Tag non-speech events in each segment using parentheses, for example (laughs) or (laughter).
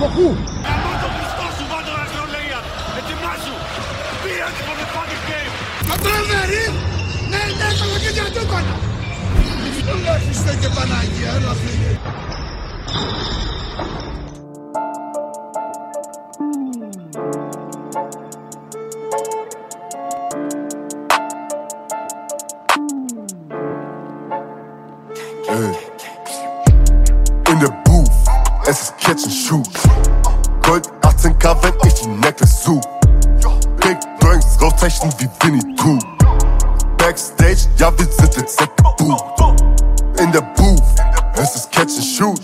Κοκού. Καλό το Χριστό σου πάντα να αγρολέγια. Ετοιμάσου. Πήραν την motherfucking game. Πατράδερη! Ναι, ναι, το λογίδι αντίκονα! Όλα Χριστέ και Πανάγια, έλα φίλε. Ayy. In der Booth, es ist Catch and Shoot. Gold 18k, wenn ich die Necklace such. Big Brains, Rauchzeichen wie Winnie Pooh. Backstage, ja, wir sind jetzt gebucht. In der Booth, es ist Catch and Shoot.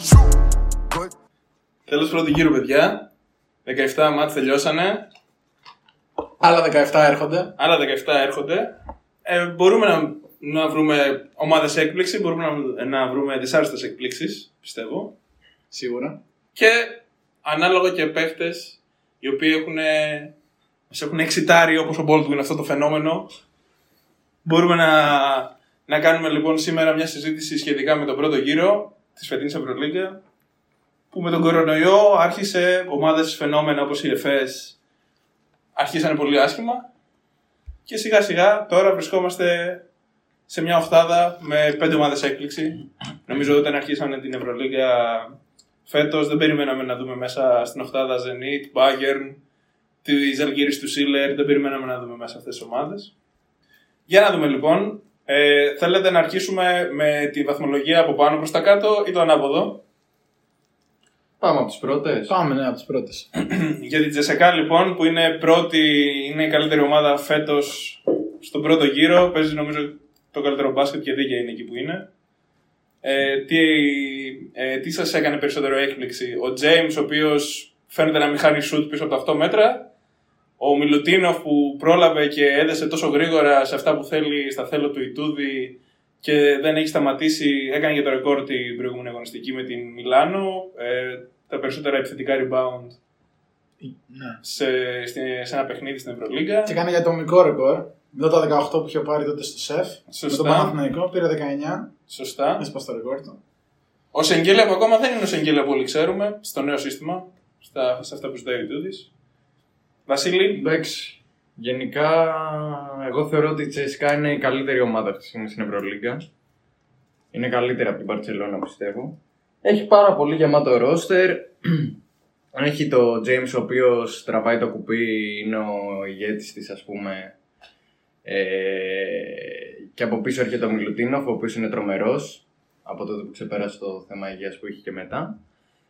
Gold Τέλο πρώτου γύρου, παιδιά. 17 μάτς τελειώσανε. Άλλα 17 έρχονται. Άλλα 17 έρχονται. Ε, μπορούμε να, να βρούμε ομάδες έκπληξη, μπορούμε να, να βρούμε δυσάρεστες εκπλήξεις, πιστεύω. Σίγουρα. Και ανάλογα και παίχτες οι οποίοι έχουν, μας έχουν εξητάρει όπως ο Baldwin αυτό το φαινόμενο. Μπορούμε να, να κάνουμε λοιπόν σήμερα μια συζήτηση σχετικά με τον πρώτο γύρο της φετινής Ευρωλίγκα που με τον κορονοϊό άρχισε ομάδες φαινόμενα όπως η ΕΦΕΣ αρχίσανε πολύ άσχημα και σιγά σιγά τώρα βρισκόμαστε σε μια οχτάδα με πέντε ομάδες έκπληξη. Νομίζω όταν αρχίσανε την Ευρωλίγκα φέτος δεν περιμέναμε να δούμε μέσα στην οχτάδα Zenit, Bayern, της Αλγύρης του Σίλερ, δεν περιμέναμε να δούμε μέσα αυτές τις ομάδες. Για να δούμε λοιπόν, ε, θέλετε να αρχίσουμε με τη βαθμολογία από πάνω προς τα κάτω ή το ανάποδο. Πάμε από τις πρώτες. Πάμε, ναι, από τις πρώτες. (clears throat) Για την Τζεσεκά λοιπόν που είναι πρώτη, είναι η καλύτερη ομάδα φέτος στον πρώτο γύρο. Παίζει νομίζω το καλύτερο μπάσκετ και δίκαια είναι εκεί που είναι. Ε, τι, ε, τι σας έκανε περισσότερο έκπληξη. Ο James ο οποίος φαίνεται να μην χάνει σουτ πίσω από τα 8 μέτρα. Ο Μιλουτίνοφ που πρόλαβε και έδεσε τόσο γρήγορα σε αυτά που θέλει στα θέλω του Ιτούδη και δεν έχει σταματήσει, έκανε για το ρεκόρ την προηγούμενη αγωνιστική με την Μιλάνο. Ε, τα περισσότερα επιθετικά rebound Ναι. σε, σε, σε ένα παιχνίδι στην Ευρωλίγκα. Και κάνει για το μικρό ρεκόρ. Μετά τα 18 που είχε πάρει τότε στο σεφ. Με Σωστά. τον Παναθηναϊκό πήρε 19. Σωστά. Έσπασε το ρεκόρ του. Ο Σεγγέλια που ακόμα δεν είναι ο Σεγγέλια που όλοι ξέρουμε στο νέο σύστημα, στα, σε αυτά που ζητάει ο Ιτούδης. Βασίλη, Εντάξει. Γενικά, εγώ θεωρώ ότι η Τσέσικα είναι η καλύτερη ομάδα αυτή τη στιγμή στην Ευρωλίγκα. Είναι καλύτερη από την Παρσελόνα, πιστεύω. Έχει πάρα πολύ γεμάτο ρόστερ. (clears throat) Έχει το James ο οποίος τραβάει το κουπί, είναι ο ηγέτης της, ας πούμε. Ε, και από πίσω έρχεται ο Μιλουτίνοφ, ο οποίος είναι τρομερός από τότε που ξεπέρασε το θέμα υγείας που είχε και μετά.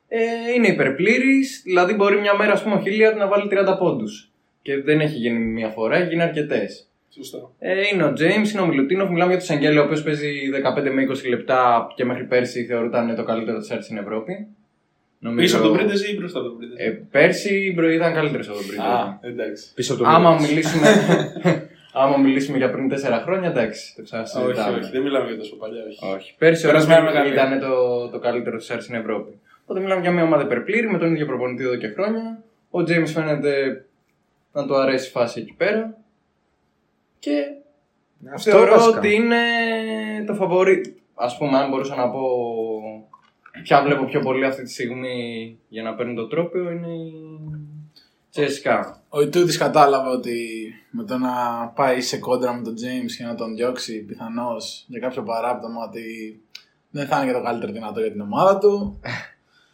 Ε, είναι υπερπλήρης, δηλαδή μπορεί μια μέρα, ας πούμε, ο Χίλιαρντ να βάλει 30 πόντους. Και δεν έχει γίνει μια φορά, έχει γίνει αρκετές. σωστά. Ε, είναι ο James, είναι ο Μιλουτίνοφ. Μιλάμε για τον Σαγγέλη, ο οποίος παίζει 15 με 20 λεπτά και μέχρι πέρσι θεωρούταν το καλύτερο της στην Ευρώπη. Νομίζω- Πίσω από τον Πρίντεζ ή μπροστά από τον Πρίντεζ. ε, πέρσι μπρο- ήταν καλύτερος από τον πριν. Α, εντάξει. Πίσω από το Άμα μήνυμα. μιλήσουμε, (laughs) άμα μιλήσουμε για πριν 4 χρόνια, εντάξει, το Όχι, ξανασυζητάμε. όχι, δεν μιλάμε για τόσο παλιά. Όχι. Όχι. Πέρσι ο Περασμένη Ράσμαν μεγάλη. ήταν το, το καλύτερο της στην Ευρώπη. Οπότε μιλάμε για μια ομάδα υπερπλήρη με τον ίδιο προπονητή εδώ και χρόνια. Ο Τζέιμ φαίνεται να του αρέσει η φάση εκεί πέρα. Και Αυτό θεωρώ βασικά. ότι είναι το φαβορή. Ας πούμε, αν μπορούσα να πω ποια βλέπω πιο πολύ αυτή τη στιγμή για να παίρνει το τρόπιο, είναι η Τσέσικα. Ο Ιτούδης κατάλαβε ότι με το να πάει σε κόντρα με τον James και να τον διώξει πιθανώς για κάποιο παράπτωμα ότι δεν θα είναι και το καλύτερο δυνατό για την ομάδα του.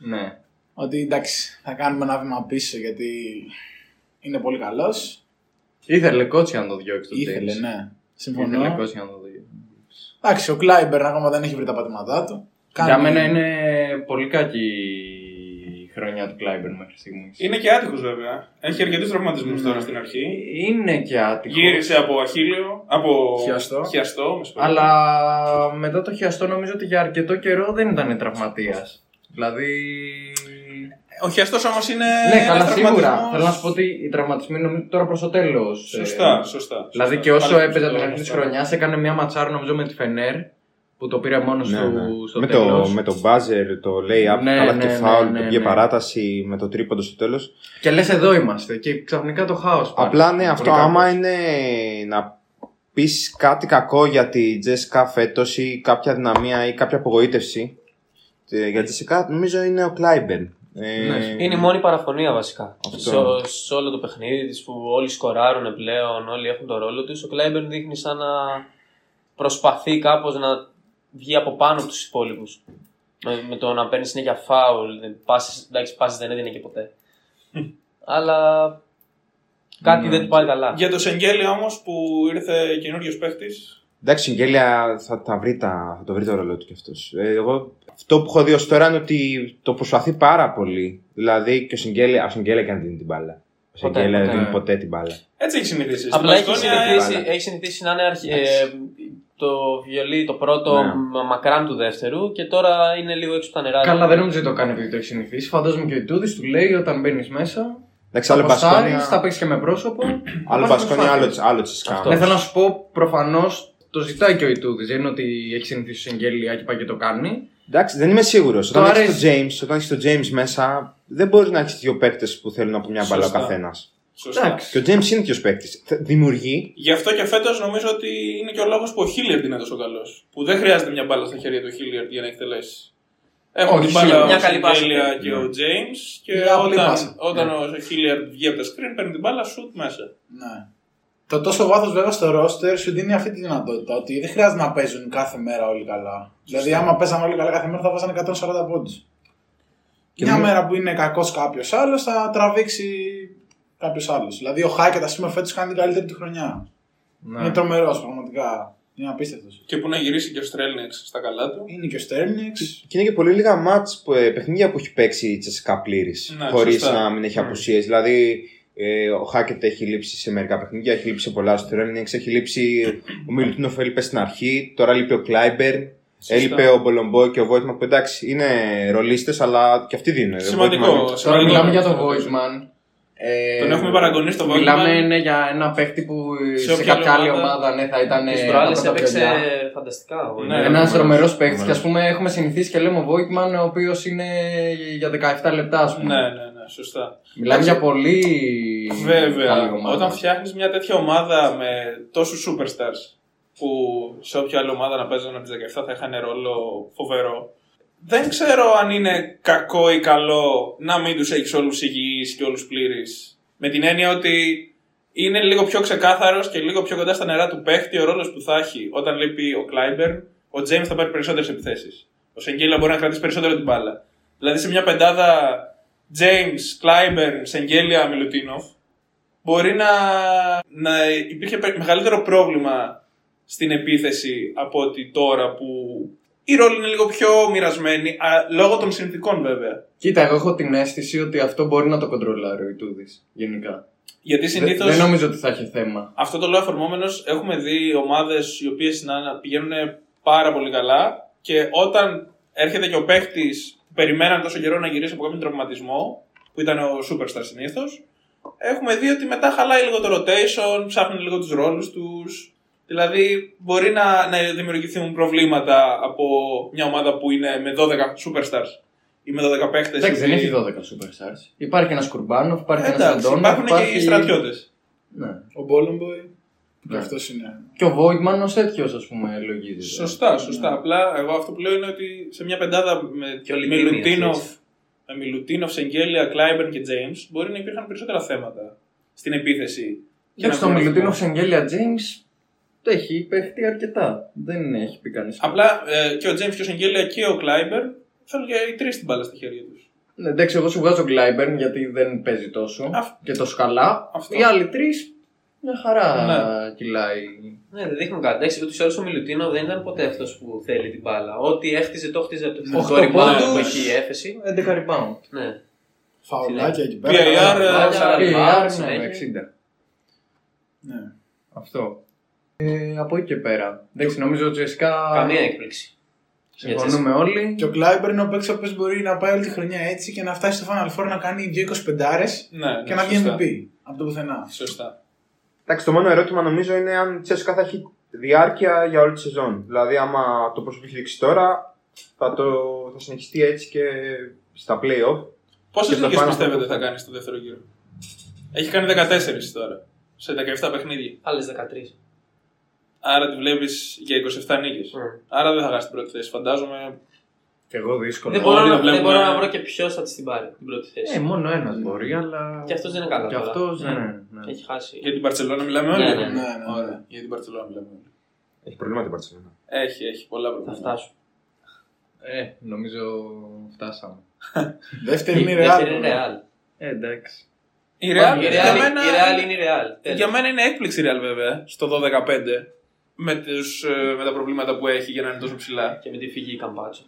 Ναι. ότι εντάξει, θα κάνουμε ένα βήμα πίσω γιατί είναι πολύ καλός. Ήθελε κότσια να το διώξει το Ήθελε, James. ναι. Ήθελε Συμφωνώ. κότσια να το διώξει. Εντάξει, ο Κλάιμπερν ακόμα δεν έχει βρει τα πατήματά του. Κάνει- Για μένα είναι πολύ κακή η χρονιά του Κλάιμπερν μέχρι στιγμής. Είναι και άτυχος βέβαια. Έχει αρκετούς Mm. τραυματισμούς τώρα στην αρχή. Είναι και άτυχος. Γύρισε από Αχίλιο, από Χιαστό. χιαστό με συγχωρείτε. Αλλά μετά το χιαστό νομίζω ότι για αρκετό καιρό δεν ήταν τραυματίας. Δηλαδή. Ε, Ο χιαστό όμως είναι. ναι, καλά, Ε, ένας σίγουρα. τραυματισμός- Θέλω να σου πω ότι οι τραυματισμοί νομίζω τώρα προς το τέλος. Σωστά, σωστά. Δηλαδή σωστά. και όσο Πάλι έπαιζε σωστό, την αρχή της σωστά. χρονιά, έκανε μια ματσάρα νομίζω με τη Φενέρ που το πήρε μόνο Ναι, του ναι. στο με, τέλο. το, με το buzzer, το lay-up, Ναι, καλά ναι, και ναι, foul, ναι, το ναι. πήγε παράταση με το τρίποντο στο τέλος. Και λες, εδώ είμαστε. Και ξαφνικά το χάος. Απλά ναι, αυτό άμα είναι να πεις κάτι κακό για τη Τζέσικα φέτος ή κάποια δυναμία ή κάποια απογοήτευση ε, για τη Τζέσικα, νομίζω είναι ο Κλάιμπερν. Ε, Ναι. Είναι η μόνη παραφωνία βασικά. Αυτό. Σε, σε όλο το παιχνίδι της που όλοι σκοράρουν πλέον, όλοι έχουν τον ρόλο τους. Ο Κλάιμπερν δείχνει σαν να προσπαθεί κάπως να βγει από πάνω από τους υπόλοιπους. Με, με το να παίρνει συνέχεια φάουλ. δεν- Πάσες, εντάξει, πάσες δεν έδινε και (laughs) ποτέ. Αλλά κάτι Ναι. δεν του πάει καλά. Για το Σεγγέλια όμως που ήρθε καινούριος παίχτης. Εντάξει, η Γέλια θα, τα βρει τα, θα το βρει το ρολό του κι αυτός. Ε, εγώ, αυτό που έχω δει ως τώρα είναι ότι το προσπαθεί πάρα πολύ. Δηλαδή και ο Συγγέλια, ο Συγγέλια και αν δίνει την μπάλα. Ο Ποτέ, Συγγέλια δεν ποτέ. δίνει ποτέ την μπάλα. Έτσι έχει συνηθίσει. Απλά έχει Στην Μακεδονία, συνηθίσει, βάλα. έχει συνηθίσει να είναι αρχι- ε, το βιολί το πρώτο Ναι. μα- μακράν του δεύτερου και τώρα είναι λίγο έξω από τα νερά. Καλά, δεν νομίζω ότι το κάνει επειδή το έχει συνηθίσει. Φαντάζομαι και ο Ιτούδης του λέει όταν μπαίνεις μέσα. Εντάξει, άλλο θα πασάρεις, Μπασκόνια, Θα παίξεις και με πρόσωπο. άλλο, Βάζεις Μπασκόνια, προσπάθεια. άλλο, άλλο Τσισκάνα. Αυτό. Ναι, θέλω να σου πω προφανώς το ζητάει και ο Ιτούδης. Δεν είναι ότι έχει συνηθίσει ο Σεγγέλια και πάει και το κάνει. Εντάξει, δεν είμαι σίγουρος. Όταν Το έχει τον James, όταν έχεις τον James μέσα, δεν μπορείς να έχεις δύο παίκτες που θέλουν από μια μπαλά ο Σωστά. καθένας. Σωστά. Εντάξει. Και ο James είναι τέτοιο παίκτη. Δημιουργεί. Γι' αυτό και φέτος νομίζω ότι είναι και ο λόγος που ο Χίλιαρντ είναι τόσο καλός. Που δεν χρειάζεται μια μπάλα στα χέρια του Χίλιαρντ για να εκτελέσει. Έχουν Όχι, την μπάλα σίγουρα. ο Μια καλή πάσα. Σεγγέλια και Ναι. ο James και Μια απλή όταν, πάσα. όταν ο Χίλιαρντ βγει από τα screen παίρνει την μπάλα, shoot μέσα. Ναι. Το τόσο βάθος βέβαια στο ρόστερ σου δίνει αυτή τη δυνατότητα ότι δεν χρειάζεται να παίζουν κάθε μέρα όλοι καλά. Δηλαδή, άμα παίζανε όλοι καλά κάθε μέρα θα βάζανε 140 πόντους. Και μια μέρα που είναι κακός κάποιος άλλος θα τραβήξει κάποιος άλλος. Δηλαδή, ο Χάκετ, ας πούμε, φέτος κάνει την καλύτερη του χρονιά. Ναι. Είναι τρομερός, πραγματικά. Είναι απίστευτος. Και που να γυρίσει και ο Στρέλνεξ στα καλά του. Είναι και ο Στέρνιξ. Και είναι και πολύ λίγα μάτς, που, ε, παιχνίδια που έχει παίξει η Τσεσικά πλήρης. Ναι, Χωρίς σωστά. να μην έχει απουσίες. Δηλαδή, ε, ο Χάκετ έχει λείψει σε μερικά παιχνίδια, έχει λείψει σε πολλά στο Ρένινγκ, έχει λείψει ο Μιλουτίνοφ έλειπε στην αρχή, τώρα λείπει ο Κλάιμπερν. Έλειπε ο Μπολομπό και ο Βόιτμαν που εντάξει είναι ρολίστες, αλλά και αυτοί δίνουν. ε, Ο Voigtman- Σημαντικό. Τώρα σημαντικό. μιλάμε για τον Βόισμαν. Ε, Τον έχουμε παραγωνίσει τον Voigtman. Μιλάμε ναι, για ένα παίχτη που σε, Σε όποια κάποια άλλη ομάδα- ομάδα ναι, θα ήταν. Τις ε, προάλλες από τα έπαιξε πιονιά. φανταστικά. ο Ναι, Βόιτμαν. Ένας Τρομερός. τρομερό παίκτη. Και Τρομερός. ας πούμε, έχουμε συνηθίσει και λέμε ο Βόικμαν, ο οποίος είναι για 17 λεπτά, ας πούμε. Ναι, ναι, ναι, σωστά. Μιλάμε για πολύ. καλή Βέβαια, ομάδα. όταν φτιάχνεις μια τέτοια ομάδα με τόσους superstars που σε όποια άλλη ομάδα να παίζουν από τις 17 θα είχαν ρόλο φοβερό. Δεν ξέρω αν είναι κακό ή καλό να μην τους έχεις όλους υγιείς και όλους πλήρεις. Με την έννοια ότι είναι λίγο πιο ξεκάθαρος και λίγο πιο κοντά στα νερά του παίχτη ο ρόλος που θα έχει. Όταν λείπει ο Κλάιμπερν, ο Τζέιμ θα πάρει περισσότερες επιθέσεις. Ο Σεγγέλια μπορεί να κρατήσει περισσότερο την μπάλα. Δηλαδή σε μια πεντάδα James, Κλάιμπερν, Σεγγέλια, Μιλουτίνοφ, μπορεί να, να υπήρχε πε- μεγαλύτερο πρόβλημα στην επίθεση από ότι τώρα που οι ρόλοι είναι λίγο πιο μοιρασμένοι, α, λόγω των συνθηκών βέβαια. Κοίτα, εγώ έχω την αίσθηση ότι αυτό μπορεί να το κοντρολάρει ο Ιτούδης. Γενικά. Γιατί Δεν, συνήθως. δεν νομίζω ότι θα έχει θέμα. Αυτό το λέω εφαρμόμενο. Έχουμε δει ομάδες οι οποίες πηγαίνουν πάρα πολύ καλά και όταν έρχεται και ο παίχτη που περιμέναν τόσο καιρό να γυρίσει από κάποιον τραυματισμό, που ήταν ο Superstar συνήθως, έχουμε δει ότι μετά χαλάει λίγο το rotation, ψάχνουν λίγο τους ρόλους τους. Δηλαδή μπορεί να, να δημιουργηθούν προβλήματα από μια ομάδα που είναι με 12 superstars ή με 12 παίχτες. Εντάξει, δεν έχει 12 superstars. Υπάρχει ένας Κουρμπάνοφ, υπάρχει ένα ε, Εντάξει, Αντώνοφ. υπάρχουν και οι στρατιώτες. Ναι. Ο Μπόλεμποϊ. Ναι. Και αυτός είναι. Και ο Βόικμαν ως τέτοιος, ας πούμε, λογίζεται. Σωστά, σωστά. Απλά εγώ αυτό που λέω είναι ότι σε μια πεντάδα με Πιο λιτή μια Μιλουτίνοφ, σχέση. με Μιλουτίνοφ, Σεγγέλια, Κλάιμπερν και Τζέιμ μπορεί να υπήρχαν περισσότερα θέματα στην επίθεση. Εντάξει, να το μην Μιλουτίνο έχουμε. Σεγγέλια Τζέιμ το έχει παιχτεί αρκετά. Δεν έχει πει κανείς. Απλά ε, και ο Τζέιμ και ο Σεγγέλια και ο Κλάιμπερν θέλουν και οι τρεις την μπάλα στα χέρια τους. Ναι, εντάξει, εγώ σου βγάζω Γκλάιμπερν γιατί δεν παίζει τόσο Αυ- και το σκαλά. Αυτό. Οι άλλοι τρεις μια χαρά κυλάει. Ναι, δεν δείχνουν κάτι. Εντάξει, ούτως ή άλλως ο Μιλουτίνο δεν ήταν ποτέ αυτός που θέλει την μπάλα. Ό,τι έχτιζε το χτίζε από το Οχτώ χτυπώμα πόντους. που έχει η έφεση. 11 rebound. Ναι. Φαουλάκια εκεί πέρα. PIR, ε, Φαουλάκια. σαν- rebound, PAR, ναι, συνέχεια. 60. Ναι. Αυτό. Ε, από εκεί και πέρα. Εντάξει, νομίζω ότι ουσιαστικά Καμία έκπληξη. συμφωνούμε όλοι. Και ο Κλάιμπερ είναι ο παίκτης ο οποίος μπορεί να πάει όλη τη χρονιά έτσι και να φτάσει στο Final Four να κάνει 2-25 άρες Ναι, ναι, και να βγει σωστά. MVP από το πουθενά. Σωστά. Εντάξει, το μόνο ερώτημα νομίζω είναι αν η Τσέσκα θα έχει διάρκεια για όλη τη σεζόν. Δηλαδή, άμα το πρόσωπο έχει δείξει τώρα, θα, το, θα συνεχιστεί έτσι και στα playoff. Πόσες Και το νίκες πάνω- πιστεύετε θα κάνει στο δεύτερο γύρο, Έχει κάνει 14 τώρα σε 17 παιχνίδια. Άλλες 13. Ναι. Άρα τη βλέπεις για 27 νίκε. Άρα δεν θα χάσει την πρώτη θέση. Φαντάζομαι Και εγώ δύσκολα. Δεν μπορώ, Όλοι να, βλέπουμε- δεν μπορώ να βρω και ποιος θα της την πάρει την πρώτη θέση. Ε, μόνο ένας μπορεί, αλλά. Και αυτός δεν είναι καλά. Και τώρα. αυτός, ναι. ναι. Έχει χάσει. Για την Παρσελόνα μιλάμε Ναι, όλοι. ναι, ναι. Ναι, ναι, ναι. Ωραία. Για την Παρσελόνα μιλάμε όλοι. Έχει προβλήματα η Μπαρσελόνα. Έχει, έχει πολλά Θα προβλήματα. φτάσουν. Ε, νομίζω φτάσαμε. Δεύτερη είναι η Δεύτερη είναι η Real. Real. Ε, εντάξει. Η Real, Η Real, για, μένα, η Real είναι η Real. Τέλος. για μένα είναι έκπληξη η Real βέβαια στο 12-15 με, τους, ε, με τα προβλήματα που έχει για να είναι τόσο ψηλά. Και με τη φυγή η Καμπάτσο.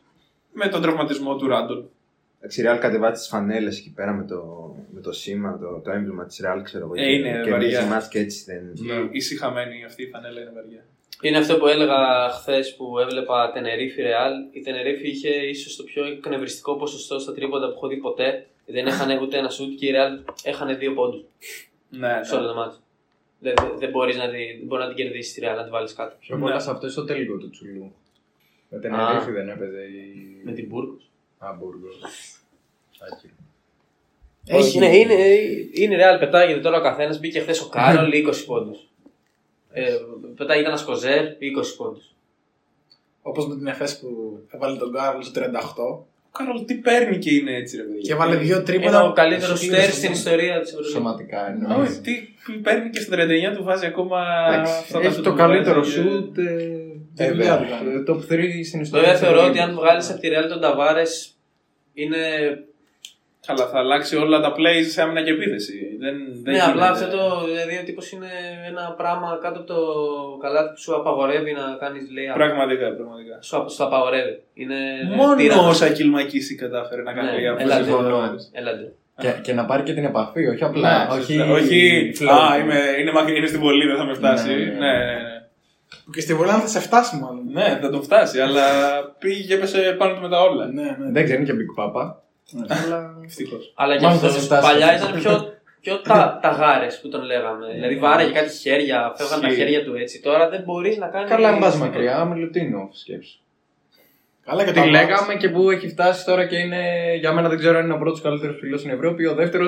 Με τον τραυματισμό του Ράντον. Εντάξει, η Real κατεβάζει τις φανέλες εκεί πέρα με το, με το σήμα, το, το έμβλημα της Real, ξέρω εγώ. Ε, και- είναι και βαριά. Ναι. εμείς εμάς και έτσι δεν. Η ησυχαμένη αυτή η φανέλα είναι βαριά. Είναι αυτό που έλεγα χθες που έβλεπα Τενερίφη Ρεάλ. Η Τενερίφη είχε ίσως το πιο εκνευριστικό ποσοστό στα τρίποντα που έχω δει ποτέ. Δεν έχανε ούτε ένα σουτ και η Ρεάλ έχανε δύο πόντους Ναι, σε όλο ναι. το μάτι. Δεν, δεν- δεν μπορείς να, τη- δεν μπορεί να την κερδίσεις τη Ρεάλ, να τη βάλεις κάτω. Πιο πολλά σε αυτό στο τελικό του τσουλού. Με την Α. Ελίφη δεν έπαιζε η. Με την Μπουργκο. Αμπούργο. Έχει. Ναι, είναι, είναι Ρεάλ, πετάγεται τώρα ο καθένας. Μπήκε χθες ο Κάρολ 20 πόντους. Ε, πετάγεται ένας Κοζέρ 20 πόντους. Όπως με την Εφές που έβαλε τον Κάρλ στο 38 Ο Κάρολ τι παίρνει και είναι έτσι ρε παιδιά. Ε, και έβαλε δύο Ε, Είναι τρίποτα. ο Σου καλύτερο στέρ κλείνει στην στο- ιστορία της Ευρωλίγας. Σωματικά εννοώ. Όχι, τι παίρνει και στα 39 του βάζει ακόμα αυτά τα Έχει σουτ το που καλύτερο βάζει και- σουτ. ε, Τη ever. δουλειά του κάνει. Ε, Top 3 στην ιστορία. Βέβαια της θεωρώ ότι Ευρωλίγκας. αν βγάλεις από τη Ρεάλ τον Ταβάρε είναι. Αλλά θα αλλάξει όλα τα plays σε άμυνα και επίθεση. Δεν, δεν ναι, γίνεται. απλά αυτό το. Δηλαδή ο τύπος είναι ένα πράγμα κάτω από το καλάθι που σου απαγορεύει να κάνεις λέει. Πραγματικά, πραγματικά. Σου απο- σου απαγορεύει. Είναι. Μόνο τύρανος. ο Σακίλ Μακίση κατάφερε να κάνει Ε, Ναι, λίγα έλατε. έλατε. Και, και να πάρει και την επαφή, όχι απλά. όχι, Ναι, όχι. flow. Α, είμαι, είναι, μακρι- είναι στην πολύ, δεν θα με φτάσει. Ναι, Ναι, ναι, ναι, ναι. ναι. Που και στη Βολάνα θα σε φτάσει μάλλον. Ναι, θα τον φτάσει, αλλά πήγε και έπεσε πάνω του με τα όλα. Ναι, ναι. Δεν ξέρω, είναι και Big Papa. αλλά... Ευτυχώς. Αλλά και Μάλλον αυτό θα σε φτάσει. παλιά ήταν πιο, πιο τα, ταγάρε που τον λέγαμε. δηλαδή βάραγε κάτι χέρια, φεύγαν τα Ναι. Ισχύει. χέρια του έτσι. Τώρα δεν μπορείς να κάνεις. Καλά, μπα μακριά, με λουτίνο σκέψη. Καλά και Τι τα λέγαμε και που έχει φτάσει τώρα και είναι. Για μένα δεν ξέρω αν είναι ο πρώτος καλύτερος φιλό στην Ευρώπη. Ο δεύτερος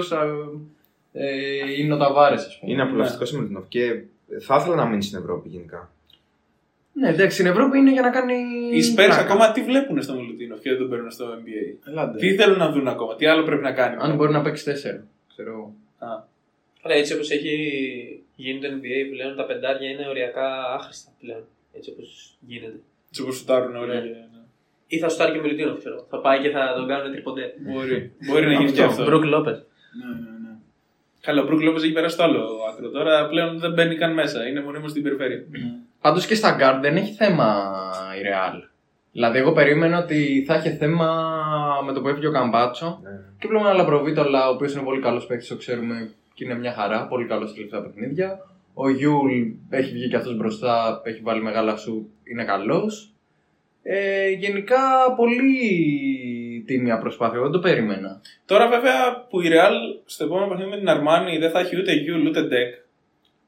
ε, είναι ο Ταβάρες, ας πούμε. Είναι απολαυστικό ναι. Μιλουτίνοφ και θα ήθελα να μείνει στην Ευρώπη γενικά. Ναι, εντάξει, στην Ευρώπη είναι για να κάνει. Οι Spurs πλάκα. ακόμα τι βλέπουν στο Μιλουτίνο και δεν τον παίρνουν στο NBA. Ελάτε. Τι θέλουν να δουν ακόμα, τι άλλο πρέπει να κάνει. Αν μπορεί να παίξει 4. Ξέρω. εγώ. Α, Ρε, έτσι όπως έχει γίνει το NBA πλέον, τα πεντάρια είναι οριακά άχρηστα πλέον. Έτσι όπως γίνεται. Έτσι όπως σουτάρουν όλοι. Ναι. και- ναι. Ή θα σου και ο Μιλουτίνοφ, ξέρω. Θα πάει και θα τον κάνουν τριποντέ. Μπορεί, μπορεί να γίνει και αυτό. Μπρουκ Λόπες. Ναι, ναι, ναι. Καλά, ο Μπρουκ Λόπες έχει περάσει το άλλο άκρο. Τώρα πλέον δεν μπαίνει καν μέσα. Είναι μονίμως στην περιφέρεια. Πάντως και στα guard δεν έχει θέμα η Real. Δηλαδή, εγώ περίμενα ότι θα είχε θέμα με το που έφυγε ο Καμπάτσο. Ναι. Και βλέπουμε ένα Λαμπροβίτολα, ο οποίος είναι πολύ καλός παίκτης, το ξέρουμε και είναι μια χαρά. Πολύ καλός στα τελευταία παιχνίδια. Ο Γιούλ έχει βγει και αυτός μπροστά, έχει βάλει μεγάλα σου, είναι καλός. Ε, γενικά πολύ τίμια προσπάθεια, εγώ δεν το περίμενα. Τώρα βέβαια που η Real στο επόμενο παιχνίδι με την Αρμάνη δεν θα έχει ούτε Γιούλ ούτε Ντεκ.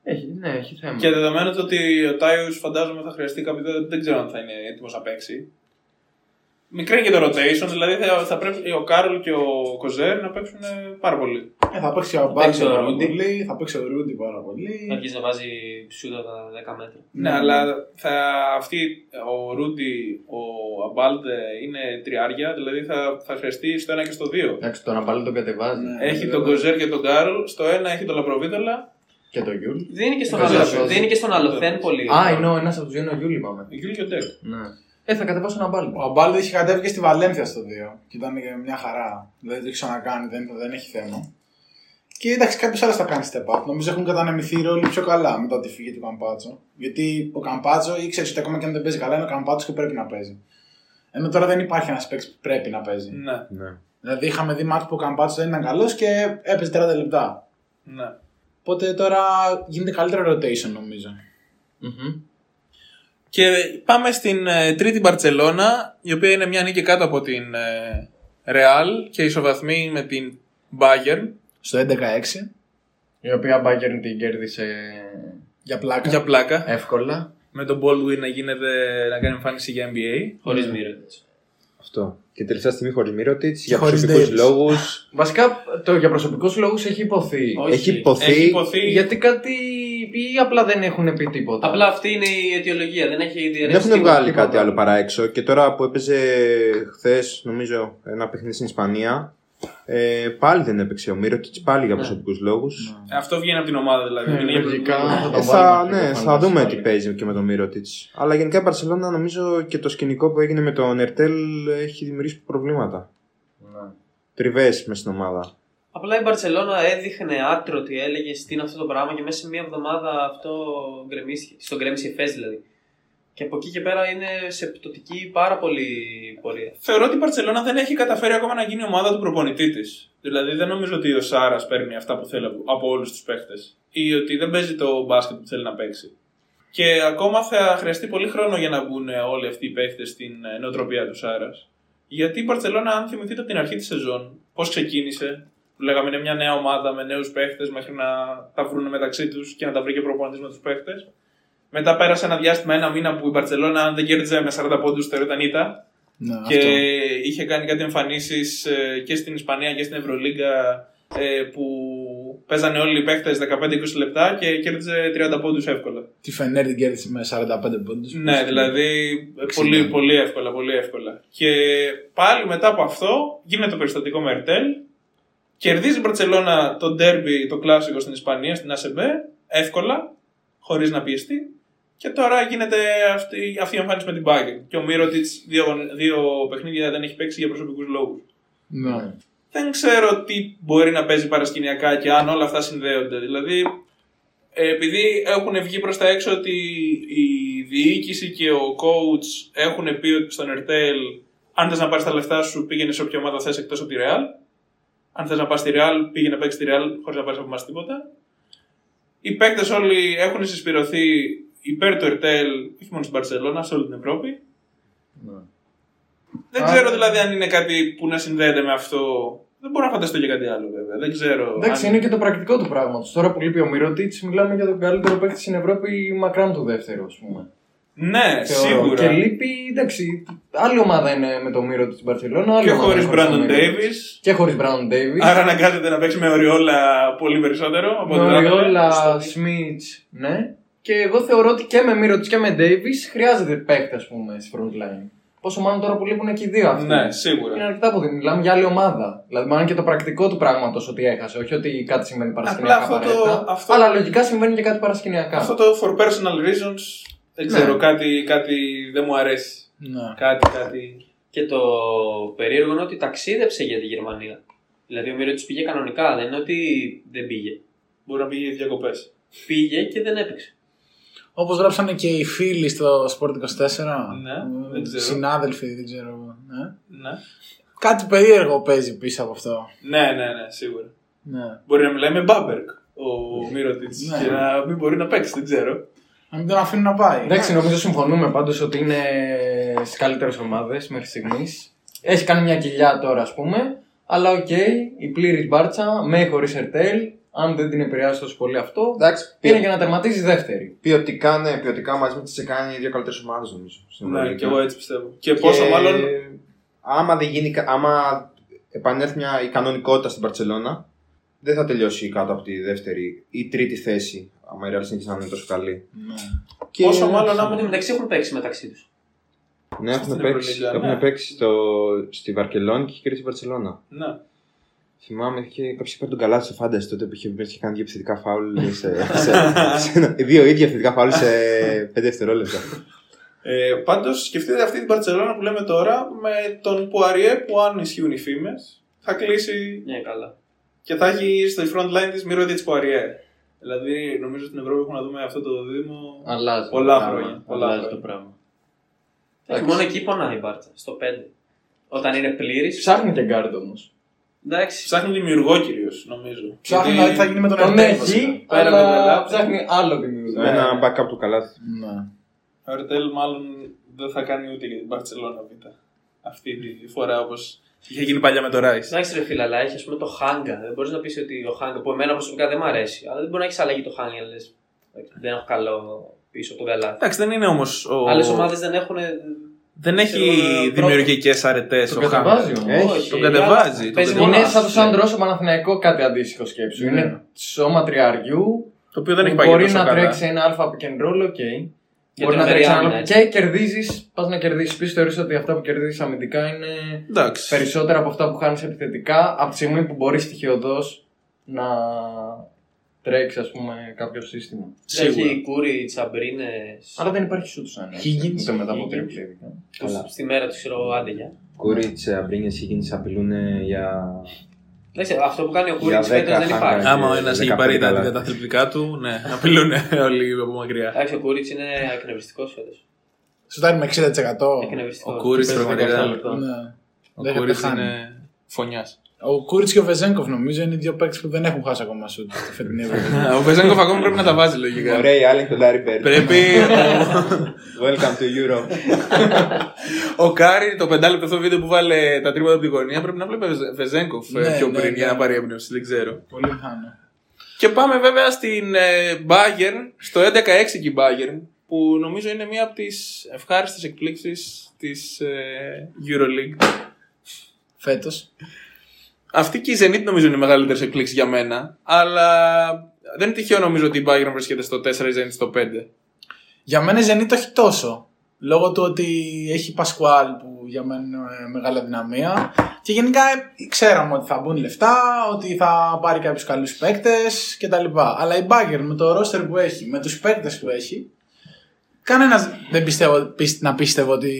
Έχει, ναι, έχει θέμα. Και δεδομένου του ότι ο Τάιου φαντάζομαι θα χρειαστεί κάποιο. Δεν, δεν ξέρω αν θα είναι έτοιμος να παίξει. Μικρή και το rotation, δηλαδή θα, θα πρέπει ο Κάρολ και ο Κοζέρ να παίξουν ε, πάρα πολύ. Ε, θα παίξει ο παίξει Μπάρτζο ο πάρα Ρούντι. πολύ, θα παίξει ο Ρούντι πάρα πολύ. Αρχίζει να βάζει ψούτα τα 10 μέτρα. Ναι, αλλά θα, αυτοί, ο Ρούντι, ο Αμπάλτε είναι τριάρια, δηλαδή θα, θα χρειαστεί στο ένα και στο δύο. Εντάξει, τον Αμπάλη τον κατεβάζει. Ναι. Έχει τον Κοζέρ και τον Κάρολ, στο ένα έχει τον Λαπροβίτολα, Και τον Γιούλ. Δίνει και στον, Ε, Κοζέρ, αλο... Κοζέρ. δίνει και στον αλοθέν πολύ. Α, είναι ο ένας από τους δύο είναι ο Γιούλ, είπαμε. η Γιούλ και ο Ντεκ. Ναι. Ε, θα κατεβάσω τον Αμπάλη. Ο Αμπάλδη είχε κατέβει και στη Βαλένθια στο 2 και ήταν και μια χαρά. Δηλαδή το έχει ξανακάνει, δεν, δεν έχει θέμα. Και εντάξει, κάποιος άλλος θα κάνει step up. Νομίζω έχουν κατανεμηθεί οι ρόλοι πιο καλά μετά τη φύγη του Καμπάτσο. Γιατί ο Καμπάτσο ήξερε ότι ακόμα και αν δεν παίζει καλά, είναι ο Καμπάτσος και πρέπει να παίζει. Ενώ τώρα δεν υπάρχει ένας παίκτης που πρέπει να παίζει. Ναι, ναι. Δηλαδή είχαμε δει μάτι που ο Καμπάτσος δεν ήταν καλός και έπαιζε 30 λεπτά. ναι. Οπότε τώρα γίνεται καλύτερο rotation νομίζω. Μμμ. Και πάμε στην ε, τρίτη Μπαρτσελώνα, η οποία είναι μια νίκη κάτω από την ε, Real και ισοβαθμεί με την Bayern Στο 11-6 Η οποία Μπάγκερν την κέρδισε για πλάκα. για πλάκα. εύκολα. Με τον Baldwin να γίνεται να κάνει εμφάνιση για NBA. ε. Χωρί μοίρα. έτσι. Αυτό. Και τελευταία στιγμή χωρίς Μύρωτιτ για Χωρίς προσωπικούς Davis. λόγους. Βασικά, το για προσωπικούς λόγους έχει υποθεί. Όχι. Έχει υποθεί. Έχει υποθεί. Γιατί κάτι. ή απλά δεν έχουν πει τίποτα. Απλά αυτή είναι η αιτιολογία. Δεν έχει Δεν διαιρέσει. έχουν βγάλει τίποτα. κάτι άλλο παρά έξω. Και τώρα που έπαιζε χθες, νομίζω, ένα παιχνίδι στην Ισπανία. Ε, πάλι δεν έπαιξε ο Μύρωτιτ, πάλι για Ναι. προσωπικούς λόγους. Αυτό βγαίνει από την ομάδα δηλαδή. Ναι, Είναι για- λογικά θα Ε, τον θα, βάλουμε και ναι, το θα φανάρι δούμε πάλι. τι παίζει και με τον Μύρωτιτ. Αλλά γενικά η Μπαρσελόνα νομίζω και το σκηνικό που έγινε με τον Ερτέλ έχει δημιουργήσει προβλήματα. Ναι. Τριβές μες στην ομάδα. Απλά η Μπαρσελόνα έδειχνε άκρο ότι έλεγε τι είναι αυτό το πράγμα και μέσα σε μία εβδομάδα αυτό γκρεμίστηκε. Στον γκρέμισε η Φες δηλαδή. Και από εκεί και πέρα είναι σε πτωτική πάρα πολύ πορεία. Θεωρώ ότι η Παρσελόνα δεν έχει καταφέρει ακόμα να γίνει η ομάδα του προπονητή της. Δηλαδή δεν νομίζω ότι ο Σάρας παίρνει αυτά που θέλει από- από όλους τους παίχτες. Ή ότι δεν παίζει το μπάσκετ που θέλει να παίξει. Και ακόμα θα χρειαστεί πολύ χρόνο για να μπουν όλοι αυτοί οι παίχτες στην ε, νοοτροπία του Σάρας. Γιατί η Παρσελόνα, αν θυμηθείτε από την αρχή της σεζόν, πώς ξεκίνησε, που λέγαμε είναι μια νέα ομάδα με νέους παίχτες μέχρι να τα βρουν μεταξύ τους και να τα βρει και ο προπονητής με τους παίχτες. Μετά πέρασε ένα διάστημα, ένα μήνα που η Μπαρσελόνα, αν δεν κέρδιζε με 40 πόντου, θεωρούταν ήττα. Ναι, Και αυτό. είχε κάνει κάτι εμφανίσεις και στην Ισπανία και στην Ευρωλίγκα ε, που παίζανε όλοι οι παίχτε 15-20 λεπτά και κέρδιζε 30 πόντους εύκολα. Τη Φενέρ την κέρδισε με 45 πόντους. Ναι, δηλαδή ε, πολύ, πολύ εύκολα, πολύ εύκολα. Και πάλι μετά από αυτό γίνεται το περιστατικό με Ερτέλ. Κερδίζει η Μπαρσελόνα το ντέρμπι, το κλασικό στην Ισπανία, στην ΑΣΕΜΠΕ, εύκολα, χωρίς να πιεστεί. Και τώρα γίνεται αυτή, αυτή η εμφάνιση με την Μπάγκερ. Και ο Μύρωτιτ δύο, δύο παιχνίδια δεν έχει παίξει για προσωπικούς λόγους. Ναι. Δεν ξέρω τι μπορεί να παίζει παρασκηνιακά και αν όλα αυτά συνδέονται. Δηλαδή, ε, επειδή έχουν βγει προς τα έξω ότι η διοίκηση και ο coach έχουν πει ότι στον Ερτέλ, αν θες να πάρεις τα λεφτά σου, πήγαινε σε όποια ομάδα θες εκτός από τη Real. Αν θες να πάρεις τη Real, πήγαινε να παίξεις τη Real χωρίς να πάρεις από εμάς τίποτα. Οι παίκτες όλοι έχουν συσπηρωθεί υπέρ του Ερτέλ, όχι μόνο στην Barcelona, σε όλη την Ευρώπη. ναι. Δεν Α. ξέρω δηλαδή αν είναι κάτι που να συνδέεται με αυτό. Δεν μπορώ να φανταστώ για κάτι άλλο βέβαια. Δεν ξέρω. Εντάξει, αν- είναι και το πρακτικό του πράγματος. Τώρα που λείπει ο Μυρωτήτ, μιλάμε για τον καλύτερο παίκτη στην Ευρώπη μακράν του δεύτερου, ας πούμε. Ναι, Θεωρώ. σίγουρα. Και λείπει, εντάξει, άλλη ομάδα είναι με τον Μύρο τη Μπαρσελόνα. άλλη Και ομάδα χωρίς είναι χωρίς τον Brandon Μύρο της. Davis. Και χωρίς Μπράντον Ντέιβι. Άρα αναγκάζεται να παίξει με οριόλα πολύ περισσότερο από ό,τι θα ήθελε. Νόριολα, Σμιτ, ναι. Και εγώ θεωρώ ότι και με Μύρο της και με Ντέιβις χρειάζεται παίκτη, ας πούμε, στη front line. Πόσο μάλλον τώρα που λείπουν και οι δύο αυτοί. Ναι, Είναι σίγουρα. αρκετά που δεν μιλάμε για άλλη ομάδα. Δηλαδή, μάλλον και το πρακτικό του πράγματος ότι έχασε. Όχι ότι κάτι συμβαίνει παρασκηνιακά. Απλά αυτό το- απαραίτητα, αυτό- Αλλά λογικά συμβαίνει και κάτι παρασκηνιακά. Αυτό το for personal reasons δεν Ναι. ξέρω, κάτι, κάτι δεν μου αρέσει. ναι. Κάτι, κάτι. Και το περίεργο είναι ότι ταξίδεψε για τη Γερμανία. Δηλαδή ο Μύρο πήγε κανονικά, δεν είναι ότι δεν πήγε. Μπορεί να πήγε διακοπές. Πήγε και δεν έπαιξε. Όπως γράψανε και οι φίλοι στο Sport 24. Ναι, ε, δεν ξέρω. Συνάδελφοι, δεν ξέρω. εγώ, Ναι. Ναι. Κάτι περίεργο παίζει πίσω από αυτό. ναι, ναι, ναι, σίγουρα. Ναι. Μπορεί να μιλάει με Μπάμπερκ ο Μύρωτιτ Ναι. και να μην μπορεί να παίξει, δεν ξέρω. Να μην τον αφήνουν να πάει. Ναι. Εντάξει, Ναι. νομίζω συμφωνούμε πάντως ότι είναι στις καλύτερες ομάδες μέχρι στιγμής. Έχει κάνει μια κοιλιά τώρα, ας πούμε. Αλλά οκ, η πλήρης μπάρτσα με χωρίς Ερτέλ, αν δεν την επηρεάσει τόσο πολύ αυτό, Εντάξει, είναι για να τερματίζει δεύτερη. Ποιοτικά, ναι, ποιοτικά μαζί με τη Τσεκάνη είναι οι δύο καλύτερες ομάδες νομίζω. στην Ναι, Ευρωλίγκα. και εγώ έτσι πιστεύω. Και, πόσο μάλλον. Άμα, δεν γίνει, κα- άμα επανέλθει μια, η κανονικότητα στην Παρσελώνα, δεν θα τελειώσει κάτω από τη δεύτερη ή τρίτη θέση. Άμα η Real συνεχίσει να είναι τόσο καλή. Ναι. Και... Πόσο μάλλον Εν τω άμα. μεταξύ έχουν παίξει μεταξύ τους. Ναι, έχουν Στην παίξει, Ευρωλίγκα, έχουν ναι. παίξει στο, στη Βαρκελόνη και κέρδισε η Παρσελώνα. Ναι. Θυμάμαι είχε κάποιο είχε πάρει τον καλά στο φάνταση τότε που είχε βγει και κάνει δύο επιθετικά φάουλ. σε, σε- (laughs) σε- δύο ίδια επιθετικά φάουλ σε πέντε δευτερόλεπτα. Ε, Πάντως, σκεφτείτε αυτή την Παρσελόνα που λέμε τώρα με τον Πουαριέ που, αν ισχύουν οι φήμες, θα κλείσει Ναι, καλά. και θα έχει στο front line της Μυρώδη τη Πουαριέ. Δηλαδή, νομίζω στην Ευρώπη έχουμε να δούμε αυτό το δίδυμο. Αλλάζει. Πολλά το πράγμα, χρόνια, πολλά αλλάζει χρόνια. το πράγμα. Εντάξει, Εντάξει. Μόνο εκεί πονάει η Μπάρτσα, στο 5. Όταν είναι πλήρης. Ψάχνει και γκάρντ όμως. Εντάξει. Ψάχνει δημιουργό κυρίως, νομίζω. Ψάχνει να Γιατί δει τι θα γίνει με τον Τον Ερτέλ. βασικά. έχει, Πέρα από τον αλλά Ελά. ψάχνει άλλο Ναι. δημιουργό. Με ένα backup του καλά. Ναι. Ο Ερτέλ, μάλλον δεν θα κάνει ούτε για την Παρσελόνα β. Αυτή τη φορά όπως είχε γίνει παλιά με το Ράις. Εντάξει, ρε φίλε, αλλά έχει ας πούμε το Χάγκα. Δεν μπορείς να πεις ότι ο Χάγκα που εμένα προσωπικά δεν μου αρέσει. Αλλά δεν μπορεί να έχεις αλλαγή το Χάγκα. λες, «Εντάξει, Δεν έχω καλό πίσω από τον καλά. Εντάξει, δεν είναι όμως. Ο... Άλλες ομάδες δεν έχουν. Δεν έχει Ξέρω, δημιουργικέ αρετέ Το ο Χάμερ. κατεβάζει όμως. Έχει. Τον κατεβάζει. τον Παίζει Ναι, κατεβάζει. Είναι σαν το Σάντρο ο Παναθηναϊκό κάτι αντίστοιχο σκέψου. Είναι σώμα τριαριού. Το οποίο δεν έχει που πάει Μπορεί τόσο να καλά. τρέξει ένα αλφα επικεντρόλο, οκ. Μπορεί την να τρέξει ένα άμυνα, αλφα- έτσι. Και κερδίζεις, πας να κερδίσεις πίσω. Θεωρείς ότι αυτά που κερδίζεις αμυντικά είναι Εντάξει. περισσότερα από αυτά που χάνεις επιθετικά από τη στιγμή που μπορείς στοιχειοδός να τρέξεις, ας πούμε, κάποιο σύστημα. Έχει κούρι, τσαμπρίνε. Αλλά δεν υπάρχει σούτ σαν έτσι, Higgins, Ούτε μετά από Higgins. τρίπλη. ειδικά. Καλά. Στη μέρα τους ξέρω άντε για. Κούριτσε, αμπρίνιε, Higgins απειλούν για. Εντάξει, αυτό που κάνει ο Για Κούριτ δέκα φέτο δεν θα υπάρχει. κάνει. Άμα ο ένας Δεκαπέντε έχει πάρει τα καλά. αντικαταθλιπτικά του, ναι, απειλούν (laughs) όλοι από μακριά. Εντάξει, ο Κούριτ είναι εκνευριστικός φέτος. Σουτάρει με 60%. Ο Εκνευριστικό. Κούρι Παίζει 17 πραγματικά. λεπτά. Ναι. Ο Δεν Κούρι πεθάνει. είναι φωνιάς. Ο Κούριτ και ο Βεζέγκοφ νομίζω είναι οι δύο παίκτες που δεν έχουν χάσει ακόμα σουτ στη φετινή Ευρώπη. (laughs) Ο Βεζέγκοφ ακόμα πρέπει να τα βάζει λογικά. Ωραία, η Άλεν και ο Ντάρι Μπέρντ. Πρέπει Welcome to Europe. (laughs) ο, ο Κάρι το πεντάλεπτο αυτό βίντεο που βάλε τα τρίποτα από την γωνία πρέπει να βλέπεις Βεζέγκοφ ε, Ναι, πιο ναι, πριν ναι. για να πάρει έμπνευση. Δεν ξέρω. Πολύ πιθανό. Και πάμε βέβαια στην ε, Bayern, στο 11-6 και η Bayern, που νομίζω είναι μία από τις ευχάριστες εκπλήξεις της ε, Euroleague. Φέτος. Αυτή και η Zenit νομίζω είναι οι μεγαλύτερες εκπλήξεις για μένα, αλλά δεν είναι τυχαίο νομίζω ότι η Bayern βρίσκεται στο 4, η Zenit στο 5. Για μένα η Zenit όχι τόσο. Λόγω του ότι έχει Πασκουάλ που για μένα είναι μεγάλη δυναμία. Και γενικά ε, ξέραμε ότι θα μπουν λεφτά, ότι θα πάρει κάποιους καλούς παίκτες κτλ. Αλλά η Bagger με το ρόστερ που έχει, με τους παίκτες που έχει, κανένας δεν πιστεύω πίσ- να πίστευε ότι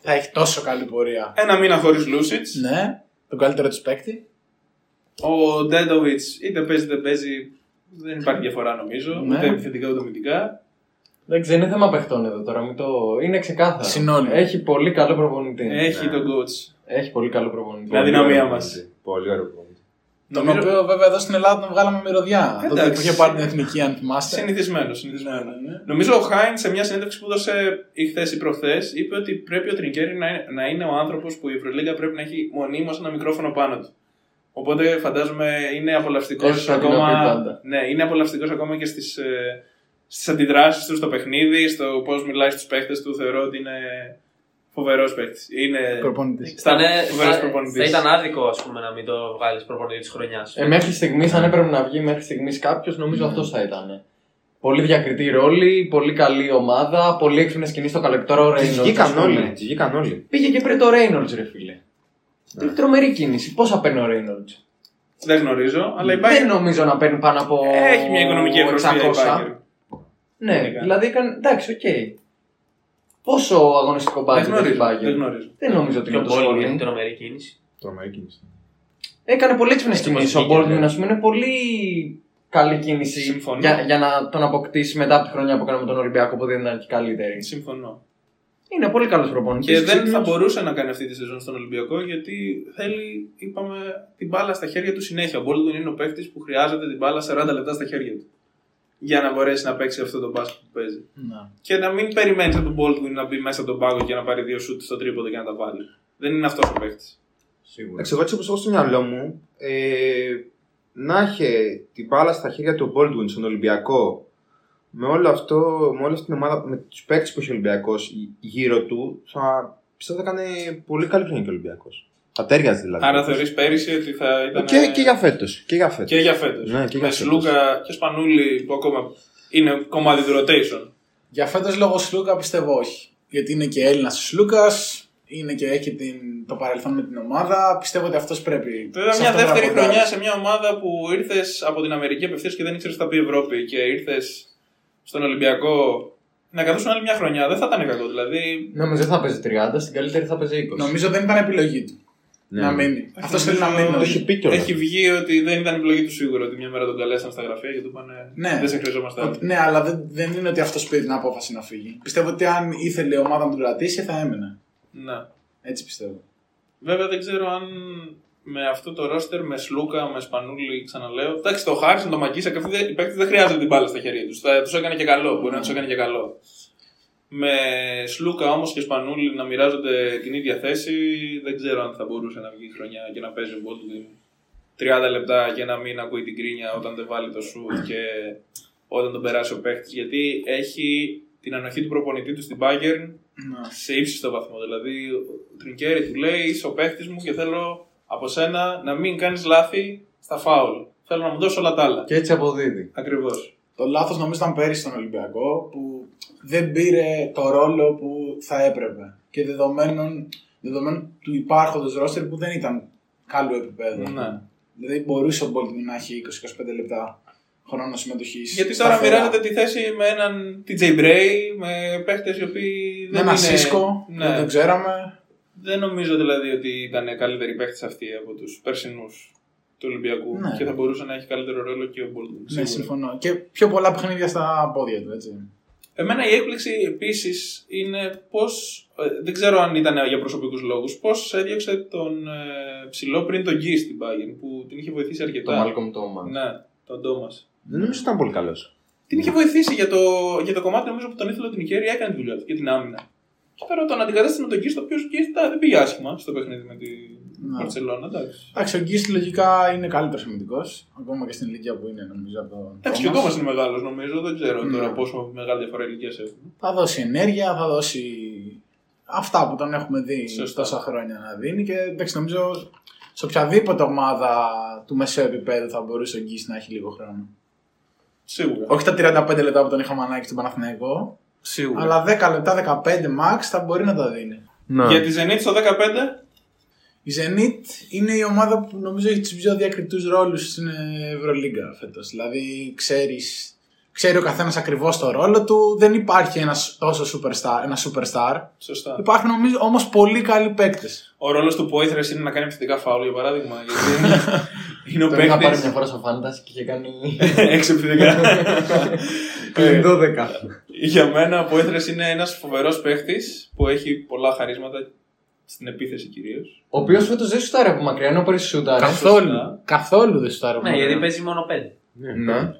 θα έχει τόσο καλή πορεία. Ένα μήνα χωρίς Λούσιτς. Ναι, τον καλύτερο τους παίκτη. Ο Ντέντοβιτ είτε παίζει είτε παίζει. Δεν υπάρχει διαφορά νομίζω. Ναι. Ούτε επιθετικά ούτε αμυντικά. Εντάξει, δεν είναι θέμα παιχτών εδώ τώρα. Μην το... Είναι ξεκάθαρο. Συνόλου. Έχει πολύ καλό προπονητή. Ναι. Έχει τον coach. Έχει πολύ καλό προπονητή. Ε. Δηλαδή, Πολύ δυναμία ωραίο μας. πόντι. Πολύ ωραίο πόντι. Τον Ναι. οποίο βέβαια εδώ στην Ελλάδα τον βγάλαμε μυρωδιά. Τότε που Εντάξει. είχε πάρει την εθνική, αν θυμάστε. Ναι, Συνηθισμένο, συνηθισμένο. Νομίζω ο Χάιν σε μια συνέντευξη που έδωσε χθες ή προχθές είπε ότι πρέπει ο Τρινκέρι να είναι, να είναι ο άνθρωπος που η Ευρωλίγκα πρέπει να έχει μονίμως ένα μικρόφωνο πάνω του. Οπότε φαντάζομαι είναι απολαυστικός Έτσι θα την πει ακόμα. πάντα. Ναι, είναι απολαυστικός ακόμα και στις ε, στις αντιδράσεις του στο παιχνίδι, στο πώς μιλάει στους παίχτες του. Θεωρώ ότι είναι φοβερός παίχτης. Είναι Προπονητής. στα Ήτανε- φοβερός θα- προπονητής. Θα ήταν άδικο ας πούμε, να μην το βγάλεις προπονητή της χρονιάς. Ε, μέχρι στιγμής, αν έπρεπε να βγει μέχρι στιγμής κάποιος, νομίζω αυτός θα ήταν. Πολύ διακριτή ρόλη, πολύ καλή ομάδα, πολύ έξυπνες σκηνή στο καλεκτόρο ο Τις Reynolds, ας βγήκαν πούμε. όλοι. Τις βγήκαν όλοι. Πήγε και πριν το Reynolds, ρε φίλε. Ναι. Τρομερή κίνηση. Πόσα παίρνει ο Reynolds. Δεν γνωρίζω, αλλά η Δεν Bayern νομίζω να παίρνει πάνω από. έχει μια οικονομική ευρωσία. 600. Ναι, Γενικά. δηλαδή έκανε. Εντάξει, οκ. Πόσο αγωνιστικό Δεν μπάτζι δεν γνωρίζω. Δεν πάγει. γνωρίζω. Δεν νομίζω ότι Και ο είναι τόσο Μπόλιν είναι πολύ. τρομερή κίνηση. Τρομερή κίνηση. Έκανε πολύ έξυπνες Έτσι κινήσει. πως Ο βγήκε, Baldwin, ναι. ας πούμε, είναι πολύ καλή κίνηση Συμφωνώ. για, για, να τον αποκτήσει μετά από τη χρονιά που έκανε με τον Ολυμπιακό που δεν ήταν και καλύτερη. Συμφωνώ. Είναι πολύ καλός προπονητή. Και δεν θα μπορούσε να κάνει αυτή τη σεζόν στον Ολυμπιακό γιατί θέλει, είπαμε, την μπάλα στα χέρια του συνέχεια. Ο Μπόλτον είναι ο παίκτης που χρειάζεται την μπάλα 40 λεπτά στα χέρια του για να μπορέσει να παίξει αυτό το μπάσκετ που παίζει. Ναι. Και να μην περιμένεις από τον Baldwin να μπει μέσα τον πάγο και να πάρει δύο σουτ στο τρίποδο και να τα βάλει. Δεν είναι αυτός ο παίκτης. Εντάξει, εγώ έτσι όπως έχω στο μυαλό μου, ε, να είχε την μπάλα στα χέρια του Baldwin στον Ολυμπιακό, με όλο αυτό, με όλη αυτή την ομάδα, με τους παίκτες που έχει ο Ολυμπιακός γύ- γύρω του, θα πιστεύω θα έκανε πολύ καλή χρονιά και ο Ολυμπιακός. Θα τέριαζε δηλαδή. Άρα θεωρείς πέρυσι ότι θα ήταν. ε, Και, και για φέτος, και για φέτος. και για φέτος. Ναι, και για Με φέτος. Σλούκα και Σπανούλη που ακόμα είναι κομμάτι του rotation. Για φέτος λόγω Σλούκα πιστεύω όχι. Γιατί είναι και Έλληνας ο Σλούκας, είναι και έχει την, το παρελθόν με την ομάδα. Πιστεύω ότι αυτός πρέπει. Βέβαια, σε μια αυτό να δεύτερη ποντάρει. χρονιά σε μια ομάδα που ήρθες από την Αμερική απευθείας και δεν ήξερες τι θα πει η Ευρώπη και ήρθες στον Ολυμπιακό. Να καθίσουν άλλη μια χρονιά δεν θα ήταν κακό. Δηλαδή, Νομίζω δεν θα παίζει 30, στην καλύτερη θα παίζει 20. Νομίζω δεν ήταν επιλογή του Ναι. να μείνει. νομίζω- Αυτό θέλει να μείνει. το έχει πει κιόλας. έχει βγει ότι δεν ήταν επιλογή του σίγουρα ότι μια μέρα τον καλέσαν στα γραφεία και του είπαν Ναι. Δεν σε χρειαζόμαστε άλλο. Ότι- Ναι, αλλά δεν, δεν είναι ότι αυτός πήρε την απόφαση να φύγει. Πιστεύω ότι αν ήθελε η ομάδα να τον κρατήσει θα έμενε. Ναι. Έτσι πιστεύω. Βέβαια δεν ξέρω αν με αυτό το ρόστερ, με Σλούκα, με Σπανούλη, ξαναλέω. Εντάξει, το Χάρισον, το Μακίσα και αυτοί δεν- οι παίκτες δεν χρειάζονται την μπάλα στα χέρια τους. Τους έκανε και καλό, μπορεί να τους έκανε και καλό. Με Σλούκα όμως και Σπανούλη να μοιράζονται την ίδια θέση, δεν ξέρω αν θα μπορούσε να βγει η χρονιά και να παίζει ο Baldwin 30 λεπτά και να μην ακούει την κρίνια όταν δεν βάλει το σουτ και όταν τον περάσει ο παίχτη. Γιατί έχει την ανοχή του προπονητή του στην Bayern σε ύψιστο βαθμό. Δηλαδή, ο Τρινκέρι του λέει: Είσαι ο παίχτη μου και θέλω από σένα να μην κάνεις λάθη στα φάουλ. Θέλω να μου δώσεις όλα τα άλλα. Και έτσι αποδίδει. Ακριβώς. Το λάθος νομίζω ήταν πέρυσι στον Ολυμπιακό που δεν πήρε το ρόλο που θα έπρεπε. Και δεδομένων, δεδομένων του υπάρχοντος ρόστερ που δεν ήταν καλού επίπεδου. Ναι. Δηλαδή μπορούσε ο Μπόλτιν να έχει 20-25 λεπτά χρόνο συμμετοχής. Γιατί τώρα μοιράζεται τη θέση με έναν TJ Bray, με παίχτε οι οποίοι Με δεν ένα είναι. Σίσκο, Ναι. δεν το ξέραμε. Δεν νομίζω δηλαδή ότι ήταν καλύτεροι παίχτε αυτοί από τους περσινούς του Ολυμπιακού Ναι. και θα μπορούσε να έχει καλύτερο ρόλο και ο Μπόλτον. Ναι, συμφωνώ. Και πιο πολλά παιχνίδια στα πόδια του, έτσι. Εμένα η έκπληξη επίσης είναι πώς. δεν ξέρω αν ήταν για προσωπικούς λόγους. Πώς έδιωξε τον ε, ψηλό πριν τον Γκί στην Bayern που την είχε βοηθήσει αρκετά. Το Malcolm Thomas. Ναι, τον Τόμα. Δεν νομίζω ότι ήταν πολύ καλός. Την είχε βοηθήσει για το, για το κομμάτι νομίζω που τον ήθελε την Νικέρη, έκανε τη δουλειά του και την άμυνα. Και τώρα τον αντικατέστησε με τον Γκί, το οποίο Γκί δεν πήγε άσχημα στο παιχνίδι με την Ναι. Παρσελόνα. Εντάξει. Εντάξει, ο Γκίστ λογικά είναι καλύτερος αμυντικός. Ακόμα και στην ηλικία που είναι, νομίζω. Από τον Εντάξει, και ο Τόμας. Τόμα είναι μεγάλος νομίζω. Δεν ξέρω Ναι. τώρα πόσο μεγάλη διαφορά ηλικίας έχουν. Θα δώσει ενέργεια, θα δώσει αυτά που τον έχουμε δει Σωστά. τόσα χρόνια να δίνει και εντάξει, νομίζω σε οποιαδήποτε ομάδα του μεσαίου επίπεδου θα μπορούσε ο Γκίστ να έχει λίγο χρόνο. Σίγουρα. Όχι τα 35 λεπτά που τον είχαμε ανάγκη στον Παναθηναϊκό, Σίγουρα. αλλά 10 λεπτά, 15 max θα μπορεί να τα δίνει. Για τη Zenit στο 15, Η Zenit είναι η ομάδα που νομίζω έχει τους πιο διακριτούς ρόλους στην Ευρωλίγκα φέτος. Δηλαδή, ξέρεις, ξέρει ο καθένας ακριβώς το ρόλο του. Δεν υπάρχει ένας τόσο superstar, ένας superstar. Σωστά. Υπάρχουν νομίζω όμως πολύ καλοί παίκτες. Ο ρόλος του Πόηθρε είναι να κάνει επιθετικά φάουλ για παράδειγμα. Γιατί είναι ο Τον είχα πάρει μια παίκτη. φορά στο Fantasy και είχε κάνει. (laughs) Έξι επιθετικά. Ε, 12. για μένα ο Πόηθρε είναι ένας φοβερός παίκτης που έχει πολλά χαρίσματα στην επίθεση κυρίως. Ο οποίος φέτο δεν σουτάρει από μακριά, ενώ πέρυσι σουτάρει. Καθόλου. Καθόλου δεν σου Ναι, γιατί παίζει μόνο πέντε. Ναι.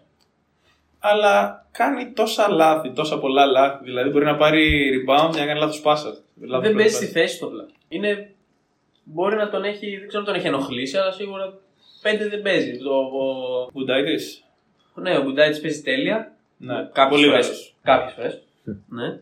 Αλλά κάνει τόσα λάθη, τόσα πολλά λάθη. Δηλαδή μπορεί να πάρει rebound για να κάνει λάθος πάσα. Δηλαδή, Δεν παίζει στη θέση του απλά. Είναι... Μπορεί να τον έχει, δεν ξέρω αν τον έχει ενοχλήσει, αλλά σίγουρα πέντε δεν παίζει. Το, ο... Μπουντάιτη. Ναι, ο Γκουντάιτ παίζει τέλεια. Ναι, Κάποιες πολύ φορές. ωραίο. Κάποιες φορές. ναι.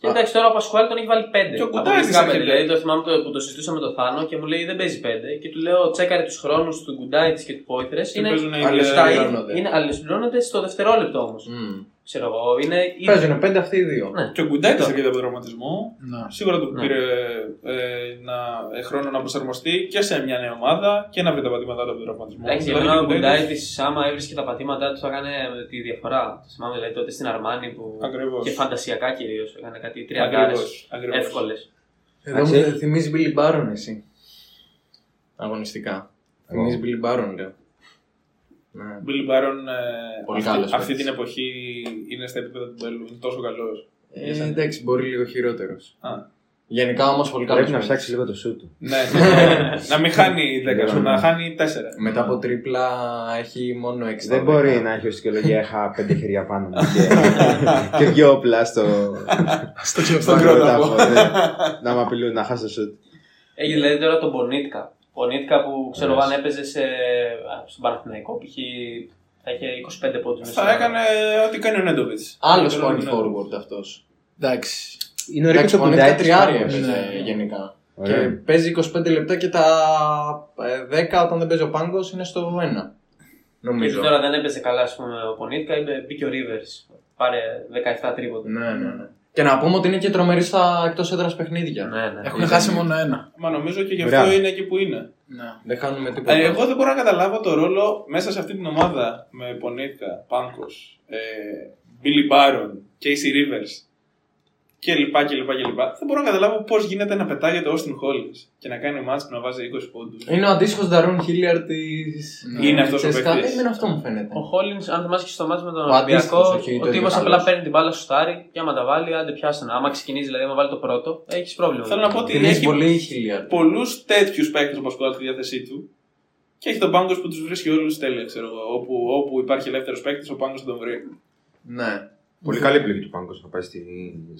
Και εντάξει, τώρα ο Πασχουάλ τον έχει βάλει 5. Και ο Κουντάρης έρχεται. Δηλαδή το θυμάμαι το, που το συζητούσαμε με τον Θάνο και μου λέει δεν παίζει 5. Και του λέω τσέκαρε τους χρόνους του Κουντάιτ και του Πόιτρες. Είναι, παίζουν οι αλληλοσυμπληρώνονται. αλληλοσυμπληρώνονται. Ε, είναι αλληλοσυμπληρώνονται στο δευτερόλεπτο όμω. Ξέρω εγώ, είναι. Παίζουν πέντε αυτοί οι δύο. Ναι. Και ο Γκουντάιτη έρχεται από τραυματισμό. Ναι. Σίγουρα του Ναι. πήρε ε, να, ε, χρόνο να προσαρμοστεί και σε μια νέα ομάδα και να βρει τα πατήματά του από τον τραυματισμό. Εντάξει, για Δηλαδή, μένα ο και ο Γκουντάιτης- Κουντάιτ, άμα έβρισκε τα πατήματά του, θα έκανε τη διαφορά. Το Θυμάμαι δηλαδή τότε στην Αρμάνη που. Ακριβώς. Και φαντασιακά κυρίως. Έκανε κάτι τριαντάρε. Ακριβώς, ακριβώς. Εύκολες. Εδώ μου θυμίζει Billy Baron εσύ. Αγωνιστικά. Εγώ. Θυμίζει Billy Baron, λέω. Ναι. Billy Baron ε, Πολύ αυτή, καλός αυτή παίκτης. την εποχή είναι στα επίπεδα του Μπέλου. Είναι τόσο καλός. Ε, εντάξει, μπορεί λίγο χειρότερος. Α, Γενικά όμως πολύ καλός. Πρέπει να ψάξει λίγο το σου του. ναι. (laughs) να μην χάνει 10 Ναι. σου, να χάνει 4. Μετά από τρίπλα έχει μόνο 6. Δεν μπορεί να έχει ω δικαιολογία. Είχα πέντε χέρια πάνω μου και, (laughs) και δυο όπλα στο. Στο στον κρόταφο. (laughs) κρόταφο, ναι. Να με απειλούν να χάσω το σουτ. Έχει Ναι. δηλαδή τώρα τον Πονίτκα. Πονίτκα που ξέρω εγώ αν έπαιζε σε... α, στον Παναθηναϊκό π.χ. θα είχε 25 πόντου. Θα έκανε ό,τι κάνει ο Νέντοβιτ. Άλλος point forward αυτός. Εντάξει. Είναι ωραίο Εντάξει, το πονικά κουντάκι. τριάρι Ναι, ναι. έπαιζε γενικά. Ωραία. Και παίζει 25 λεπτά και τα ε, 10 όταν δεν παίζει ο πάγκος είναι στο 1. Γιατί Νομίζω. τώρα δεν έπαιζε καλά ας πούμε, ο Πονίτκα, είπε, μπήκε ο Rivers. Πάρε 17 τρίποτα. Ναι, ναι, ναι. Και να πούμε ότι είναι και τρομερή στα εκτός έδρας παιχνίδια. Ναι, ναι. Έχουν χάσει μόνο ένα. Μα νομίζω και γι' Μπράβο. αυτό είναι εκεί που είναι. Ναι. Δεν χάνουμε τίποτα. Ε, εγώ δεν μπορώ να καταλάβω το ρόλο μέσα σε αυτή την ομάδα με Πονίκα, Πάνκος, ε, Billy Baron, Casey Rivers και λοιπά και λοιπά και λοιπά. Δεν μπορώ να καταλάβω πώς γίνεται να πετάγεται ο Austin Hollins και να κάνει μάτς που να βάζει 20 πόντους. Είναι ο αντίστοιχος Νταρούν Χίλιαρ της. Είναι αυτός ο παίκτης. Δεν Ε, είναι αυτό μου φαίνεται. Ο Χόλιν, αν θυμάσαι και στο μάτι με τον Ο Ολυμπιακό, αντίστοιχος, όχι, το ο ίδιο τύπο απλά καλός. παίρνει την μπάλα στο στάρι και άμα τα βάλει, άντε πιάσανε. Άμα ξεκινήσει, δηλαδή, άμα βάλει το πρώτο, έχεις πρόβλημα. Θέλω να πω ότι Θυμίζει έχει πολύ η Χίλιαρ. πολλούς τέτοιους παίκτες που ασχολούνται στη διάθεσή του. Και έχει τον πάγκος που τους βρίσκει όλους τέλεια, ξέρω εγώ. Όπου, όπου υπάρχει ελεύθερος παίκτης, ο πάγκος θα τον βρει. Ναι. Πολύ καλή επιλογή του Πάγκο να πάει στη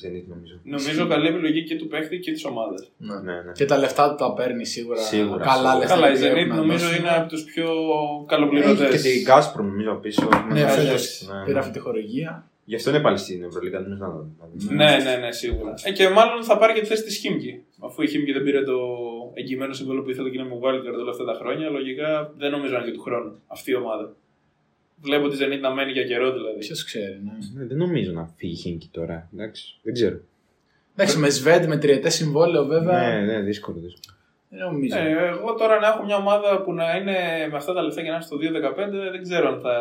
Zenit νομίζω. Νομίζω καλή επιλογή και του παίκτη και της ομάδας. ναι. Ναι, ναι. Και τα λεφτά του τα παίρνει σίγουρα. Σίγουρα, Καλά σίγουρα. λεφτά. Καλά, η που πρέπει Zenit να νομίζω δώσει. είναι από τους πιο Έχει καλοπληρωτέ. και την Gazprom νομίζω πίσω. Ναι, Ναι, φέτος ναι. πήρε αυτή τη χορηγία. Γι' αυτό είναι πάλι στην Ευρωλίγα. δεν είναι να δω. Ναι, ναι, ναι, σίγουρα. Ε, και μάλλον θα πάρει και τη θέση της Χίμκι. Αφού η Χίμκι δεν πήρε το εγγυημένο συμβόλαιο που ήθελε και να μου βάλει κατά όλα αυτά τα χρόνια, λογικά δεν νομίζω να είναι και του χρόνου αυτή η ομάδα. Βλέπω τη Zenit να μένει για καιρό δηλαδή. Ποιος ξέρει, ναι. Ναι, δεν νομίζω να φύγει η Χίμκι τώρα. Εντάξει. Δεν ξέρω. Εντάξει, με Σβέντ, με τριετές συμβόλαιο βέβαια. Ναι, ναι, δύσκολο. δύσκολο. Δεν νομίζω. Ε, εγώ τώρα να έχω μια ομάδα που να είναι με αυτά τα λεφτά και να είναι στο 2-15, δεν ξέρω αν θα.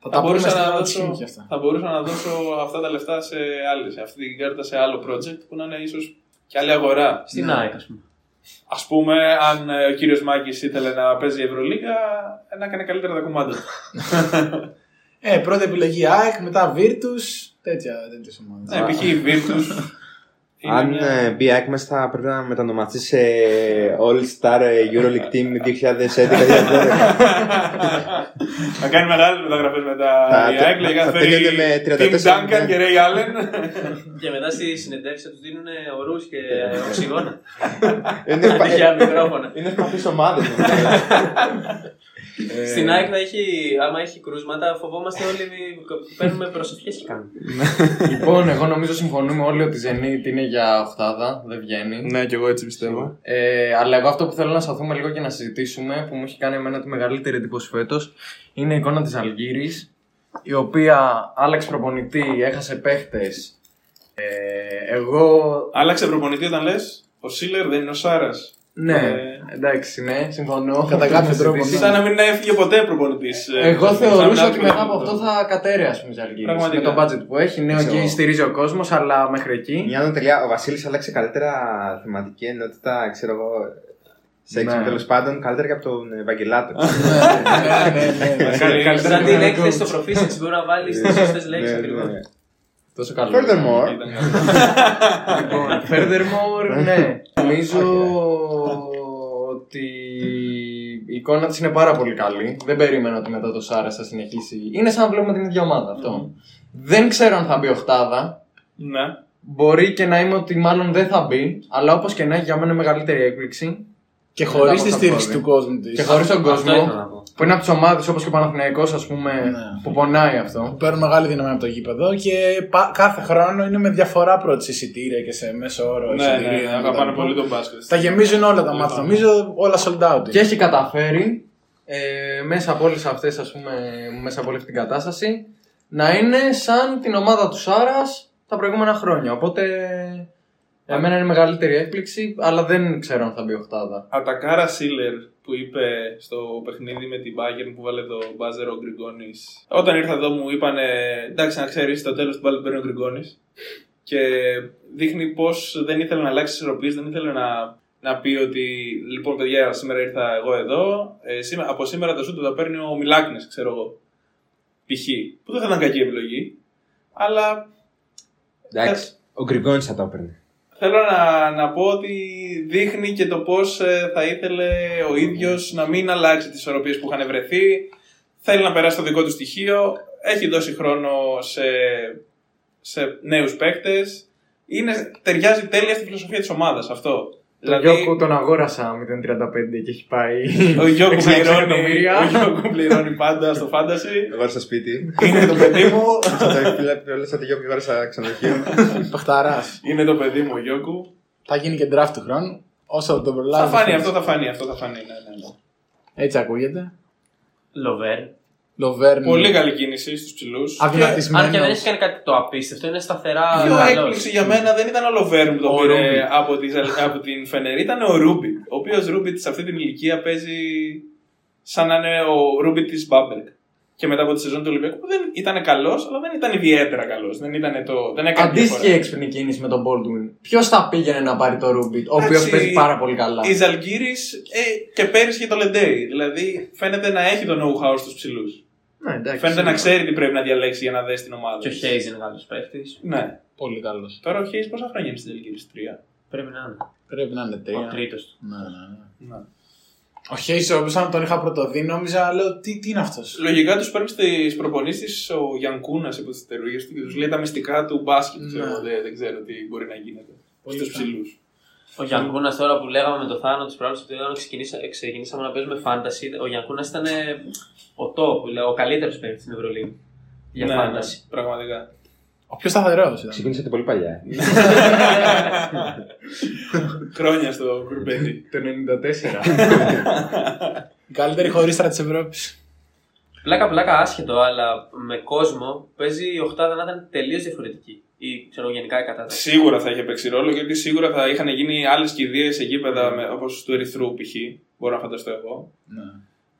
Θα τα πούμε μπορούσα στην να άλλη δώσω- σκηνή και αυτά. θα μπορούσα να δώσω αυτά τα λεφτά σε άλλη, σε αυτή την κάρτα σε άλλο project που να είναι ίσως και άλλη αγορά. Στην ΑΕΚ, ας πούμε. Ας πούμε, αν ε, ο κύριος Μάκης ήθελε να παίζει η Ευρωλίγα, ε, να έκανε καλύτερα τα κομμάτια. Ε, πρώτη επιλογή ΑΕΚ, μετά Virtus, τέτοια, τέτοιες ομάδες. ναι, π.χ. η Virtus. είναι Αν μια- ε, μπει ΑΕΚ μέσα θα πρέπει να μετανομαστεί σε All Star ε, Euroleague Team 2011-2012. Θα κάνει μεγάλες μεταγραφές μετά Θα- η ΑΕΚ. Λογικά θα τελειώνει με 34, Tim Duncan ναι. και Ray Allen. (laughs) Και μετά στη συνεντεύξη τους δίνουν ορούς και οξυγόνα. Είναι πα- Για μικρόφωνα. Είναι ευπαθείς ομάδες. Ε, Στην ΑΕΚ να έχει, άμα έχει κρούσματα, φοβόμαστε όλοι που παίρνουμε προσευχές και κάνουμε. λοιπόν, εγώ νομίζω συμφωνούμε όλοι ότι η Zenit είναι για οχτάδα, δεν βγαίνει. Ναι, και εγώ έτσι πιστεύω. Ε, αλλά εγώ αυτό που θέλω να σταθούμε λίγο και να συζητήσουμε, που μου έχει κάνει εμένα τη μεγαλύτερη εντύπωση φέτος, είναι η εικόνα της Αλγύρης, η οποία άλλαξε προπονητή, έχασε παίχτες. Ε, εγώ. Άλλαξε προπονητή όταν λες. Ο Σίλερ δεν είναι ο Σάρας. Ναι, Ε, εντάξει, ναι, συμφωνώ. Κατά Το έχουμε κάποιο τρόπο, Ε, συζητήσει. ναι. Σαν να μην έφυγε ποτέ ε, προπονητή. Εγώ θεωρούσα ότι μετά από αυτό θα κατέρεε, ας πούμε, η Αλγύρης, Με Πραγματικά. το budget που έχει, ναι, Ξέρω. και στηρίζει ο κόσμος, αλλά μέχρι εκεί. Μια τελεία, ο Βασίλης άλλαξε καλύτερα θεματική ενότητα, ξέρω εγώ. Σεξ, Ναι. τέλος πάντων, καλύτερα και από τον Ευαγγελάτο. ναι, ναι, καλύτερα ναι. Σαν να την κάνει Δηλαδή, έκθεση coach. στο προφήσι μπορείς να βάλεις τις σωστέ λέξεις Ναι, ακριβώς. ναι. Τόσο καλό. Furthermore, Λοιπόν, furthermore, ναι. Νομίζω ότι η εικόνα της είναι πάρα πολύ καλή. Δεν περίμενα ότι μετά το Σάρα θα συνεχίσει. Είναι σαν να βλέπουμε την ίδια ομάδα αυτό. Δεν ξέρω αν θα μπει οχτάδα. Ναι. Μπορεί και να είμαι ότι μάλλον δεν θα μπει, αλλά όπως και να έχει για μένα είναι μεγαλύτερη έκπληξη. Και χωρίς Μετά τη από στήριξη τα του κόσμου της. Και χωρίς τον Αυτό ήθελα να κόσμο, πω. που είναι από τι ομάδες όπως και ο Παναθηναϊκός, ας πούμε, Ναι. που πονάει αυτό. Παίρνουν μεγάλη δύναμη από το γήπεδο και πα- κάθε χρόνο είναι με διαφορά πρώτη σε εισιτήρια και σε μέσο όρο. Ναι, εισιτήρια ναι, και τα αγαπάνε λοιπά. πολύ Λοιπόν. τον μπάσκετ. Τα γεμίζουν όλα τα μάτια, νομίζω, όλα sold Ναι. out. Και έχει καταφέρει ε, μέσα από όλες αυτές, ας πούμε, μέσα από όλη αυτή την κατάσταση, να είναι σαν την ομάδα του Σάρας τα προηγούμενα χρόνια. Οπότε, εμένα είναι μεγαλύτερη έκπληξη, αλλά δεν ξέρω αν θα μπει οχτάδα. Ατακάρα Σίλερ που είπε στο παιχνίδι με την Bayern που βάλε το μπάζερ ο Γκριγκόνης. Όταν ήρθα εδώ μου είπαν εντάξει να ξέρεις το τέλος του μπάλου παίρνει ο Γκριγκόνης. Και δείχνει πως δεν ήθελε να αλλάξει ισορροπίες, δεν ήθελε να, να πει ότι λοιπόν παιδιά σήμερα ήρθα εγώ εδώ. Ε, σήμερα, από σήμερα τα σούτ τα παίρνει ο Μιλάκνης, ξέρω εγώ. Π.χ. Που δεν θα ήταν κακή επιλογή. Αλλά εντάξει, ο Γκριγκόνης θα το έπαιρνε. Θέλω να, να πω ότι δείχνει και το πώς ε, θα ήθελε ο ίδιος να μην αλλάξει τις ισορροπίες που είχαν βρεθεί. Θέλει να περάσει το δικό του στοιχείο. Έχει δώσει χρόνο σε, σε νέους παίκτες. Είναι, ταιριάζει τέλεια στη φιλοσοφία της ομάδας αυτό. Δηλαδή... Τον Γιώκου τον αγόρασα 0.35 και έχει (laughs) πάει... ο Γιώκου 6 πληρώνει, εκατομμύρια. ο Γιώκου πληρώνει πάντα στο φάνταση. Εγώ στο σπίτι. Είναι το παιδί μου. Στο όλα στα δυο που ήμουν στα ξενοδοχείο. Παχταράς. Είναι το παιδί μου ο Γιώκου. Θα γίνει και draft του χρόνου. Όσο τον Θα προλάβει. φανεί αυτό, θα φανεί αυτό, θα φανεί. Ναι, ναι, ναι. Έτσι ακούγεται. Λοβέρ. Ναι, Λοβέρν. Πολύ καλή κίνηση στους ψηλούς. Αν ναι. και δεν Αδυνατισμένο. έχει κάνει κάτι το απίστευτο, είναι σταθερά. Πιο καλός. έκπληξη για μένα δεν ήταν ο Λοβέρν που το Ο Ρούμπι. πήρε από, τη Ζαλ- από την Φενερή, ήταν ο Ρούμπι. Ο οποίος Ρούμπι σε αυτή την ηλικία παίζει σαν να είναι ο Ρούμπι της Μπάμπερκ. Και μετά από τη σεζόν του Ολυμπιακού που δεν ήταν καλός, αλλά δεν ήταν ιδιαίτερα καλός. Δεν, ήταν το... δεν έκανε Αντίστοιχη διαφορά. έξυπνη κίνηση με τον Baldwin. Ποιος θα πήγαινε να πάρει το Ρούμπιτ, ο οποίος Εντάξει, παίζει πάρα πολύ καλά. Η Ζαλγκύρης ε, και πέρυσι και το Λεντέι. Δηλαδή φαίνεται να έχει το know-how στους ψηλούς. Ναι, εντάξει. Φαίνεται να ξέρει τι πρέπει να διαλέξει για να δέσει την ομάδα. Και ο Χέιζ είναι καλός παίχτης. Ναι. Πολύ καλός. Τώρα ο Χέι πόσα χρόνια είναι στην Ζαλγκύρη, τρία. Πρέπει να είναι. Πρέπει να είναι Ε, τρία. Ο τρίτος του. Ναι, ναι, ναι. Ναι. Ο Χέις, ο οποίος αν τον είχα πρωτοδεί, νόμιζα, λέω, τι, τι είναι αυτός. Λογικά τους παίρνει στις προπονήσεις ο Γιανκούνα από τις εταιρείες του και τους λέει τα μυστικά του μπάσκετ. ξέρω Ναι. εγώ, Δεν, δεν ξέρω τι μπορεί να γίνεται. Πολύ Στους καλά. ψηλούς. Ο Γιανκούνα τώρα που λέγαμε με το θάνατο της προάλλη ότι όταν ξεκινήσα- ξεκινήσαμε να παίζουμε fantasy, ο Γιανκούνα ήταν Ναι, ε, ο top, λέω, ο καλύτερος παίκτης στην Ευρωλίγα. Για fantasy. Ναι, πραγματικά. Ο πιο σταθερός ήταν. Ξεκίνησατε πολύ παλιά. ε. Χρόνια στο κουρμπέτι. Το 94. Η καλύτερη χωρίστρα της Ευρώπης. Πλάκα πλάκα άσχετο, αλλά με κόσμο παίζει η οχτάδα να ήταν τελείως διαφορετική. Ή ξέρω γενικά η κατάσταση. Σίγουρα θα είχε παίξει ρόλο γιατί σίγουρα θα είχαν γίνει άλλες κηδείες σε γήπεδα όπως του Ερυθρού π.χ. Μπορώ να φανταστώ εγώ. Ναι.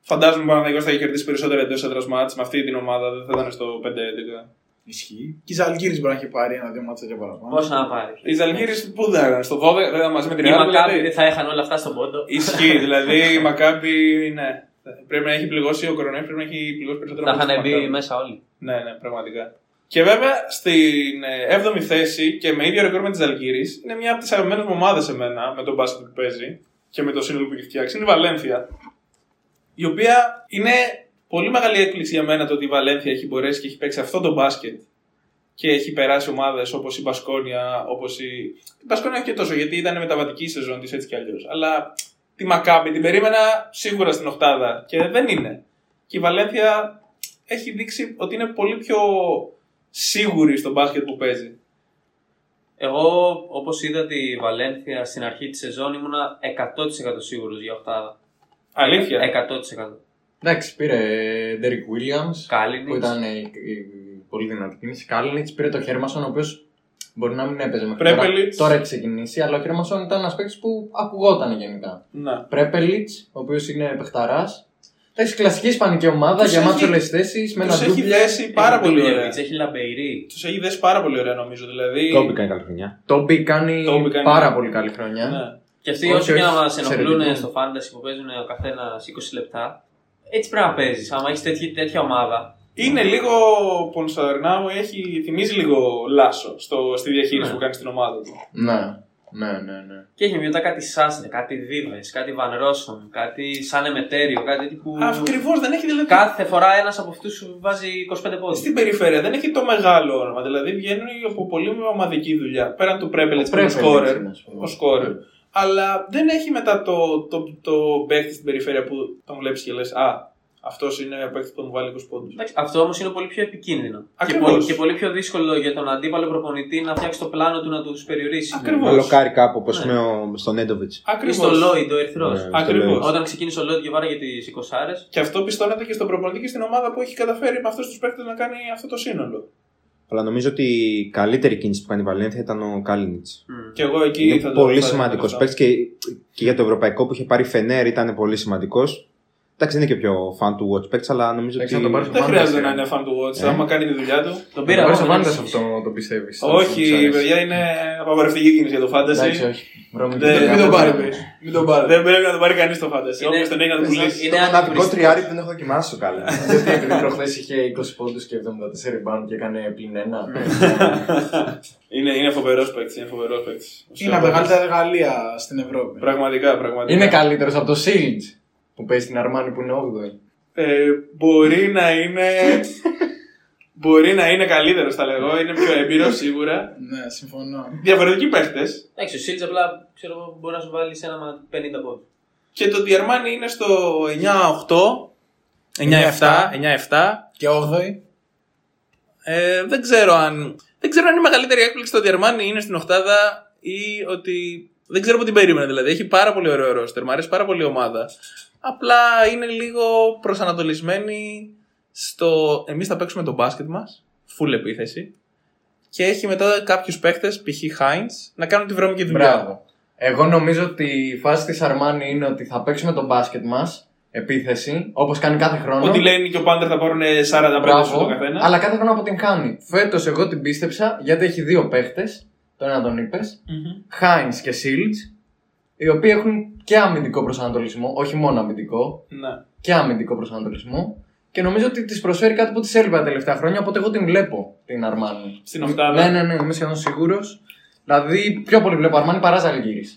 Φαντάζομαι ο Παναθηναϊκός θα είχε κερδίσει περισσότερα εντός έδρας μάτς με αυτή την ομάδα, δεν θα ήταν στο 5-11. Ισχύει. Και η Ζαλγκύρη μπορεί να έχει πάρει ένα-δύο μάτσα και παραπάνω. Πώς να πάρει. Οι Ζαλγίρι πού δεν ήταν, στο 12 δεν ήταν μαζί με την Η Ελλάδα. Μακάβη δηλαδή. δεν θα έχαν όλα αυτά στον πόντο. (laughs) Ισχύει, δηλαδή η Μακάμπη, ναι. Πρέπει να έχει πληγώσει ο κορονοϊός, πρέπει να έχει πληγώσει περισσότερο. Θα από τη είχαν μπει Μακάμπη. μέσα όλοι. Ναι, ναι, πραγματικά. Και βέβαια στην ε, 7η θέση και με ίδιο ρεκόρ με τη Αλγύρη είναι μια από τις αγαπημένες μου ομάδες εμένα με τον μπάσκετ που παίζει και με το σύνολο που έχει φτιάξει. Είναι η Βαλένθια. Η οποία είναι πολύ μεγάλη έκπληξη για μένα το ότι η Βαλένθια έχει μπορέσει και έχει παίξει αυτό το μπάσκετ και έχει περάσει ομάδες όπως η Μπασκόνια, όπως η. Η Μπασκόνια όχι και τόσο γιατί ήταν μεταβατική η σεζόν της έτσι κι αλλιώς. Αλλά τη Μακάμπη την περίμενα σίγουρα στην Οχτάδα και δεν είναι. Και η Βαλένθια έχει δείξει ότι είναι πολύ πιο σίγουρη στο μπάσκετ που παίζει. Εγώ, όπως είδα τη Βαλένθια στην αρχή της σεζόν, ήμουνα 100% σίγουρος για οχτάδα. Ε, Αλήθεια. 100%. Εντάξει, πήρε Ντέρικ Williams. που Κάλινιτ. ήταν ε, η- η πολύ δυνατή κίνηση. Κάλινιτ πήρε το Χέρμασον, ο οποίος μπορεί να μην έπαιζε μέχρι Πρέπελιτς. τώρα. Τώρα έχει ξεκινήσει, αλλά ο Χέρμασον ήταν ένας παίκτης που ακουγόταν γενικά. Να. Πρέπελιτ, ο οποίος είναι παιχταράς. Εντάξει, κλασική ισπανική ομάδα, Τους γεμάτη έχει- όλες τις θέσεις, με ένα Τους έχει ντούπλε. δέσει πάρα πολύ ωραία. Έχει λαμπεϊρή. Τους έχει δέσει πάρα πολύ ωραία νομίζω. Δηλαδή... Κόμπι κάνει καλή χρονιά. Το Μπι κάνει, Το Μπι κάνει- πάρα πολύ καλή χρονιά. Ναι. Και αυτοί Όχι, όσο και όχι, να μας ενοχλούν εξαιρετικό. στο fantasy που παίζουν ο καθένας 20 λεπτά, έτσι πρέπει να παίζεις. Άμα έχεις τέτοια, τέτοια ομάδα. Είναι λίγο πονσαρνά μου, έχει, θυμίζει λίγο λάσο στο, στη διαχείριση Ναι. που κάνει στην ομάδα του. Ναι, ναι, ναι. ναι. Και έχει μετά κάτι Σάστρε, κάτι Δίβες, κάτι Βαν Ρόσον, κάτι Σαν Εμετέριο, κάτι τέτοιο που. Ακριβώς δεν έχει δηλαδή. Κάθε φορά ένας από αυτούς σου βάζει 25 πόντους. Στην περιφέρεια δεν έχει το μεγάλο όνομα. Δηλαδή βγαίνει από πολύ ομαδική δουλειά. Πέραν του Πρέπελετ που είναι Πρέπελιτς σκόρερ. είναι, ας πούμε. ο σκόρερ. Αλλά δεν έχει μετά το, το, το παίκτη στην περιφέρεια που τον βλέπεις και λες: Α, αυτός είναι ο παίκτης που θα μου βάλει 20 πόντους. Εντάξει, Αυτό όμως είναι πολύ πιο επικίνδυνο. Και Ακριβώς. πολύ, και πολύ πιο δύσκολο για τον αντίπαλο προπονητή να φτιάξει το πλάνο του να τους περιορίσει. Ακριβώς. Να λοκάρει κάπου όπως Ναι. με ο- στον Έντοβιτ. Ή στο Λόιντ ο Ερυθρός. Ναι, στο Ακριβώς. Lloyd. Όταν ξεκίνησε ο Λόιντ και βάραγε τις 20 άρες, Και αυτό πιστώνεται και στον προπονητή και στην ομάδα που έχει καταφέρει με αυτούς τους παίκτες να κάνει αυτό το σύνολο. Αλλά νομίζω ότι η καλύτερη κίνηση που κάνει η Βαλένθια ήταν ο Κάλινιτ. μ. Και εγώ εκεί Είναι θα το πολύ θα- σημαντικό θα- παίκτη και, και για το ευρωπαϊκό που είχε πάρει Φενέρ ήταν πολύ σημαντικός. Εντάξει, δεν είναι και πιο fan του Watch παίκτη, αλλά νομίζω Εντάξει, ότι. να τον πάρει Δεν χρειάζεται να είναι fan του Watch, Ε. άμα κάνει τη δουλειά του. Τον πήρα Πήρα εγώ. ο δεν Βάντα ξέρω. αυτό το πιστεύεις. Όχι, παιδιά, Ναι, είναι απαγορευτική κίνηση για το Εντάξει, fantasy. όχι. Βρώμικη Δεν- δουλειά. Μην τον πάρει, πες. Μην τον πάρει. Δεν πρέπει να το πάρει κανείς το fantasy. Είναι- Όποιο τον έχει να το πουλήσει. Είναι αναπτικό αντικριστικό. τριάρι που δεν έχω δοκιμάσει το Κάλινιτ. Γιατί επειδή προχθές είχε 20 πόντους και 74 rebound και έκανε πλην ένα. Ναι. Είναι, είναι φοβερός παίκτης. Είναι φοβερός παίκτης. Είναι από τα μεγαλύτερα εργαλεία στην Ευρώπη. Πραγματικά, πραγματικά. Είναι καλύτερος από το Shield που παίζει στην Αρμάνη που είναι 8η. Ε, μπορεί να είναι. μπορεί να είναι καλύτερος, θα λέγω. Είναι πιο έμπειρος σίγουρα. Ναι, συμφωνώ. Διαφορετικοί παίχτες. Εντάξει, ο Σίλτ απλά ξέρω, εγώ, μπορεί να σου βάλει σε ένα μα- 50 πόντους. Και το Διαρμάνι είναι στο 9-8. 9-7. 9-7. Και 8η. Ε, δεν, ξέρω αν, δεν ξέρω αν η μεγαλύτερη έκπληξη στο Διαρμάνι είναι στην Οχτάδα ή ότι. Δεν ξέρω που την περίμενα δηλαδή. Έχει πάρα πολύ ωραίο ρόστερ. Μ' αρέσει πάρα πολύ η ομάδα. Απλά είναι λίγο προσανατολισμένη στο. Εμείς θα παίξουμε τον μπάσκετ μας. Full επίθεση. Και έχει μετά κάποιους παίχτε, π.χ. Χάιντ, να κάνουν τη βρώμικη δουλειά. Μπράβο. Εγώ νομίζω ότι η φάση της Αρμάνη είναι ότι θα παίξουμε τον μπάσκετ μας, επίθεση, όπως κάνει κάθε χρόνο. Ότι λένε και ο Πάντερ θα πάρουν 45 Μπράβο, στο καθένας. αλλά κάθε χρόνο αποτυγχάνει. Φέτος εγώ την πίστεψα γιατί έχει δύο παίχτες, τον ένα τον είπες, Μμμ. Χάινς και Σίλτ, οι οποίοι έχουν και αμυντικό προσανατολισμό, όχι μόνο αμυντικό, Ναι. και αμυντικό προσανατολισμό. Και νομίζω ότι τη προσφέρει κάτι που τη έλειπε τα τελευταία χρόνια, οπότε εγώ την βλέπω την Αρμάνη. Στην Οχτάδα. Ναι, ναι, ναι, είμαι σχεδόν σίγουρος. Δηλαδή, πιο πολύ βλέπω Αρμάνη παρά Ζαλγκύρη.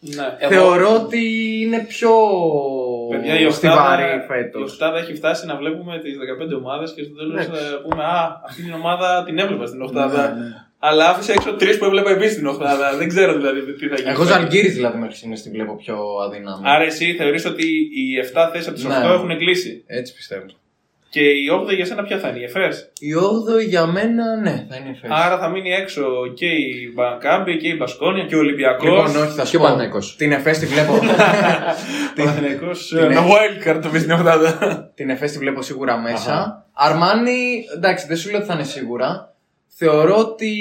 ναι. Θεωρώ ότι είναι πιο Παιδιά, η στιβαρή Οχτάδα, φέτος. η Οχτάδα έχει φτάσει να βλέπουμε τις 15 ομάδες και στο τέλος Ναι. θα πούμε Α, αυτή την ομάδα την έβλεπα στην Οχτάδα. Ναι, ναι. Αλλά άφησε έξω τρεις που έβλεπα επίση στην Οχτάδα. Δεν ξέρω δηλαδή τι θα γίνει. Εγώ Ζαλγκύρη δηλαδή μέχρι σήμερα την βλέπω πιο αδύναμη. Άρα εσύ θεωρείς ότι οι 7 θέσεις από τι 8 Ναι. έχουν κλείσει. Έτσι πιστεύω. Και η 8η για σένα ποια θα είναι, η Εφρές. Η 8η για μένα, ναι, θα είναι φες. Άρα θα μείνει έξω και η Μπακάμπη και η Μπασκόνια και ο Ολυμπιακός. Λοιπόν, όχι, θα σου Και πω. Παναθηναϊκός. Την ΕΦΕΣ τη βλέπω. (laughs) Ένα wildcard το πει στην 80. την ΕΦΕΣ τη βλέπω σίγουρα μέσα. Αρμάνι, εντάξει, δεν σου λέω ότι θα είναι σίγουρα. Θεωρώ ότι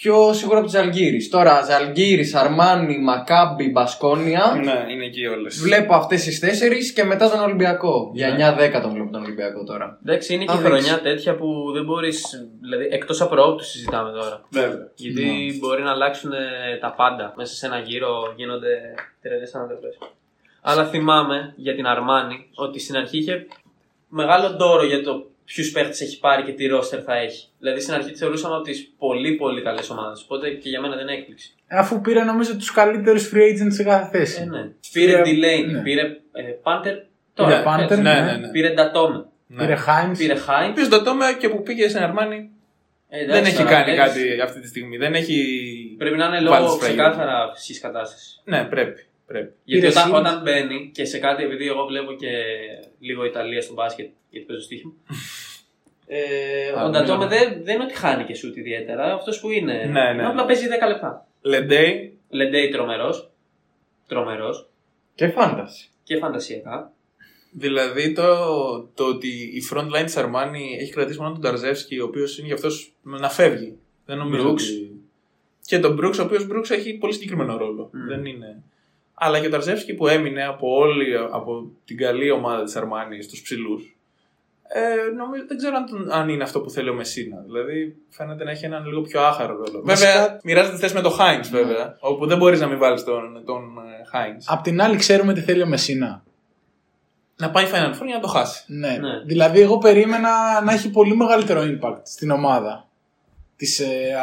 πιο σίγουρα από τη Ζαλγίρη. Τώρα, Ζαλγίρη, Αρμάνι, Μακάμπι, Μπασκόνια. Ναι, είναι εκεί όλες. Βλέπω αυτές τις τέσσερις και μετά τον Ολυμπιακό. Ναι. Για 9-10 τον βλέπω τον Ολυμπιακό τώρα. Εντάξει, είναι και η Α, δείξεις. χρονιά τέτοια που δεν μπορείς. Δηλαδή, εκτός από προόπτου συζητάμε τώρα. Βέβαια. Γιατί μπορεί να αλλάξουν τα πάντα. Μέσα σε ένα γύρο γίνονται τρελέ ανατροπέ. Αλλά θυμάμαι για την Αρμάνη ότι στην αρχή είχε μεγάλο ντόρο για το ποιους παίχτες έχει πάρει και τι ρόστερ θα έχει. Δηλαδή στην αρχή τη θεωρούσαμε από τι πολύ πολύ καλές ομάδες. Οπότε και για μένα δεν είναι έκπληξη. Αφού πήρε νομίζω τους καλύτερους free agents σε κάθε θέση. Ε, ναι. Πήρε- Πήρε Delaney, ναι. πήρε ε, Πάντερ Πήρε τώρα. Πάντερ, χθες. ναι, ναι, ναι. Πήρε Ντατόμε. Πήρε Χάιμ. Πήρε Ε, Χάιν. Επίση Ναι. το τόμα και που πήγε στην Αρμάνι δεν έχει κάνει κάτι αυτή τη στιγμή. Δεν έχει. Πρέπει να είναι Βάλεις λόγω φραγίδι. ξεκάθαρα φυσικής κατάστασης. Ναι, πρέπει. πρέπει. Γιατί Πήρε όταν, Sims. όταν μπαίνει και σε κάτι, επειδή εγώ βλέπω και λίγο Ιταλία στο μπάσκετ, γιατί παίζω στοίχημα. ε, Α, ο Ντατόμε ναι. δεν, δεν είναι ότι χάνει και σουτ ιδιαίτερα. Αυτός που είναι. Ναι, ναι. Απλά παίζει 10 λεπτά. Λεντέι. Λεντέι τρομερός. Τρομερός. Και φάνταση. Και φαντασιακά. Δηλαδή το, το ότι η front line της Αρμάνι έχει κρατήσει μόνο τον Ταρζεύσκι, ο οποίος είναι γι' αυτός να φεύγει. Δεν νομίζω. Brooks. ότι- Και τον Brooks, ο οποίος Brooks έχει πολύ συγκεκριμένο ρόλο. Δεν είναι. Αλλά και ο Ταρζεύσκι που έμεινε από όλη από την καλή ομάδα της Αρμάνι στου ψηλούς. Ε, νομίζω, δεν ξέρω αν, τον- αν είναι αυτό που θέλει ο Μεσίνα. Δηλαδή φαίνεται να έχει έναν λίγο πιο άχαρο ρόλο. Βέβαια, μοιράζεται τη θέση με τον Χάιν, βέβαια. Όπου δεν μπορείς να μην βάλεις τον, τον ε, Χάιν. Απ' την άλλη, ξέρουμε τι θέλει ο Μεσίνα. Να πάει Final Four για να το χάσει. Ναι. Ναι. Δηλαδή, εγώ περίμενα να έχει πολύ μεγαλύτερο impact στην ομάδα της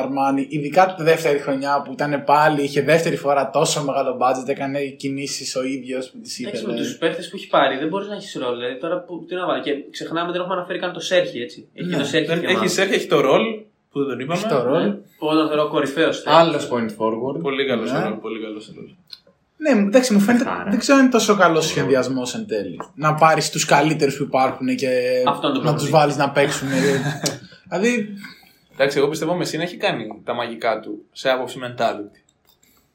Αρμάνι. Ειδικά τη δεύτερη χρονιά που ήταν πάλι, είχε δεύτερη φορά τόσο μεγάλο budget, έκανε κινήσεις ο ίδιος που τις Εντάξει, με ναι. ήθελε. τους παίχτε που έχει πάρει, δεν μπορείς να έχεις ρόλο. Δηλαδή τώρα που, τι να βάλει. Και ξεχνάμε δεν έχουμε αναφέρει καν το Σέρχι, έτσι. Έχει Ναι, το Σέρχι. Δεν και έχει ομάδα. Σέρχη, έχει το ρόλ που δεν τον είπαμε. Έχει το ρόλ. Ναι, Που όταν θεωρώ κορυφαίος. Άλλος point forward. Πολύ καλός Ναι. ρόλ. Πολύ καλός ρόλ. Ναι, εντάξει, μου φαίνεται. Άρα. Δεν ξέρω αν είναι τόσο καλός ο σχεδιασμός εν τέλει. Να πάρεις τους καλύτερους που υπάρχουν και Αυτό είναι το να πρόβλημα. τους βάλεις να (laughs) παίξουν. δηλαδή, Εντάξει, εγώ πιστεύω ο Μεσίνα έχει κάνει τα μαγικά του σε άποψη mentality.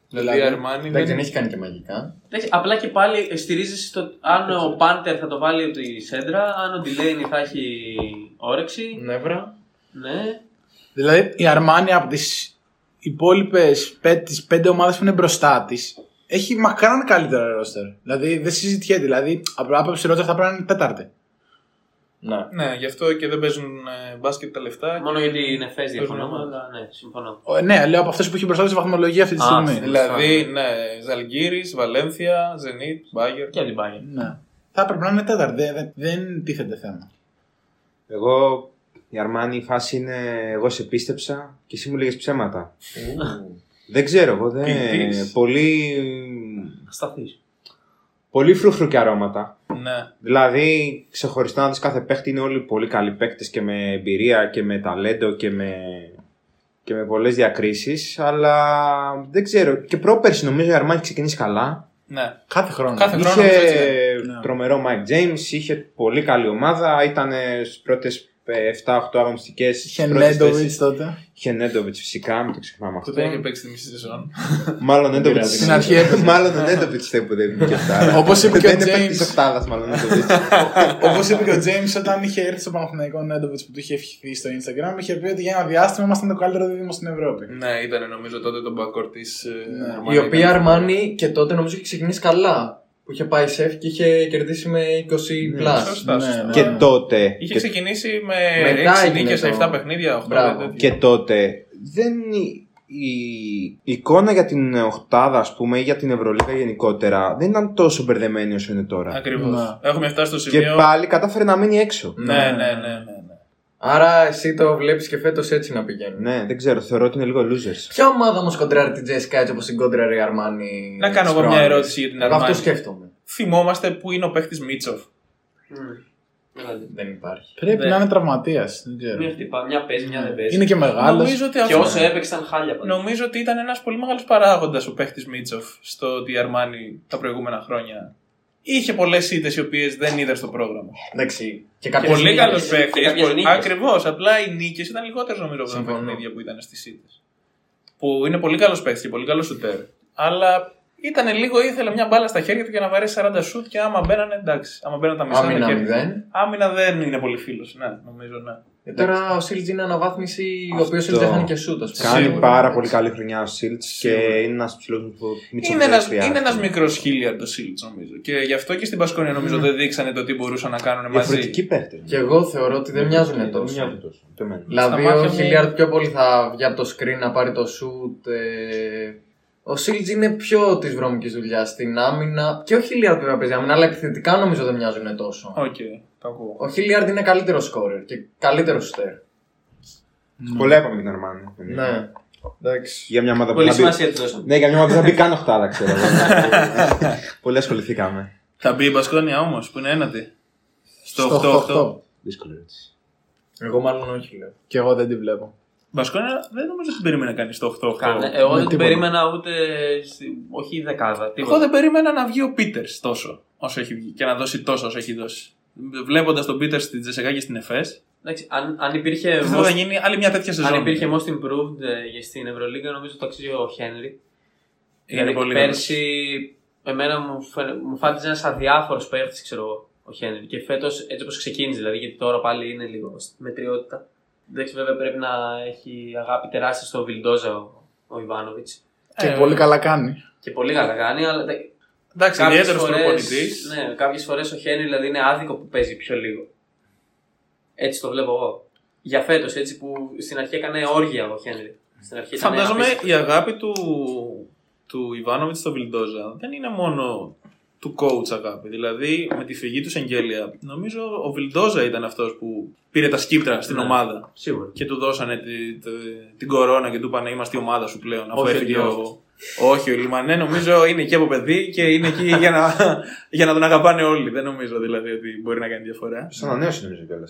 Δηλαδή, η Δηλαδή, Αρμάνι Εντάξει, δεν δεν έχει κάνει και μαγικά. Εντάξει, απλά και πάλι ε, στηρίζεσαι στο αν ο Πάντερ θα το βάλει από τη σέντρα, αν ο Ντιλέινι θα έχει Mm. όρεξη. Νεύρα. Ναι. Δηλαδή η Αρμάνια από τις υπόλοιπες πέ, τις πέντε ομάδες που είναι μπροστά της έχει μακράν καλύτερο ρόστερ. Δηλαδή δεν συζητιέται. Δηλαδή από άποψη ρόστερ θα πρέπει να είναι τέταρτη. Ναι. Ναι, γι' αυτό και δεν παίζουν ε, μπάσκετ τα λεφτά. Μόνο γιατί είναι φες διαφωνώ, Συμφωνώ. αλλά ναι, συμφωνώ. Ο, ναι, λέω από αυτές που έχει μπροστά της βαθμολογία αυτή τη Α, στιγμή. ναι. Δηλαδή, ναι, Ζαλγκύρης, Βαλένθια, Ζενίτ, Μπάγκερ. Και την Bayern. Ναι. Θα έπρεπε να είναι τέταρτη. Δεν, δεν, δεν τίθεται θέμα. Εγώ, η Αρμάνι, η φάση είναι εγώ σε πίστεψα και εσύ μου λέγες ψέματα. δεν ξέρω, εγώ δεν... Ποιητής. Πολύ... Σταθείς. Πολύ φρούφρου και αρώματα. Ναι. Δηλαδή, ξεχωριστά να δεις κάθε παίχτη, είναι όλοι πολύ καλοί παίκτες και με εμπειρία και με ταλέντο και με, και με πολλές διακρίσεις, αλλά δεν ξέρω. Και πρόπερση νομίζω η Αρμάνι έχει ξεκινήσει καλά. ναι. Κάθε χρόνο. Κάθε χρόνο. Είχε νομίζω έτσι, ναι. Ναι. τρομερό Mike James, είχε πολύ καλή ομάδα, ήταν στις πρώτες ε, 7-8 αγωνιστικές. Είχε στις πρώτες Νέντοβιτς θέσεις. τότε. Είχε Νέντοβιτς φυσικά, μην το ξεχνάμε αυτό. Τότε είχε παίξει τη μισή σεζόν. Μάλλον Νέντοβιτς. Στην αρχή έπαιζε. Μάλλον ο Νέντοβιτς δεν που δεν βγήκε αυτά. Όπως είπε και ο Δεν είναι παίκτης James. οκτάδας μάλλον ο Νέντοβιτς. Όπως είπε και ο James όταν είχε έρθει στο Παναθηναϊκό Νέντοβιτς που του είχε ευχηθεί στο Instagram, είχε πει ότι για ένα διάστημα ήμασταν το καλύτερο δίδυμο στην Ευρώπη. ναι, ήταν νομίζω τότε τον μπακορ τη Ναι. Η οποία Αρμάνι και τότε νομίζω είχε ξεκινήσει καλά. Που είχε πάει σεφ και είχε κερδίσει με 20 plus. Σωστά, Ναι, σωστά. ναι. Και τότε. Είχε και- ξεκινήσει με Μετά 6 έγινε νίκες σε το- 7 παιχνίδια. 8 Μπράβο. Και τότε δεν. Η, η εικόνα για την Οχτάδα, ας πούμε, ή για την Ευρωλίγα γενικότερα, δεν ήταν τόσο μπερδεμένη όσο είναι τώρα. Ακριβώς. Ναι. Έχουμε φτάσει στο Και σημείο. πάλι κατάφερε να μείνει έξω. Ναι, ναι, ναι. ναι. Άρα εσύ το βλέπεις και φέτος έτσι να πηγαίνει. Ναι, δεν ξέρω, θεωρώ ότι είναι λίγο losers. Ποια ομάδα όμως κοντράρει την Τζέσικα έτσι όπως την κοντράρει η Αρμάνι. Να κάνω της εγώ μια προάλλης. ερώτηση για την Εγώ Αυτό Αρμάνι. σκέφτομαι. θυμόμαστε που είναι ο παίχτης Μίτσοφ. Mm. Δεν υπάρχει. Πρέπει Ναι. να είναι τραυματίας. Δεν ξέρω. Μια χτυπά, μια παίζει, μια δεν παίζει. Είναι και μεγάλος. Νομίζω ότι, Και Mm. αυτό... όσο έπαιξε ήταν χάλια πάντα. νομίζω ότι ήταν ένας πολύ μεγάλος παράγοντας ο παίχτης Μίτσοφ στο ότι η Αρμάνι τα προηγούμενα χρόνια είχε πολλές ήττε οι οποίες δεν είδα στο πρόγραμμα. Εντάξει. Και Και κάποιες πολύ νίκες. καλός παίκτη. και κάποιες νίκες. Ακριβώς. Απλά οι νίκες ήταν λιγότερε νομίζω από τα Συμφωνώ. παιχνίδια που ήταν στις ήττε. Που είναι πολύ καλός παίκτης και πολύ καλός σουτέρ. Αλλά ήταν λίγο, ήθελε μια μπάλα στα χέρια του για να βαρέσει 40 σουτ και άμα μπαίνανε εντάξει. Άμα μπαίνανε τα μισά Άμυνα τα κέρδιζε. μηδέν. Άμυνα δεν είναι πολύ φίλος. Ναι, νομίζω ναι. Ε, Τώρα ο Σίλτζ είναι αναβάθμιση, ο οποίο Αυτό. δεν χάνει και σούτ. ας πούμε. Κάνει Σίγουρα. ναι. πάρα πολύ καλή χρονιά ο Σίλτ και είναι ένας ψηλός που Μίτσο Είναι δεν ένας, χρειάζεται. είναι ένας μικρός χίλιαρντος Σίλτς νομίζω. Και γι' αυτό και στην Πασκόνια νομίζω δεν δείξανε το τι μπορούσαν να κάνουν μαζί. Διαφορετικοί παίχτες. Και εγώ θεωρώ ότι Ναι, δεν μοιάζουν Δεν τόσο. μοιάζουν τόσο. Ναι. ούτε εμένα. Δηλαδή μάτια ο μου- Χιλιάρντ πιο πολύ θα βγει από το screen να πάρει το shoot. ε, Ο Σίλτζ είναι πιο της βρώμικης δουλειάς στην άμυνα. Και ο Χιλιάρντ βέβαια παίζει άμυνα, αλλά επιθετικά νομίζω δεν μοιάζουν τόσο. Οκ, το ακούω. Ο Χιλιάρντ είναι καλύτερος σκόρερ και καλύτερος στέρ. Ναι. Πολλά είπαμε για την Ορμάνη. Ναι. Εντάξει. Για μια ομάδα που Πολύ θα μπει- σημασία του δώσαμε. Ναι, για μια ομάδα που θα μπει καν οχτάρα, (laughs) ξέρω. εγώ. Πολύ ασχοληθήκαμε. Θα μπει η Μπασκόνια όμως που είναι ένατη. Στο 8-8. Στο 8-8. Δύσκολη ερώτηση. Εγώ μάλλον όχι λέω. Και εγώ δεν τη βλέπω. Η Μπασκόνια δεν νομίζω την περίμενε κανείς στο 8-8. Ε, Εγώ δεν την τίποτα. περίμενα ούτε. στη- Όχι η δεκάδα. Εγώ Τίποτα. δεν περίμενα να βγει ο Πίτερ τόσο όσο έχει βγει και να δώσει τόσο όσο έχει δώσει. Βλέποντας τον Πίτερ στην Τζεσεκά και στην Εφές, Εντάξει, αν, αν υπήρχε. πιστεύω θα most- γίνει άλλη μια τέτοια σεζόν. Ε, Αν υπήρχε most improved ε, για στην Ευρωλίγκα, νομίζω το αξίζει ο Χένρι. Είναι Γιατί πολύ πέρσι, εμένα μου, φαίνε, μου φάντιζε ένας αδιάφορος παίχτης, ξέρω εγώ, ο Χένρι. Και φέτος έτσι όπως ξεκίνησε, δηλαδή, γιατί τώρα πάλι είναι λίγο στη μετριότητα. Εντάξει, βέβαια πρέπει να έχει αγάπη τεράστια στο Βιλντόζα ο, ο Ιβάνοβιτ. Και Ε, πολύ καλά κάνει. Και πολύ καλά κάνει, αλλά τα- Εντάξει, κάποιες ιδιαίτερος φορές- προπονητής. Ναι, κάποιες φορές ο Χένρι δηλαδή είναι άδικο που παίζει πιο λίγο. Έτσι το βλέπω εγώ. Για φέτος, έτσι που στην αρχή έκανε όργια ο Χένρι. Στην αρχή ήταν Φαντάζομαι απίστευτο. η αγάπη του, του Ιβάνοβιτ στο Βιλντόζα δεν είναι μόνο του coach αγάπη. Δηλαδή με τη φυγή του Σεγγέλια, νομίζω ο Βιλντόζα ήταν αυτός που πήρε τα σκύπτρα στην Ναι. ομάδα. Σίγουρα. και του δώσανε τη- τη- την κορώνα και του είπανε είμαστε η ομάδα σου πλέον. Αφού Όχι, έφυγε όχι. ο. Όχι, ο Λιμανέ νομίζω είναι εκεί από παιδί και είναι εκεί για να, για να τον αγαπάνε όλοι. Δεν νομίζω δηλαδή ότι μπορεί να κάνει διαφορά. Σαν ανανέωση νομίζω κιόλας.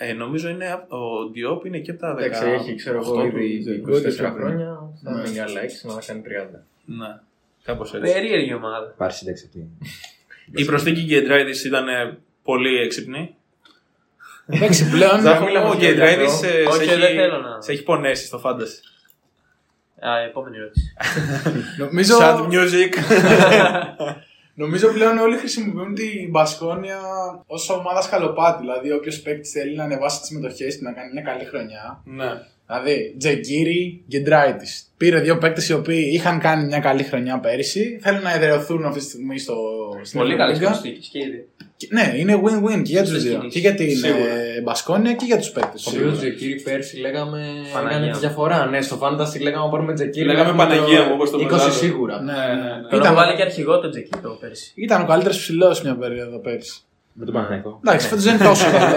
Ε, νομίζω είναι απ- ο Ντιόπ είναι εκεί από τα 10. Εντάξει, έχει ξέρω εγώ ήδη 24 χρόνια. Θα Ναι. είναι για άλλα 6, να κάνει 30. Ναι, κάπως έτσι. Περίεργη ομάδα. Πάρει συντάξει αυτή. Η προσθήκη Γκεντράιδη ήταν ε, πολύ έξυπνη. Εντάξει, πλέον. Ζάχο, ο Γκεντράιδη σε, Όχι, σε δεν έχει- θέλω να- σε έχει πονέσει στο φάνταση. Α, επόμενη ερώτηση. νομίζω, Sad music. Νομίζω πλέον όλοι χρησιμοποιούν την Μπασκόνια ως ομάδα σκαλοπάτι. Δηλαδή, όποιος παίκτης θέλει να ανεβάσει τις συμμετοχές του να κάνει μια καλή χρονιά. ναι. Δηλαδή, Τζεγκύρι, Γκεντράιτη. Πήρε δύο παίκτες οι οποίοι είχαν κάνει μια καλή χρονιά πέρυσι. Θέλουν να εδραιωθούν αυτή τη στιγμή στο, στην Πολύ καλές Ευρωλίγκα. προσθήκες και ήδη. Και- Ναι, είναι win-win και για τους Σωστές δύο. κινήσεις. Και για την Σίγουρα. ε, Μπασκόνια και για τους παίκτες. Ο οποίος Τζεκίρι πέρσι λέγαμε. Παναγία Έκανε μου. τη διαφορά. Ναι, στο Fantasy λέγαμε να πάρουμε Τζεκίρι. Λέγαμε λέγαμε Παναγία το- μου, όπως το 20 Μεζάλο. σίγουρα. Ναι, ναι, ναι. Τον Ήταν, έχω βάλει και αρχηγό τον Τζεκίτο πέρσι. ήταν ο καλύτερος ψηλός μια περίοδο πέρυσι. Με τον Παναγενικό. Εντάξει, φέτος δεν είναι τόσο καλός.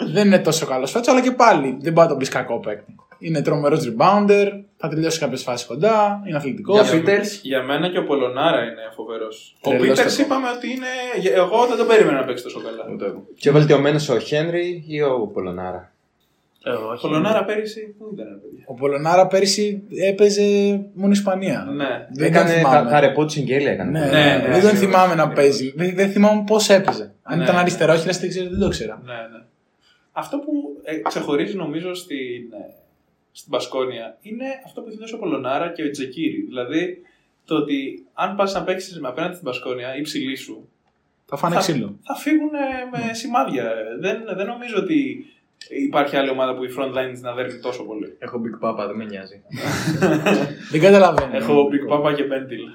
δεν είναι τόσο καλός φέτος, αλλά και πάλι δεν πάει να τον πεις κακό παίκτη. Είναι τρομερός rebounder, θα τελειώσει κάποιες φάσεις κοντά, είναι αθλητικός. Για Peters. Για μένα και ο Πολωνάρα είναι φοβερός. Ο Τρελός Πίτερ ήταν. είπαμε ότι είναι. Εγώ δεν τον περίμενα να παίξει τόσο καλά. Πιο βελτιωμένο ο Χένρι ή ο Πολωνάρα. Ε, Ο όχι. Πολωνάρα πέρυσι πού ήταν, παιδιά. Ο Πολωνάρα πέρυσι έπαιζε μόνο Ισπανία. Ναι. Δεν τον Έκανε τα, θυμάμαι. τα ρεπό του Σεγγέλια. Έκανε. Ναι, Ναι, ναι, δεν τον ναι. θυμάμαι να παίζει. Δεν, δεν θυμάμαι πώς έπαιζε. Αν Ναι, ήταν ναι. αριστερό, όχι δεν ξέρω, δεν το ξέρα. ναι, ναι. Αυτό που ε, ξεχωρίζει νομίζω στην, ε, στην Πασκόνια είναι αυτό που έχει δώσει ο Πολωνάρα και ο Τζεκίρι. Δηλαδή το ότι αν πας να παίξεις με απέναντι στην Πασκόνια ή ψηλή σου, Θα φάνε Θα- ξύλο. θα φύγουν ε, με σημάδια. Δεν, δεν νομίζω ότι υπάρχει άλλη ομάδα που η front line της να δέρνει τόσο πολύ. Έχω Big Papa, δεν με νοιάζει. Δεν καταλαβαίνω. Έχω Big Papa και Pentil.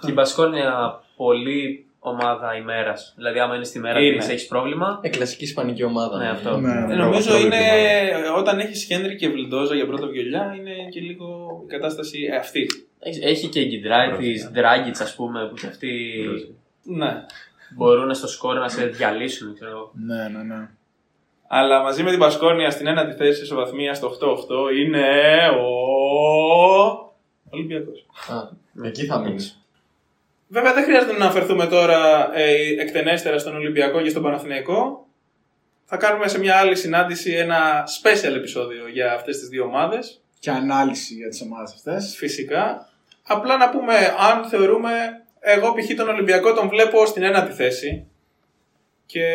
Και η Μπασκόνια πολύ ομάδα ημέρας. Δηλαδή, άμα είναι στη μέρα Είναι. και έχεις πρόβλημα. Ε, κλασική ισπανική ομάδα. Ναι, αυτό. Ναι. Ε, Ναι. Νομίζω Αυτό είναι βλέπουμε. όταν έχεις Χένρι και Βιλντόζα για πρώτα βιολιά είναι και λίγο η κατάσταση ε, αυτή. Έχει- Έχει και γκιντράιτη, ντράγκιτ, ας πούμε, που και αυτοί Ναι. μπορούν στο σκόρ να σε διαλύσουν. Ξέρω. εγώ. Ναι, ναι, ναι. Αλλά μαζί με την Πασκόνια στην ένατη θέση ισοβαθμία στο 8-8 είναι ο. Ολυμπιακός. Α, εκεί θα μείνεις. Βέβαια δεν χρειάζεται να αναφερθούμε τώρα ε, εκτενέστερα στον Ολυμπιακό και στον Παναθηναϊκό. Θα κάνουμε σε μια άλλη συνάντηση ένα special επεισόδιο για αυτές τις δύο ομάδες. Και ανάλυση για τις ομάδες αυτές. Φυσικά. Απλά να πούμε αν θεωρούμε Εγώ π.χ. τον Ολυμπιακό τον βλέπω στην ένατη θέση. Και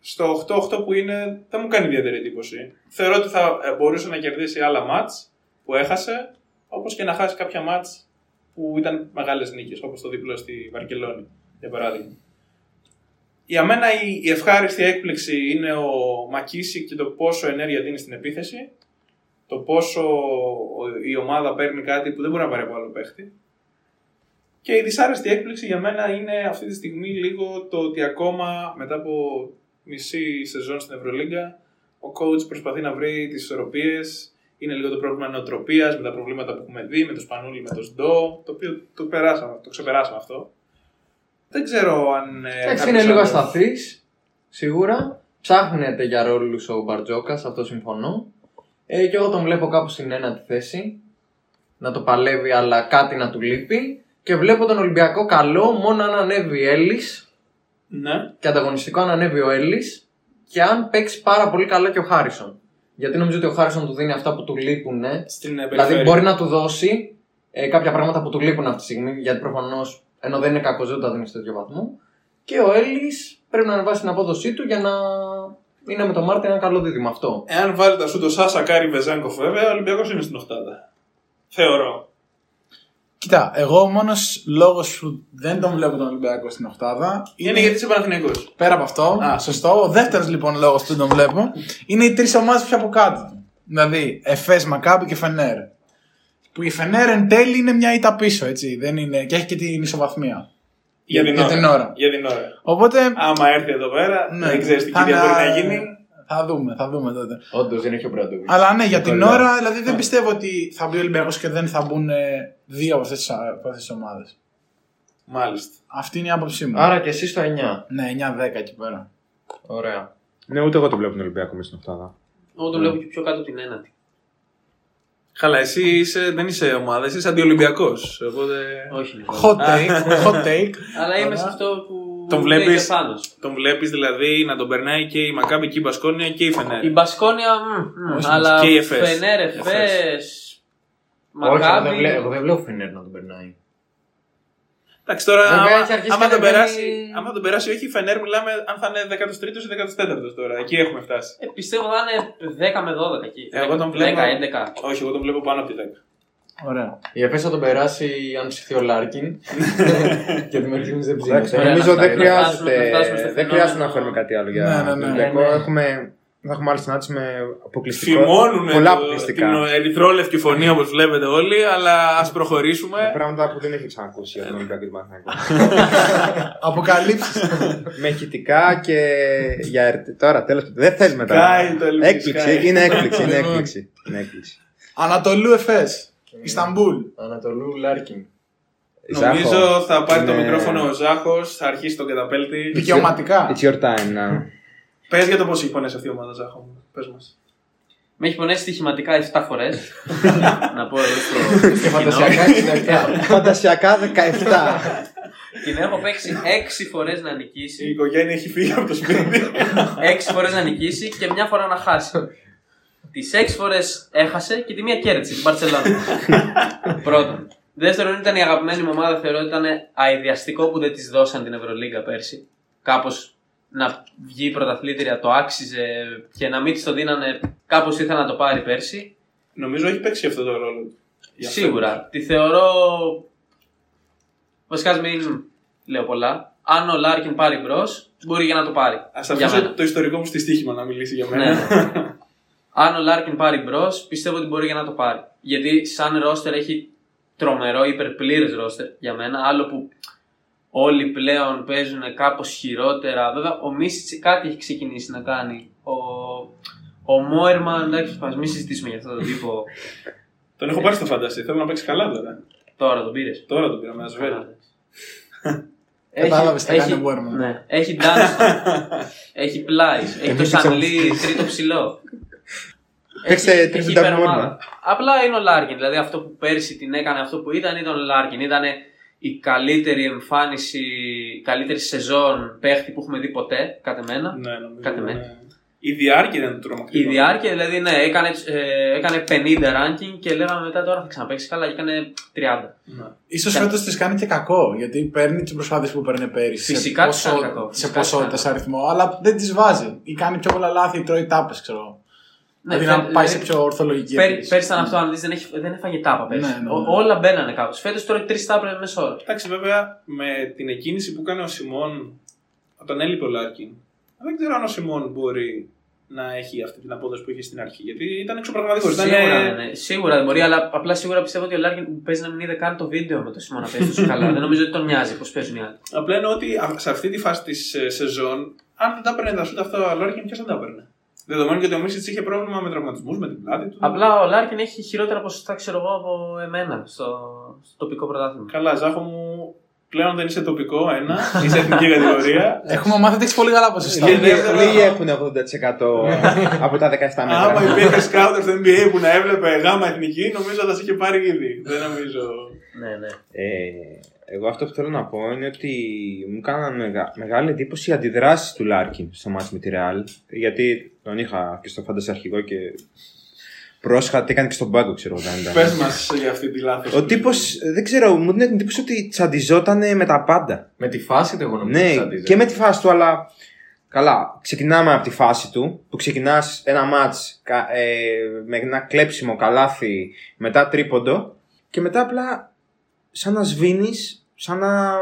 στο 8-8 που είναι δεν μου κάνει ιδιαίτερη εντύπωση. Θεωρώ ότι θα ε, μπορούσε να κερδίσει άλλα μάτς που έχασε, όπως και να χάσει κάποια μάτς που ήταν μεγάλες νίκες, όπως το δίπλο στη Βαρκελόνη, για παράδειγμα. Για μένα η, η ευχάριστη έκπληξη είναι ο Μακίση και το πόσο ενέργεια δίνει στην επίθεση. Το πόσο η ομάδα παίρνει κάτι που δεν μπορεί να πάρει από άλλο παίχτη. Και η δυσάρεστη έκπληξη για μένα είναι αυτή τη στιγμή λίγο το ότι ακόμα μετά από μισή σεζόν στην Ευρωλίγκα ο coach προσπαθεί να βρει τις ισορροπίες. Είναι λίγο το πρόβλημα νοοτροπίας με τα προβλήματα που έχουμε δει, με το Σπανούλη, με το Σντό, το οποίο το, περάσαμε, το ξεπεράσαμε αυτό. Δεν ξέρω αν... ε, Εντάξει, κάποιος είναι λίγο άλλος- ασταθής. Σίγουρα. Ψάχνεται για ρόλους ο Μπαρτζόκας, αυτό συμφωνώ. Ε, και εγώ τον βλέπω κάπου στην ένατη θέση. Να το παλεύει, αλλά κάτι να του λείπει. Και βλέπω τον Ολυμπιακό καλό μόνο αν ανέβει Έλλης. Ναι. Και ανταγωνιστικό αν ανέβει ο Έλλης. Και αν παίξει πάρα πολύ καλά και ο Χάρισον. Γιατί νομίζω ότι ο Χάρισον του δίνει αυτά που του λείπουν. Στην ε, Δηλαδή περιφέρεια. μπορεί να του δώσει ε, κάποια πράγματα που του λείπουν αυτή τη στιγμή, γιατί προφανώς ενώ δεν είναι κακό, δεν τα δίνει σε τέτοιο βαθμό. Και ο Έλλης πρέπει να ανεβάσει την απόδοσή του για να είναι με τον Μάρτιν ένα καλό δίδυμο αυτό. Εάν βάλει τα σου το Σάσα Κάρι Βεζάνκοφ, βέβαια, ο Ολυμπιακός είναι στην Οχτάδα. Θεωρώ. Κοίτα, εγώ ο μόνος λόγος που δεν τον βλέπω τον Ολυμπιακό στην Οχτάδα Είναι, γιατί είσαι Παναθυνιακό. Πέρα από αυτό, Α. σωστό. Ο δεύτερος λοιπόν λόγος που δεν τον βλέπω είναι οι τρεις ομάδες πια από κάτω. του. Δηλαδή, Εφές, Μακάμπι και Φενέρ. Που η Φενέρ εν τέλει είναι μια ήττα πίσω, έτσι. Δεν είναι... Και έχει και την ισοβαθμία. Για, την, για ώρα. την ώρα. Για την ώρα. Οπότε. Άμα έρθει εδώ πέρα, ναι, δεν ξέρεις τι θα κυρία να- μπορεί να γίνει. Θα δούμε, θα δούμε τότε. Όντως δεν έχει ο Μπραντούβι. Αλλά ναι, για την Καλά. ώρα, δηλαδή δεν πιστεύω ότι θα μπει ο Ολυμπιακός και δεν θα μπουν ε, δύο από αυτές τις ομάδες. Μάλιστα. Αυτή είναι η άποψή μου. Άρα και εσύ στο 9. Ναι, 9-10 εκεί πέρα. Ωραία. Ναι, ούτε εγώ το βλέπω τον Ολυμπιακό μέσα στην Οχτάδα. Εγώ τον βλέπω Ναι. και πιο κάτω από την ένατη. Καλά, εσύ είσαι, δεν είσαι ομάδα, εσύ είσαι αντιολυμπιακός. Οπότε. Όχι λοιπόν. Hot take. hot take. Αλλά είμαι σε αυτό που. Τον λέει βλέπεις- και ο Θάνος. Τον βλέπεις δηλαδή να τον περνάει και η Μακάμπη και η Μπασκόνια και η Φενέρ. Η Μπασκόνια. μμ, μμ, Όχι, αλλά. και η Εφές. Φενέρ, Εφές. Εφές, Όχι, εγώ δεν Μακάβι. βλέπω, εγώ δεν βλέπω Φινέρ να τον περνάει. Εντάξει, τώρα Βέβαια, άμα, έχει αρχίσει άμα, και τον ανεβαίνει- περάσει, άμα τον περάσει, όχι η Φενέρ, μιλάμε αν θα είναι 13ο ή 14ο τώρα. Εκεί έχουμε φτάσει. Ε, πιστεύω θα είναι 10 με 12 εκεί. Εγώ τον βλέπω. 10-11. Όχι, εγώ τον βλέπω πάνω από τη 10. Ωραία. Η ΕΦΕΣ θα τον περάσει αν ψηθεί ο Λάρκιν. Γιατί μέχρι στιγμή δεν Εντάξει, ψήφισε. νομίζω να δεν φτάσουμε- να φτάσουμε χρειάζεται, στο δεν φαινόμενο. χρειάζεται να φέρουμε κάτι άλλο για Ναι, ναι, τον ναι. Ολυμπιακό. Ναι, ναι. Έχουμε, θα έχουμε άλλη συνάντηση με αποκλειστικό. Φημώνουν πολλά Ναι. το, την αποκλειστικά. ερυθρόλευκη φωνή όπως βλέπετε όλοι, αλλά ας προχωρήσουμε. Πράγματα που δεν έχει ξανακούσει για τον Ολυμπιακό και τον Παναθηναϊκό. (laughs) Αποκαλύψεις. με χητικά και για ερ- Τώρα τέλος Δεν θε μετά. Sky, το ελληνικό Sky. Έκπληξη, είναι έκπληξη. Είναι έκπληξη. είναι έκπληξη. Ανατολού Εφέ. Ισταμπούλ. Ανατολού Λάρκιν. Ζάχο, Ναι. Νομίζω θα πάρει το είναι- μικρόφωνο ο Ζάχος, θα αρχίσει τον καταπέλτη. Δικαιωματικά. It's your time now. Πες για το πώς έχει πονέσει αυτή η ομάδα Ζάχο μου. Πες μας. Με έχει πονέσει στοιχηματικά 7 φορές. (laughs) να πω εδώ στο. Και (laughs) φαντασιακά είναι 7. (laughs) Φαντασιακά 17. (laughs) Την έχω παίξει 6 φορές να νικήσει. Η οικογένεια έχει φύγει από το σπίτι. Έξι φορές να νικήσει και μια φορά να χάσει. Τις έξι φορές έχασε και τη μία κέρδισε την Παρσελόνα. (laughs) Πρώτον. Δεύτερον, ήταν η αγαπημένη μου ομάδα. Θεωρώ ότι ήταν αειδιαστικό που δεν της δώσαν την Ευρωλίγκα πέρσι. Κάπως να βγει η πρωταθλήτρια το άξιζε και να μην της το δίνανε. Κάπως ήθελα να το πάρει πέρσι. (laughs) Νομίζω έχει παίξει αυτό το ρόλο. του. Για αυτό. Σίγουρα. Τη θεωρώ. Βασικά, ας μην λέω πολλά. Αν ο Λάρκιν πάρει μπρος, μπορεί για να το πάρει. Ας Για μένα. αφήσω το ιστορικό μου στη στοίχημα να μιλήσει για μένα. Ναι. (laughs) Αν ο Λάρκιν πάρει μπρος, πιστεύω ότι μπορεί για να το πάρει. Γιατί σαν ρόστερ έχει τρομερό, υπερπλήρες ρόστερ για μένα. Άλλο που όλοι πλέον παίζουν κάπως χειρότερα. Βέβαια, ο Μίσιτ κάτι έχει ξεκινήσει να κάνει. Ο, ο Μόερμαν, εντάξει, ας μην συζητήσουμε για αυτόν τον (laughs) τύπο. (laughs) Τον έχω πάρει στο φαντασί, θέλω να παίξει καλά τώρα. Τώρα τον πήρες. Τώρα τον πήραμε, ας βέβαια. Κατάλαβες Ε, τι κάνει ο Μόερμαν. Ναι. Έχει Dunstan, έχει πλάι, έχει το Εμείς δεν σανλί τρίτο ψηλό. Παίξε Έχει- τρεις έχει Dunstan υπερομάδα. Moorman. Απλά είναι ο Λάρκιν. Δηλαδή αυτό που πέρσι την έκανε, αυτό που ήταν ήταν ο Λάρκιν. Ήταν η καλύτερη εμφάνιση, η καλύτερη σεζόν παίχτη που έχουμε δει ποτέ, κατά μένα. Ναι, νομίζω. Κάτε με. ναι. Η διάρκεια ήταν το τρομακτικό. Η διάρκεια δηλαδή ναι, έκανε, ε, έκανε 50 ranking και λέγαμε μετά τώρα θα ξαναπέξει καλά και έκανε 30. Ναι. Ίσως Κα- φέτος της κάνει και κακό, γιατί παίρνει τι προσπάθειε που παίρνει πέρυσι. σε Φυσικά της κάνει κακό. Σε Φυσικά της κάνει ποσότητα, σε κακό. αριθμό, αλλά δεν τις βάζει. Ή κάνει πιο πολλά λάθη, ή τρώει τάπες, ξέρω εγώ. δηλαδή να φε- πάει σε δηλαδή, πιο ορθολογική. πέρ- επίθεση. Πέρσι ήταν αυτό, αν δεις δεν, έχει, δεν έφαγε τάπα πέρσι. Ναι, ναι, ναι. Ο- όλα μπαίνανε κάπως. Φέτος τώρα τρεις τάπες μέσα ώρα. Εντάξει, βέβαια, με την εκκίνηση που έκανε ο Σιμών όταν έλειπε ο Λάρκιν, δεν ξέρω αν ο Σιμών μπορεί να έχει αυτή την απόδοση που είχε στην αρχή. Γιατί ήταν εξωπραγματικός. Ήταν... ε, Σίγουρα, ναι, σίγουρα δεν μπορεί, αλλά απλά σίγουρα πιστεύω ότι ο Λάρκιν παίζει να μην είδε καν το βίντεο με το Σιμώνα παίζει τόσο καλά. δεν νομίζω ότι τον νοιάζει πώς παίζουν οι άλλοι. Απλά εννοώ ότι α- σε αυτή τη φάση της ε, σεζόν, αν δεν τα έπαιρνε τα σούτα αυτά ο Λάρκιν, ποιος θα τα έπαιρνε. Δεδομένου και ότι ο Μίσιτ είχε πρόβλημα με τραυματισμούς με την πλάτη του. Απλά ο Λάρκιν έχει χειρότερα ποσοστά, ξέρω εγώ, από εμένα στο, στο τοπικό πρωτάθλημα. Καλά, Ζάχο μου, πλέον δεν είσαι τοπικό, ένα. Είσαι εθνική κατηγορία. Ναι. Έχουμε μάθει ότι έχεις πολύ καλά ποσοστά. Ναι, Λε- δεύτερο- Λίγοι έχουν 80% από τα 17 Ναι, Άμα μέτρα. υπήρχε σκάουτερ στο NBA που να έβλεπε γάμα εθνική, νομίζω θα σε είχε πάρει ήδη. Δεν νομίζω. Ναι, ναι. Ε, εγώ αυτό που θέλω να πω είναι ότι μου κάναν μεγα- μεγάλη εντύπωση οι αντιδράσεις του Λάρκιν στο μάτι με τη Ρεάλ. Γιατί τον είχα και στο φάντασμα αρχηγό και πρόσχατα έκανε και στον πάγκο, ξέρω εγώ. δεν ήταν. Πες μας για αυτή τη λάθος. Ο τύπο, δεν ξέρω, μου την εντύπωση ότι τσαντιζόταν με τα πάντα. Με τη φάση του εγώ νομίζω Ναι, ότι τσαντίζεται. και με τη φάση του, αλλά. Καλά, ξεκινάμε από τη φάση του. Που ξεκινάς ένα μάτ με ένα κλέψιμο καλάθι, μετά τρίποντο. Και μετά απλά σαν να σβήνεις, σαν να.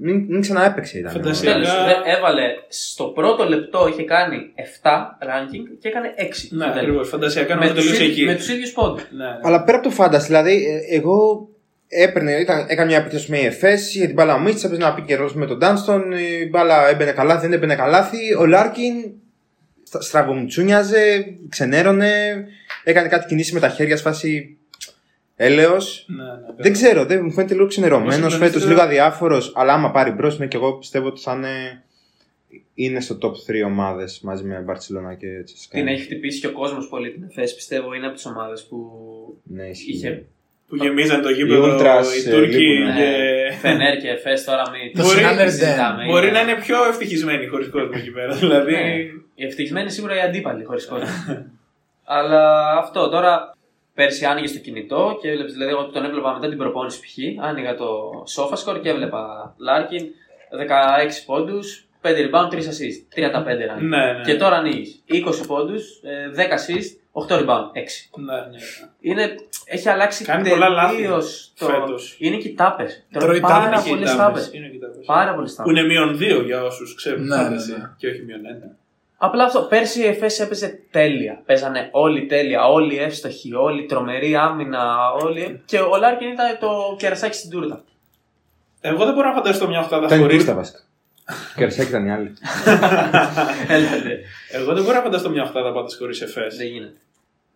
Μην, μην ξαναέπαιξε ήταν. Φαντασία. Τέλος, Σιγά. δε- έβαλε στο πρώτο λεπτό είχε κάνει 7 ranking και έκανε 6. Ναι, στο τέλος. ακριβώς. Φαντασιακά με να τους τελείωσε ίδιους- εκεί. με τους ίδιους πόντους. Ναι. Αλλά πέρα από το φάντας, δηλαδή, ε, εγώ έπαιρνε, ήταν, έκανα μια επίθεση με EFS, για την μπάλα ο Μίτσ, έπαιζε ένα pick and roll με τον Ντάνστον, η μπάλα έμπαινε καλάθι, δεν έμπαινε καλάθι, ο Λάρκιν στα- στραβομουτσούνιαζε, ξενέρωνε, έκανε κάτι κινήσεις με τα χέρια, σφάση έλεος. Ναι, ναι, Δεν ξέρω, δεν, μου φαίνεται λίγο ξενερωμένος Εγώ φέτο, συγκλονίστηκα- λίγο αδιάφορος. Αλλά άμα πάρει μπρος, ναι, και εγώ πιστεύω ότι θα είναι, είναι στο top 3 ομάδες μαζί με Μπαρσελόνα και Τσεσικά. Την έχει χτυπήσει και ο κόσμος πολύ την θέση. Πιστεύω είναι από τις ομάδες που Ναι, ισχύει. είχε Που γεμίζαν το γήπεδο Ultras, οι ε, Τούρκοι. λείπουν, και... Φενέρ και Εφές τώρα μην Το μην Sinner συζητάμε. Μπορεί να είναι πιο ευτυχισμένοι χωρίς κόσμο εκεί πέρα. Δηλαδή. Ναι. Οι ευτυχισμένοι σίγουρα οι αντίπαλοι χωρίς κόσμο. (laughs) Αλλά αυτό τώρα. Πέρσι άνοιγε το κινητό και έβλεπες, δηλαδή, εγώ τον έβλεπα μετά την προπόνηση π.χ. Άνοιγα το SofaScore και έβλεπα Larkin 16 πόντου, 5 rebound, 3 assist, 35 ranking. Ναι, ναι. Και τώρα ανοίγεις 20 πόντους, 10 ε, assist, 8 rebound, 6. Ναι, ναι. Είναι, έχει αλλάξει Κάνει πολλά λάθη τελείως το... φέτος. Είναι και οι τάπες. Τρώει Τρώει πάρα τάπες. Είναι πολλέ και οι τάπες, τάπες. είναι και οι τάπες. Πάρα πολλές Που τάπες. είναι μείον δύο για όσους ξέρουν. Ναι, Ναι, ναι, ναι. Και όχι μείον ένα. Απλά αυτό. Πέρσι η ΕΦΕΣ έπαιζε τέλεια. Παίζανε όλοι τέλεια. Όλοι εύστοχοι, όλοι τρομεροί άμυνα. Όλοι... Και ο Λάρκιν ήταν το κερασάκι στην τούρτα. Εγώ δεν μπορώ να φανταστώ μια οχτάδα Ήταν η χωρίς. Κρίστα βασικά. Κερσέκ ήταν η άλλη. Έλατε. Εγώ δεν μπορώ να φανταστώ μια οχτάδα πάντα χωρί εφέ. Δεν γίνεται.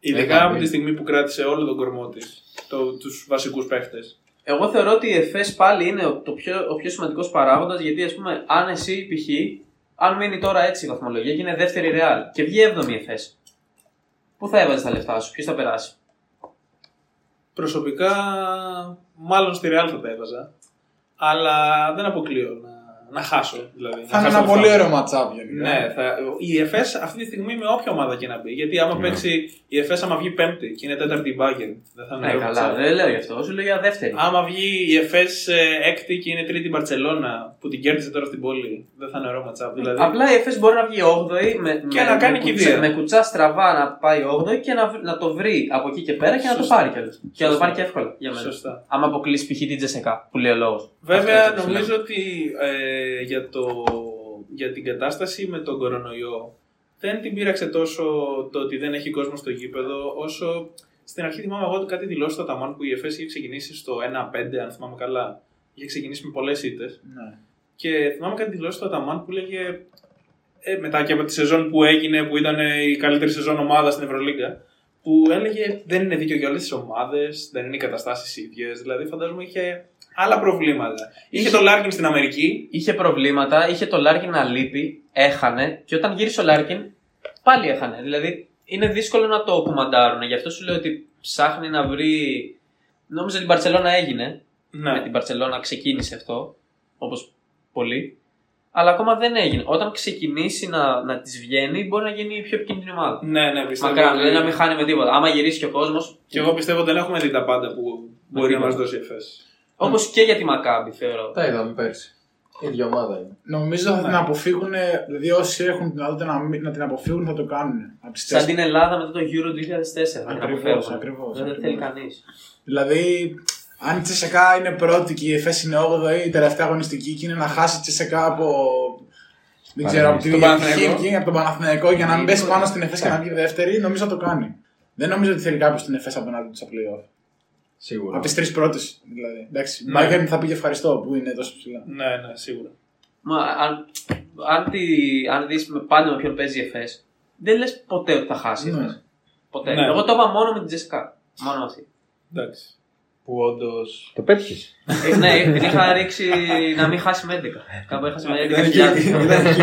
Ειδικά από τη στιγμή που κράτησε όλο τον κορμό της. Το, τους βασικούς παίχτες. Εγώ θεωρώ ότι η ΕΦΕΣ πάλι είναι ο- το πιο, ο πιο σημαντικός παράγοντας γιατί, ας πούμε, αν εσύ π.χ. αν μείνει τώρα έτσι η βαθμολογία και είναι δεύτερη ρεάλ και βγει 7η ΕΦΕΣ, πού θα έβαζες τα λεφτά σου, ποιος θα περάσει. Προσωπικά, μάλλον στη Real θα τα έβαζα. Αλλά δεν αποκλείω να, να χάσω. Δηλαδή, Θα χάσω είναι ένα λεφτά. πολύ ωραίο ματσάπ γενικά. Ναι, θα, η ΕΦΕΣ αυτή τη στιγμή με όποια ομάδα και να μπει. Γιατί Ναι. άμα παίξει η ΕΦΕΣ, άμα βγει πέμπτη και είναι τέταρτη η Bayern, δεν θα είναι Ναι, ωραίο καλά, ματσάπ. δεν λέω γι' αυτό, σου λέω για δεύτερη. Άμα βγει η ΕΦΕΣ έκτη και είναι τρίτη η Μπαρσελόνα που την κέρδισε τώρα στην πόλη, δεν θα είναι ωραίο ματσάπ. Δηλαδή, Απλά η ΕΦΕΣ μπορεί να βγει 8η με, Και με, να κάνει με, και κουτσά, βία. με κουτσά στραβά να πάει 8η και να, βρ- να το βρει από εκεί και πέρα και να το Σωστά. πάρει κιόλας. Και να το Σωστά. πάρει και εύκολα για μένα. σωστά. Άμα αποκλείσει π.χ. την Τζεσεκά που λέει ο λόγος. Βέβαια, νομίζω ότι ε, για, το, για την κατάσταση με τον κορονοϊό δεν την πείραξε τόσο το ότι δεν έχει κόσμο στο γήπεδο, όσο στην αρχή θυμάμαι εγώ ότι κάτι δηλώσεις στο Ταμάν που η ΕΦΕΣ είχε ξεκινήσει στο 1-5, αν θυμάμαι καλά. Είχε ξεκινήσει με πολλές ήττες. Ναι. Και θυμάμαι κάτι δηλώσεις στο Αταμάν που λέγε ε, μετά και από τη σεζόν που έγινε, που ήταν ε, η καλύτερη σεζόν ομάδα στην Ευρωλίγκα, που έλεγε δεν είναι δίκαιο για όλες τις ομάδες, δεν είναι οι καταστάσεις ίδιες. Δηλαδή, φαντάζομαι είχε άλλα προβλήματα. Είχε, Είχε- το Λάρκιν στην Αμερική. Είχε προβλήματα, είχε το Λάρκιν να λείπει, έχανε και όταν γύρισε ο Λάρκιν πάλι έχανε. Δηλαδή είναι δύσκολο να το κουμαντάρουν. Γι' αυτό σου λέω ότι ψάχνει να βρει. Νόμιζα ότι η Μπαρσελόνα έγινε. Ναι. Με την Παρσελόνα ξεκίνησε αυτό, όπως πολλοί. αλλά ακόμα δεν έγινε. Όταν ξεκινήσει να, να της βγαίνει, μπορεί να γίνει η πιο επικίνδυνη ομάδα. Ναι, ναι, πιστεύω. Μακράν, ότι- δηλαδή να μην χάνει με τίποτα. Άμα γυρίσει και ο κόσμος. Και εγώ πιστεύω δεν έχουμε δει τα πάντα που μπορεί να μα τίποτα. δώσει η ΕΦΕΣ. Όπως και για τη Μακάμπη, θεωρώ. Τα είδαμε πέρσι. Η ίδια ομάδα είναι. Νομίζω θα την αποφύγουν, δηλαδή όσοι έχουν την δυνατότητα να, μην- να την αποφύγουν θα το κάνουν. Από τις Σαν τέσσερις. την Ελλάδα μετά το Euro 2004. να την Ακριβώς, αποφεύγουν. ακριβώς, Δεν ακριβώς. θέλει κανείς. Δηλαδή, αν η Τσεσεκά είναι πρώτη και η Εφές είναι 8η, η τελευταία αγωνιστική και είναι να χάσει η Τσεσεκά από. Δεν ξέρω, από τη Τον Παναθηναϊκό. Διοικητική, από τον Παναθηναϊκό για να μην πέσει πάνω στην Εφές και να βγει δεύτερη, νομίζω θα το κάνει. Δεν νομίζω ότι θέλει κάποιος την Εφές απέναντι τους στα playoff. Σίγουρα. Από τις τρεις πρώτες δηλαδή. Εντάξει, η Bayern θα πήγε ευχαριστώ που είναι τόσο ψηλά. Ναι, ναι, σίγουρα. Μα αν, αν, τη, αν δεις με- πάντα με ποιον παίζει η ΕΦΕΣ, δεν λες ποτέ ότι θα χάσει. η Ναι. ΕΦΕΣ. Ποτέ. Ναι. Εγώ το είπα μόνο με την Τζεσικά. Μόνο με αυτή. Εντάξει. Που όντως. Το πέτυχες. Ε, ναι, την είχα ρίξει να μην χάσει με 11. Κάπου έχασε με Ήταν 11. εκεί, (laughs) ήταν εκεί,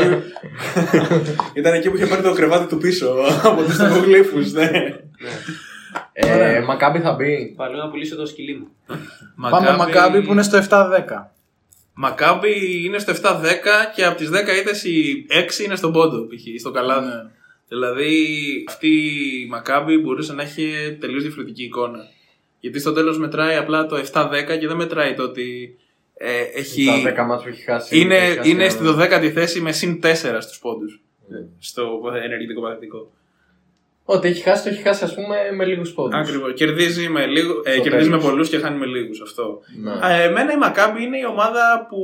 ήταν εκεί που είχε πάρει το κρεβάτι του πίσω από (laughs) τους τυπογλύφου, ναι. Ε, Μακάμπι θα μπει. Παλού να πουλήσω το σκυλί μου. Πάμε Μακάμπι που είναι στο 7-10. Μακάμπι είναι στο 7-10 και από τις 10 ήττες οι 6 είναι στον πόντο, π.χ. στο καλά. Ναι. Δηλαδή αυτή η Μακάμπι μπορούσε να έχει τελείως διαφορετική εικόνα. Γιατί στο τέλος μετράει απλά το 7-10 και δεν μετράει το ότι ε, έχει... Τα 10 μάτς που έχει χάσει. είναι έχει ναι. χάσει είναι ένα. στη 12η θέση με συν 4 στους πόντους. Στο ενεργητικό παθητικό. Ό,τι έχει χάσει, το έχει χάσει ας πούμε με λίγους πόντους. Ακριβώς. Κερδίζει με, λίγο, ε, Στο κερδίζει με τέλος. πολλούς και χάνει με λίγους αυτό. Ε, Εμένα η Μακάμπη είναι η ομάδα που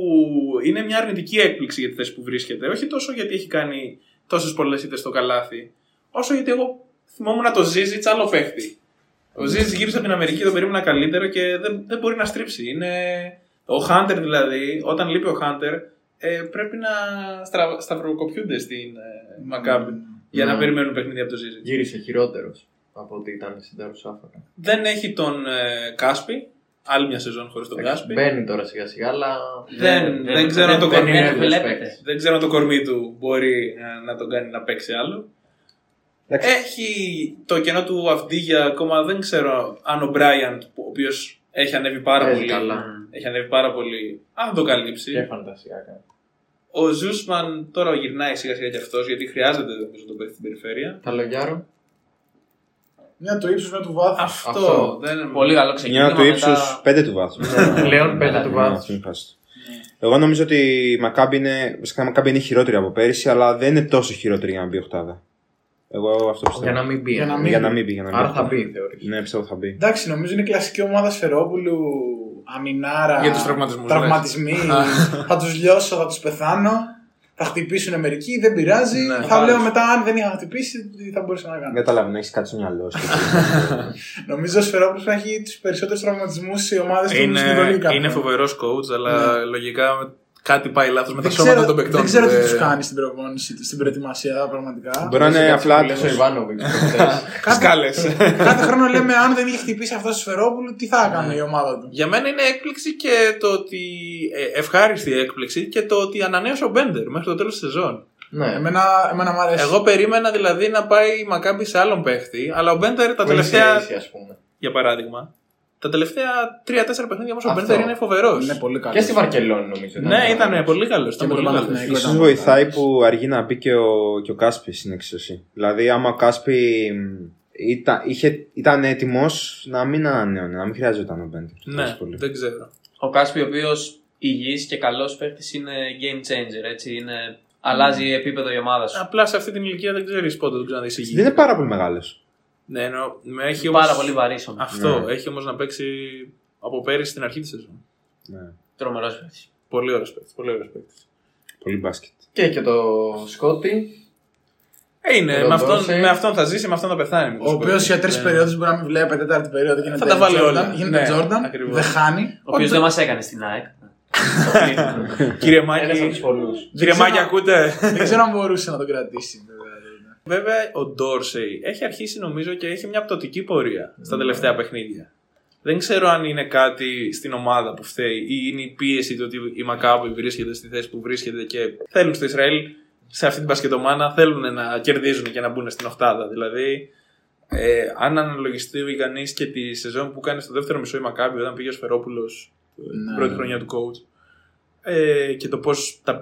είναι μια αρνητική έκπληξη για τη θέση που βρίσκεται. Όχι τόσο γιατί έχει κάνει τόσες πολλές ήττες στο καλάθι, όσο γιατί εγώ θυμόμουν το Ζίζιτ άλλο παίχτη. Ο Ζίζιτ γύρισε από την Αμερική, το περίμενα καλύτερο και δεν, δεν μπορεί να στρίψει. Είναι... Ο Χάντερ δηλαδή, όταν λείπει ο Χάντερ, ε, πρέπει να στρα... σταυροκοπιούνται στην ε, Μακάμπη για να Ναι. περιμένουν παιχνίδια από το Ζίζιτ. Γύρισε χειρότερος από ότι ήταν στην Ταρουσάφακα. Δεν έχει τον ε, Κάσπι, άλλη μια σεζόν χωρίς τον Κάσπι. Μπαίνει τώρα σιγά σιγά, αλλά. Ε, Δεν, δεν ξέρω αν το Ναι, δεν κορμί είναι του εύκολο. βλέπετε. Δεν ξέρω αν το κορμί του μπορεί ε, να τον κάνει να παίξει άλλο. Εντάξει. Έχει το κενό του Αυδίγια ακόμα. Δεν ξέρω αν ο Μπράιαντ, ο οποίος έχει ανέβει πάρα Παίζει πολύ. καλά. Έχει ανέβει πάρα πολύ. Αν το καλύψει. Και φαντασία κάνει. Ο Ζούσμαν τώρα γυρνάει σιγά σιγά κι αυτός γιατί χρειάζεται νομίζω να τον παίξει στην περιφέρεια. Τα λογιάρο. Μια Ναι, το ύψο, μια του βάθους. Αυτό, Αυτό. δεν. Πολύ καλό ξεκίνημα. Μια του ύψου μετά- 5 του βάθους. Ναι, Πλέον πέντε του βάθους. Ναι. Εγώ νομίζω ότι η Μακάμπη είναι, βασικά η Μακάμπη είναι χειρότερη από πέρυσι, αλλά δεν είναι τόσο χειρότερη για να μπει οκτάδα. Εγώ αυτό πιστεύω. Για να μην πει. Για να μην- Για να μην μπει. Για να μην Άρα θα μπει, θεωρείς. Ναι, πιστεύω θα μπει. Εντάξει, νομίζω είναι κλασική ομάδα Σφερόπουλου, αμινάρα. Για τους τραυματισμούς, Τραυματισμοί. (laughs) θα τους λιώσω, θα τους πεθάνω. Θα χτυπήσουν μερικοί, δεν πειράζει. Ναι, θα λέω μετά, αν δεν είχα χτυπήσει, τι θα μπορούσα να κάνω. Καταλάβει να έχεις κάτι στο μυαλό (laughs) σου. Νομίζω ο Σφερόπουλος θα έχει τους περισσότερους τραυματισμούς σε ομάδες του Είναι, στην Ευρωλίγκα. είναι φοβερός coach, αλλά λογικά κάτι πάει λάθος με τα Ναι. Δεν σώματα ξέρω, των παικτών. δεν ξέρω Ε, τι τους κάνει στην προπόνηση, του, στην προετοιμασία πραγματικά. Μπορεί να είναι απλά. Λε ο (laughs) Ιβάνοβιτ. (laughs) Σκάλες. Κάθε χρόνο λέμε, αν δεν είχε χτυπήσει αυτός ο Σφερόπουλο, τι θα έκανε η ομάδα του. Για μένα είναι έκπληξη και το ότι. ε, ευχάριστη έκπληξη και το ότι ανανέωσε ο Μπέντερ μέχρι το τέλος της σεζόν. Ναι, Εμένα, εμένα μου αρέσει. Εγώ περίμενα δηλαδή να πάει η Μακάμπη σε άλλον παίχτη, αλλά ο Μπέντερ τα που είναι σε τελευταία. Asia, ας πούμε. Για παράδειγμα, τα τελευταία 3-4 παιχνίδια όμως ο Αυτό. Μπέντερ είναι φοβερός. Είναι πολύ καλός. Και στη Βαρκελόνη νομίζω. Ναι, ήταν πολύ καλός. Και Ήταν με τον πολύ καλός. Παναθηναϊκό Ίσως ήταν βοηθάει που αργεί να μπει και ο, και ο Κάσπης στην εξίσωση. Δηλαδή, άμα ο Κάσπη μ, ήταν, είχε, ήταν έτοιμος να μην ανανέωνε, να μην χρειάζεται ο Μπέντερ. Ναι, Τόσο πολύ. δεν ξέρω. Ο Κάσπι, ο οποίος υγιής και καλός παίχτη, είναι game changer. Έτσι, είναι... Ναι. Αλλάζει επίπεδο η ομάδα σου. Απλά σε αυτή την ηλικία δεν ξέρεις πότε τον ξαναδείς Δεν είναι πάρα πολύ μεγάλος. Ναι, εννοώ, με έχει Πάρα όμως- πολύ βαρύ όμω. Αυτό Ναι. έχει όμως να παίξει από πέρυσι στην αρχή της σεζόν. Ναι. Τρομερός παίχτη. Πολύ ωραίος παίκτης. Πολύ ωραίος παίκτης. Πολύ μπάσκετ. Και και το Σκότι. Ε, είναι, Τον με αυτόν, Ντόρσεϊ. με αυτόν θα ζήσει, με αυτόν θα πεθάνει. Ο οποίος για τρεις Ναι. περιόδους μπορεί να μην βλέπει, τέταρτη περίοδο γίνεται. Θα τα βάλει Jordan, όλα. Γίνεται Ναι, Jordan, ακριβώς. δεν χάνει. Ο οποίος δεν μας έκανε στην ΑΕΚ. (laughs) Κύριε Ένα από Μάκη, τους πολλούς. κύριε Μάκη, ακούτε. Δεν ξέρω αν μπορούσε να τον κρατήσει. βέβαια. Βέβαια, ο Ντόρσεϊ έχει αρχίσει νομίζω και έχει μια πτωτική πορεία στα τελευταία παιχνίδια. Δεν ξέρω αν είναι κάτι στην ομάδα που φταίει ή είναι η πίεση του ότι η Μακάμπη βρίσκεται στη θέση που βρίσκεται και θέλουν στο Ισραήλ, σε αυτή την πασκετομάνα, θέλουν να κερδίζουν και να μπουν στην οχτάδα. Δηλαδή, ε, αν αναλογιστεί κανεί και τη σεζόν που κάνει στο δεύτερο μισό η Μακάμπη όταν πήγε ο Σφερόπουλος την πρώτη χρονιά του coach. ε, και το πώς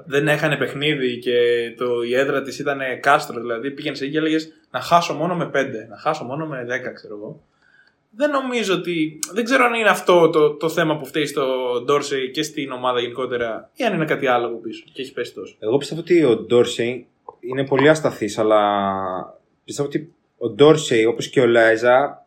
δεν έχανε παιχνίδι και το, η έδρα της ήταν κάστρο. Δηλαδή πήγαινε εκεί και έλεγες να χάσω μόνο με 5, να χάσω μόνο με 10, ξέρω εγώ. Δεν νομίζω ότι. Δεν ξέρω αν είναι αυτό το, το θέμα που φταίει στο Ντόρσεϊ και στην ομάδα γενικότερα, ή αν είναι κάτι άλλο από πίσω και έχει πέσει τόσο. Εγώ πιστεύω ότι ο Ντόρσεϊ είναι πολύ ασταθής, αλλά πιστεύω ότι ο Ντόρσεϊ όπως και ο Λάιζα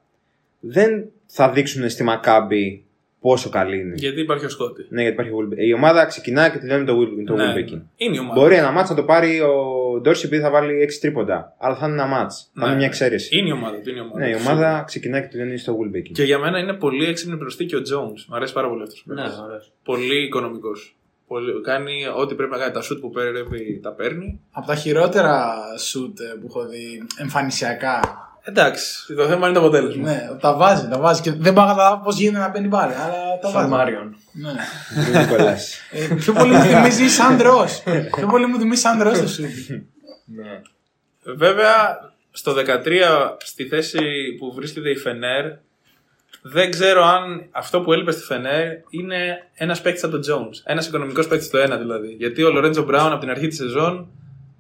δεν θα δείξουν στη Μακάμπη πόσο καλή είναι. Γιατί υπάρχει ο Σκότη. Ναι, γιατί υπάρχει ο Wilbeck. Η ομάδα ξεκινάει και τελειώνει το Wilbeck. Το Ναι. Wilbeck. Είναι η ομάδα. Μπορεί ένα μάτς να το πάρει ο Ντόρση επειδή θα βάλει 6 τρίποντα. Αλλά θα είναι ένα μάτς. Θα Ναι. είναι μια εξαίρεση. Είναι η ομάδα. του, Είναι η ομάδα. Ναι, η ομάδα ξεκινάει και τελειώνει στο Wilbeck. Και για μένα είναι πολύ έξυπνη προσθήκη και ο Jones. Μ' αρέσει πάρα πολύ αυτός. Ναι, ωραίος. Πολύ οικονομικός. Πολύ... Κάνει ό,τι πρέπει να κάνει. Τα σουτ που πρέπει τα παίρνει. Από τα χειρότερα σουτ ε, που έχω δει εμφανισιακά. Εντάξει, το θέμα είναι το αποτέλεσμα. Ναι, τα βάζει, τα βάζει. Και δεν πάω να καταλάβω πώς γίνεται να μπαίνει μπάλα, αλλά τα Σαν βάζει. Μάριον. Ναι. Ο Νικολάς. Ε, πιο πολύ μου θυμίζει σαν Ρος. Πιο πολύ μου θυμίζει σαν Ρος το σουτ. Βέβαια, στο 13, στη θέση που βρίσκεται η Φενέρ, δεν ξέρω αν αυτό που έλειπε στη Φενέρ είναι ένας παίκτης από τον Jones. Ένας οικονομικός παίκτης στο ένα δηλαδή. Γιατί ο Λορέντζο Μπράουν από την αρχή της σεζόν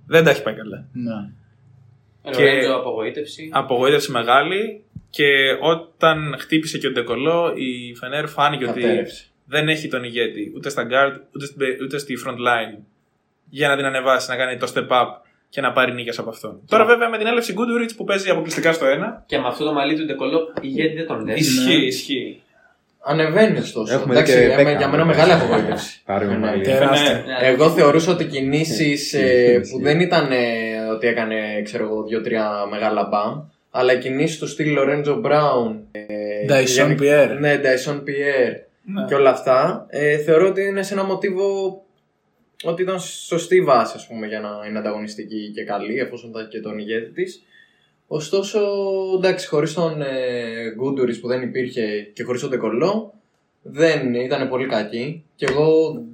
δεν τα έχει πάει καλά. Ναι. Και- Ρόντζο, απογοήτευση. απογοήτευση μεγάλη και όταν χτύπησε και ο Ντεκολό η Φενέρ φάνηκε ότι Κατέρευσε. δεν έχει τον ηγέτη ούτε στα guard ούτε, στην πε- ούτε στη front line για να την ανεβάσει, να κάνει το step up και να πάρει νίκες από αυτόν. Τώρα βέβαια με την έλευση Goodrich που παίζει αποκλειστικά στο ένα Και με αυτό το μαλλί του Ντεκολό ηγέτη δεν τον δέχεται. ισχύει, ισχύει. Ανεβαίνει ωστόσο. Έχουμε Εντάξει, δει και για, Beckham. για μένα μεγάλη (laughs) απογοήτευση. Πάρε με Ναι. πάλι. Τεράστια. Ναι, Εγώ θεωρούσα ότι κινήσεις ε, που δεν ήταν ε, ότι έκανε ξέρω εγώ, δύο-τρία μεγάλα μπαμ, αλλά κινήσεις του στυλ Λορέντζο Μπράουν. Ε, Νταϊσόν γενικ- Πιέρ. Ναι, Dyson Pierre και όλα αυτά. Ε, θεωρώ ότι είναι σε ένα μοτίβο ότι ήταν σωστή βάση ας πούμε, για να είναι ανταγωνιστική και καλή, εφόσον ήταν και τον ηγέτη της. Ωστόσο, εντάξει, χωρίς τον ε, Γκούντουρη που δεν υπήρχε και χωρίς τον Τεκολό, δεν ήταν πολύ κακή. Και εγώ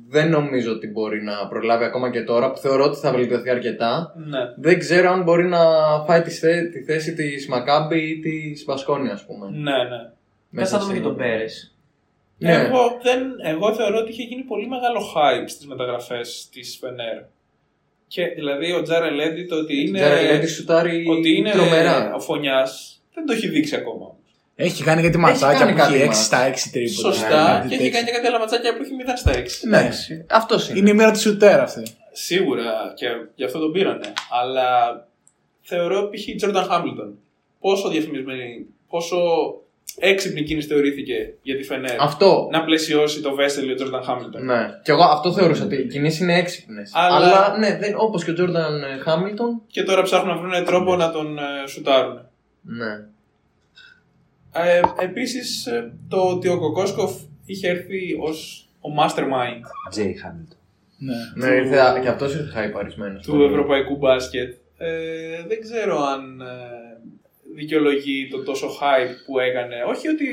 δεν νομίζω ότι μπορεί να προλάβει ακόμα και τώρα, που θεωρώ ότι θα βελτιωθεί αρκετά. Ναι. Δεν ξέρω αν μπορεί να φάει τη, θέ- τη θέση της Μακάμπη ή της Μπασκόνια, ας πούμε. Ναι, ναι. Πες θα Μέσα δούμε και στη- τον Πέρες. Ναι. Εγώ, δεν, εγώ θεωρώ ότι είχε γίνει πολύ μεγάλο hype στις μεταγραφές της Φενέρ. Και δηλαδή ο Τζάρε Λέντι το ότι είναι... Τζάρετ Λέντι σουτάρει ότι είναι τρομερά. ο φωνιάς δεν το έχει δείξει ακόμα. Έχει κάνει κάτι κάνει ματσάκια που κάτι έχει 6 μάτς. στα 6 τρίποτα. Σωστά. Ναι, Και ναι, έχει κάνει και κάτι άλλα ματσάκια που έχει 0 στα 6. Ναι. Αυτός Είναι η μέρα του σουτέρ αυτή. Σίγουρα και γι' αυτό τον πήρανε. Αλλά θεωρώ π.χ. Τζόρνταν Χάμιλτον. Πόσο διαφημισμένη, πόσο έξυπνη κίνηση θεωρήθηκε για τη Φενέρ. Αυτό. Να πλαισιώσει το Βέσελ ο Τζόρνταν Χάμιλτον. Ναι. Και εγώ αυτό θεωρούσα ότι οι κινήσεις είναι έξυπνες. Αλλά- Αλλά... ναι, δεν... όπως και ο Τζόρνταν ε, Χάμιλτον. Και τώρα ψάχνουν να βρουν τρόπο Ναι. να τον ε, σουτάρουν. Ναι. Ε, Επίσης το ότι ο Κοκόσκοφ είχε έρθει ως ο mastermind Τζέι Χάμιλτον. Ναι. ναι ήρθε... Και αυτός ήρθε χαϊπαρισμένο. του ευρωπαϊκού μπάσκετ. Ε, δεν ξέρω αν ε, δικαιολογεί το τόσο hype που έκανε. Όχι ότι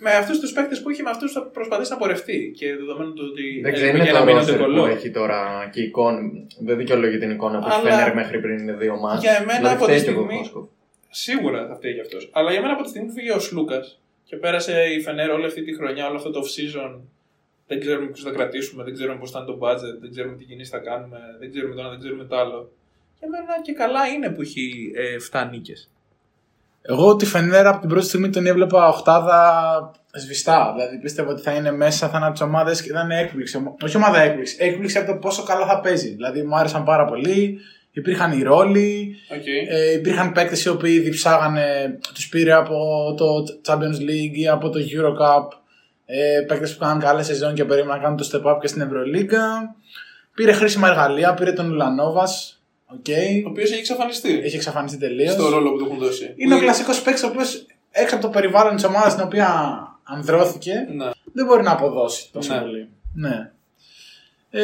με αυτούς τους παίχτε που είχε, με αυτούς θα προσπαθήσει να πορευτεί. Και δεδομένου του ότι ε, έλειπε Δεν ξέρω, είναι για να το μείνει ο roster Ντεκολό. που έχει τώρα και η εικόνα. Δεν δικαιολογεί την εικόνα που Αλλά- Αλλά... φαίνεται μέχρι πριν δύο μάτς. Για εμένα Δηλαδή, από τη φταίει και ο στιγμή- Κοκόσκοφ. Σίγουρα θα φταίει γι' αυτός. Αλλά για μένα από τη στιγμή που φύγε ο Σλούκας και πέρασε η Φενέρ όλη αυτή τη χρονιά, όλο αυτό το off-season. Δεν ξέρουμε ποιου θα κρατήσουμε, δεν ξέρουμε πώς θα είναι το budget, δεν ξέρουμε τι κινήσεις θα κάνουμε, δεν ξέρουμε το ένα, δεν ξέρουμε το άλλο. Για μένα και καλά είναι που έχει ε, 7 νίκες. Εγώ τη Φενέρα από την πρώτη στιγμή τον έβλεπα οχτάδα σβηστά. Δηλαδή πίστευα ότι θα είναι μέσα, θα είναι από τις ομάδες και ήταν έκπληξη. Όχι ομάδα έκπληξη, έκπληξη από το πόσο καλά θα παίζει. Δηλαδή μου άρεσαν πάρα πολύ, υπήρχαν οι ρόλοι, Okay. ε, υπήρχαν παίκτες οι οποίοι διψάγανε, τους πήρε από το Champions League ή από το Eurocup. Ε, παίκτες που κάναν καλές σεζόν και περίμεναν να κάνουν το step up και στην Ευρωλίγκα. Πήρε χρήσιμα εργαλεία, πήρε τον Ουλανόβας. Οκ. Ο οποίος έχει εξαφανιστεί. Έχει εξαφανιστεί τελείως. στο ρόλο που του έχουν δώσει. Είναι ο Που κλασικός παίκτης ο οποίος έξω από το περιβάλλον της ομάδας στην οποία ανδρώθηκε Ναι. δεν μπορεί να αποδώσει τόσο Ναι. πολύ. Ναι. Ε,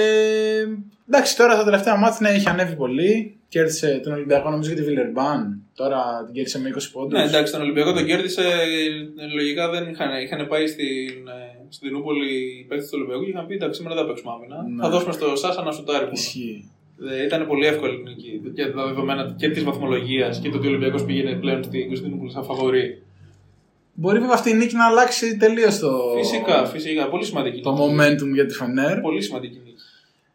εντάξει, τώρα στα τελευταία μάτια ναι, είχε ανέβει πολύ. Κέρδισε τον Ολυμπιακό, νομίζω και τη Βιλερμπάν. Τώρα την κέρδισε με 20 πόντους. Ναι, εντάξει, τον Ολυμπιακό τον κέρδισε. ε, Λογικά δεν είχαν, είχαν πάει στην, ε, στην Τινούπολη οι παίκτες του Ολυμπιακού και είχαν πει: Εντάξει, σήμερα δεν θα παίξουμε άμυνα. Ναι. Θα δώσουμε στο Σάσα να σουτάρει μόνο. Ισχύει. Ε, Ήταν πολύ εύκολη η νίκη. Και τα δεδομένα και της βαθμολογίας και το ότι ο Ολυμπιακός πήγαινε πλέον στην Κωνσταντινούπολη σαν φαβορή. Μπορεί βέβαια αυτή η νίκη να αλλάξει τελείως το... Φυσικά, φυσικά. Πολύ σημαντική το νίκη. momentum για τη Φενέρ. Πολύ σημαντική νίκη.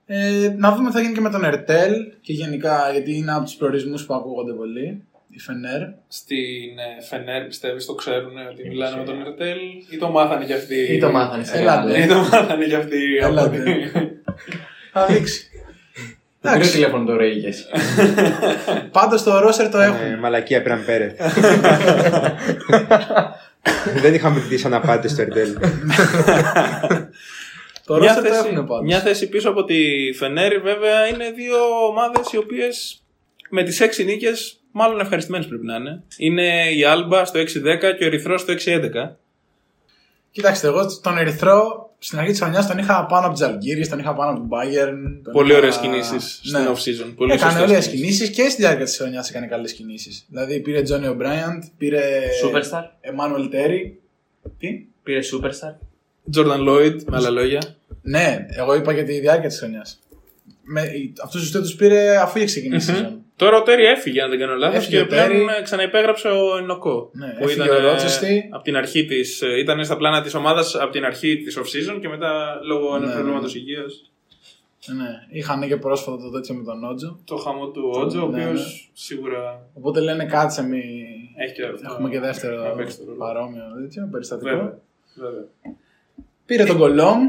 Ε, να δούμε τι θα γίνει και με τον Ερτέλ και γενικά, γιατί είναι από τους προορισμούς που ακούγονται πολύ. Η Φενέρ. Στην ε, Φενέρ πιστεύεις το ξέρουν ότι μιλάνε με τον Ερτέλ ή το μάθανε κι αυτοί. Ή το μάθανε σε Ελάτε. Ελλάδα. Ή το μάθανε κι αυτοί. από Ελάτε. την- Θα δείξει. Δεν πήρε τηλέφωνο το Ρέιγε. Πάντως το ρόσερ Ναι. το Ε, έχουν. μαλακία πήραν πέρα. (laughs) Δεν είχαμε δει σαν απάτη στο Ερντέλ. Το Μια ρόσερ το θέση- έχουν πάντως. Μια θέση πίσω από τη Φενέρη, βέβαια, είναι δύο ομάδες οι οποίες με τις 6 νίκες μάλλον ευχαριστημένες πρέπει να είναι. Είναι η Άλμπα στο 6-10 και ο Ερυθρό στο 6-11. Κοιτάξτε, εγώ τον Ερυθρό στην αρχή της χρονιάς τον είχα πάνω από τι Αλγύριε, τον είχα πάνω από την Bayern. τον Πολύ είχα- ωραίες κινήσεις στην Ναι. off season. Πολύ έκανε σωστές ωραίες κινήσεις. κινήσεις και στη διάρκεια της χρονιάς έκανε καλές κινήσεις. Δηλαδή πήρε Τζόνι Ομπράιαντ, πήρε. Ε, Superstar. Εμμάνουελ Τέρι. Τι. Πήρε Superstar. Jordan Lloyd, με άλλα λόγια. Ναι, εγώ είπα για τη διάρκεια της χρονιάς. Αυτού του τους πήρε αφού είχε ξεκινήσει η σεζόν. Τώρα ο Τέρι έφυγε, αν δεν κάνω λάθος, Έφυγε και ο Τέρι. πλέον ε, ξαναυπέγραψε ο Ενοκό. Ναι, έφυγε ο Ρότσεστη. από την αρχή της, ε, ήταν στα πλάνα της ομάδας από την αρχή της off season και μετά λόγω ενός Ναι. προβλήματος υγείας. Ναι, είχαν και πρόσφατα το τέτοιο με τον Νότζο. Το χαμό του Ότζο, ο Ναι, οποίος ναι. σίγουρα Οπότε λένε κάτσε μη. Έχει και αυτό. Έχουμε και Να δεύτερο παίξει το ναι, ρόλο. παρόμοιο τέτοιο περιστατικό. Βέβαια. Βέβαια. Πήρε τον Κολόμ.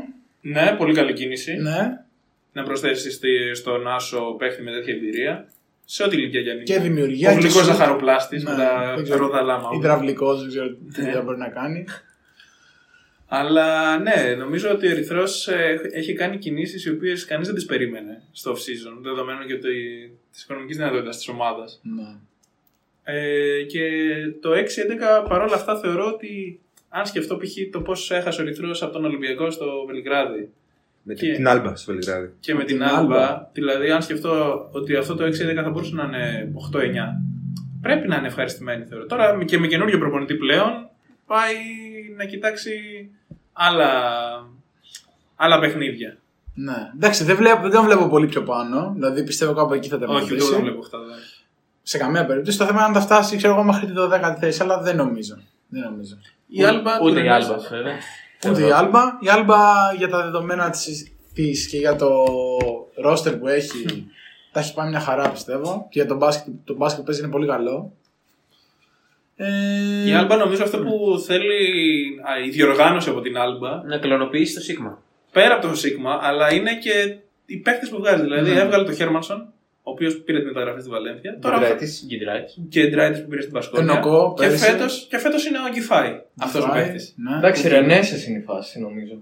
Ναι, πολύ καλή κίνηση. Ναι. Να προσθέσεις στον Άσο παίχτη με τέτοια εμπειρία. Σε ό,τι ηλικία για Και δημιουργία. Ο γλυκό και σου- ζαχαροπλάστης Ναι, με τα δεν ξέρω. ρόδα λάμα. Ιδραυλικό, δεν ξέρω Ναι. τι δουλειά μπορεί να κάνει. Αλλά ναι, νομίζω ότι ο Ερυθρός έχει κάνει κινήσεις οι οποίες κανείς δεν τις περίμενε στο off-season, δεδομένου και της οικονομικής δυνατότητας της ομάδας. Ναι. Ε, και το 6-11 παρόλα αυτά θεωρώ ότι αν σκεφτώ π.χ. το πώς έχασε ο Ερυθρό από τον Ολυμπιακό στο Βελιγράδι Με Και- την Άλμπα στο Βελιγράδι. και με την την Άλμπα. Alba. Δηλαδή, αν σκεφτώ ότι αυτό το 6-11 θα μπορούσε να είναι 8-9, πρέπει να είναι ευχαριστημένοι θεωρώ. Τώρα και με καινούριο προπονητή πλέον πάει να κοιτάξει άλλα, άλλα παιχνίδια. Ναι. Εντάξει, δεν, βλέπω, δεν τον βλέπω πολύ πιο πάνω. Δηλαδή πιστεύω κάπου εκεί θα Όχι, δεν το τερματίσει. βλέπω αυτά. δε. Σε καμία περίπτωση. Το θέμα είναι αν τα φτάσει ξέρω εγώ, μέχρι τη 12η θέση, αλλά δεν νομίζω. Δεν νομίζω. Η Άλμπα Ούτε η τουλάχιστον- Άλμπα, βέβαια. Ούτε η Άλμπα. Η Άλμπα για τα δεδομένα της και για το ρόστερ που Hm. έχει, τα έχει πάει μια χαρά πιστεύω. Και για τον μπάσκετ, το μπάσκετ που παίζει είναι πολύ καλό. Ε, Η Άλμπα νομίζω αυτό που θέλει α, η διοργάνωση από την Άλμπα Να κλωνοποιήσει το Σίγμα. πέρα από το Σίγμα, αλλά είναι και οι παίχτε που βγάζει. Δηλαδή, έβγαλε το Χέρμανσον, ο οποίος πήρε τη μεταγραφή στη Βαλένθια. Τώρα Βελιγράδις. Γκιντράιτ. και Ντράιτης που πήρε στην Πασκόνια. Ενοκό, και πέρυσι. φέτος και φέτος είναι ο Γκιφάη αυτός ο Βάη, παίχτη. ναι. Εντάξει, Ρενέσαι είναι η φάση νομίζω.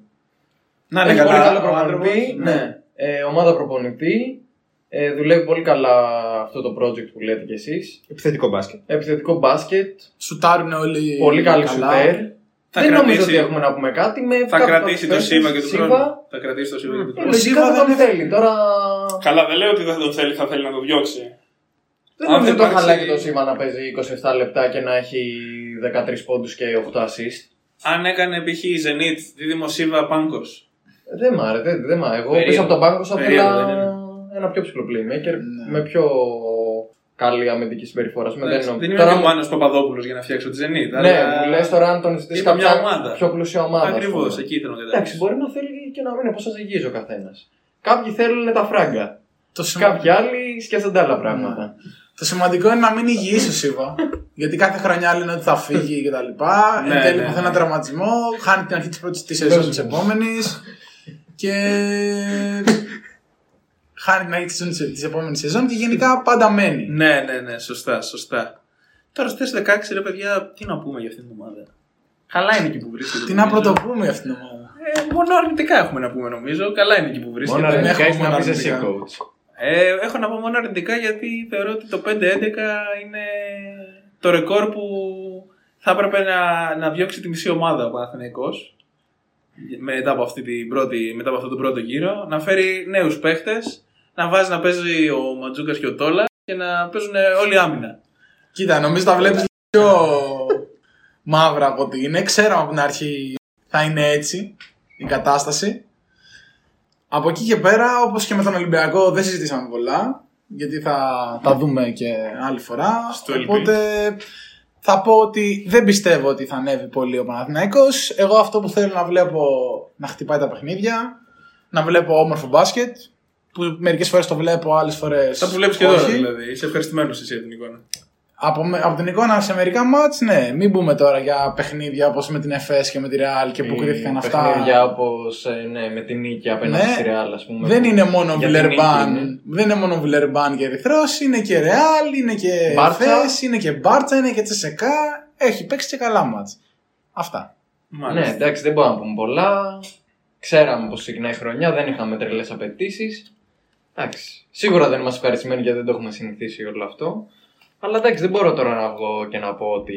Να Έχει είναι πολύ καλά. καλό ο άνθρωπος. προπονητή. Ναι. Ε, ομάδα προπονητή. Ε, δουλεύει πολύ καλά αυτό το project που λέτε κι εσείς. Επιθετικό μπάσκετ. Επιθετικό μπάσκετ. Σουτάρουν όλοι. Πολύ καλή καλά. σουτέρ. Ε, Θα δεν νομίζω κρατήσει- ότι έχουμε να πούμε κάτι. Με Θα κάποιους κρατήσει το παίκτες, Σίβα και τον Σίβα. Κρόνο. Θα κρατήσει το Σίβα και τον Ε, Κρόνο. Ο Σίβα Λογικά θα τον δεν έφυγε. θέλει. Τώρα Καλά, δεν λέω ότι δεν τον θέλει, θα θέλει να τον διώξει. δεν Αν νομίζω δεν το υπάρξει- χαλάκι το Σίβα να παίζει 27 λεπτά και να έχει 13 πόντους και 8 assist. Αν έκανε π.χ. η Zenit δίδυμο Σίβα Πάνκο. Ε, Δεν μ' άρεσε. Δεν, δεν μ' άρεσε. Εγώ Περίεργο. πίσω από τον πάγκο θα Περίεργο, ήθελα δεν είναι. ένα πιο ψηλό playmaker Ναι. με πιο καλή αμυντική συμπεριφορά. Ας πούμε, Δεν εννοώ- είμαι και Τώρα ο μου- Μάνος Παπαδόπουλος για να φτιάξω τη Zenit. Ναι, μου λες τώρα αν τον ζητήσεις Δηλαδή, Είπα μια κάποια ομάδα. πιο πλούσια ομάδα. ας Ακριβώς, πούμε. εκεί ήθελα να Εντάξει, καταλήξω. μπορεί να θέλει και να μην είναι πώς σα εγγύζει ο καθένας. Κάποιοι θέλουν τα φράγκα. Το, σημα- Κάποιοι άλλοι σκέφτονται άλλα πράγματα. το σημαντικό είναι να μην υγιή ο (laughs) Σίβα. Γιατί κάθε χρονιά λένε ότι θα φύγει και τα λοιπά. Ναι, Εν τέλει ναι, παθαίνει ναι. ένα τραυματισμό. Χάνει την αρχή της πρώτης της σεζόν της επόμενης. Και. χάνει την αρχή της επόμενης σεζόν και γενικά πάντα μένει. Ναι, ναι, ναι, σωστά, σωστά. Τώρα στι 4-16 ρε παιδιά, τι να πούμε για αυτήν την ομάδα. Καλά είναι εκεί που βρίσκεται. Τι να νομίζω. πρωτοπούμε για αυτήν την ομάδα. Ε, μόνο αρνητικά έχουμε να πούμε νομίζω. Καλά είναι εκεί που βρίσκεται. Μόνο δεν αρνητικά έχω έχεις να μόνο πεις εσύ, αρνητικά. coach. Ε, έχω να πω μόνο αρνητικά γιατί θεωρώ ότι το 5-11 είναι το ρεκόρ που θα έπρεπε να, να διώξει τη μισή ομάδα ο Παναθηναϊκός μετά από, αυτή την πρώτη, μετά από αυτόν τον πρώτο γύρο, να φέρει νέους παίχτες, να βάζεις να παίζει ο Ματζούκας και ο Τόλας και να παίζουν όλοι άμυνα. Κοίτα, νομίζω τα βλέπεις πιο μαύρα από ότι είναι. Ξέραμε από την αρχή θα είναι έτσι η κατάσταση. Από εκεί και πέρα, όπως και με τον Ολυμπιακό, δεν συζητήσαμε πολλά. Γιατί θα τα δούμε και άλλη φορά. Οπότε θα πω ότι δεν πιστεύω ότι θα ανέβει πολύ ο Παναθηναϊκός. Εγώ αυτό που θέλω να βλέπω να χτυπάει τα παιχνίδια, να βλέπω όμορφο μπάσκετ, που μερικές φορές το βλέπω, άλλες φορές. Αυτά που βλέπεις και τώρα δηλαδή. Είσαι ευχαριστημένος εσύ από την Ναι. εικόνα. Από, με- από την εικόνα σε μερικά μάτς, ναι. Μην μπούμε τώρα για παιχνίδια όπως με την ΕΦΕΣ και με τη Ρεάλ και που κρίθηκαν αυτά. Ε, Παιχνίδια όπως, ε, ναι, με την νίκη απέναντι Ναι. στη Ρεάλ, ας πούμε. Δεν που- είναι μόνο για την ναι. νίκη είναι. Βιλερμπάν. Δεν είναι μόνο Βιλερμπάν και Ερυθρός, είναι και Ρεάλ, είναι και Μπάρτσα. Εφές, είναι και Μπάρτσα, είναι και Τσεσεκά. Έχει παίξει και καλά μάτς. Αυτά. Ναι, εντάξει, δεν μπορούμε να πούμε πολλά. Ξέραμε πως συχνά η χρονιά δεν είχαμε τρελές απαιτήσεις. Εντάξει. Σίγουρα δεν είμαστε ευχαριστημένοι γιατί δεν το έχουμε συνηθίσει όλο αυτό. Αλλά εντάξει, δεν μπορώ τώρα να βγω και να πω ότι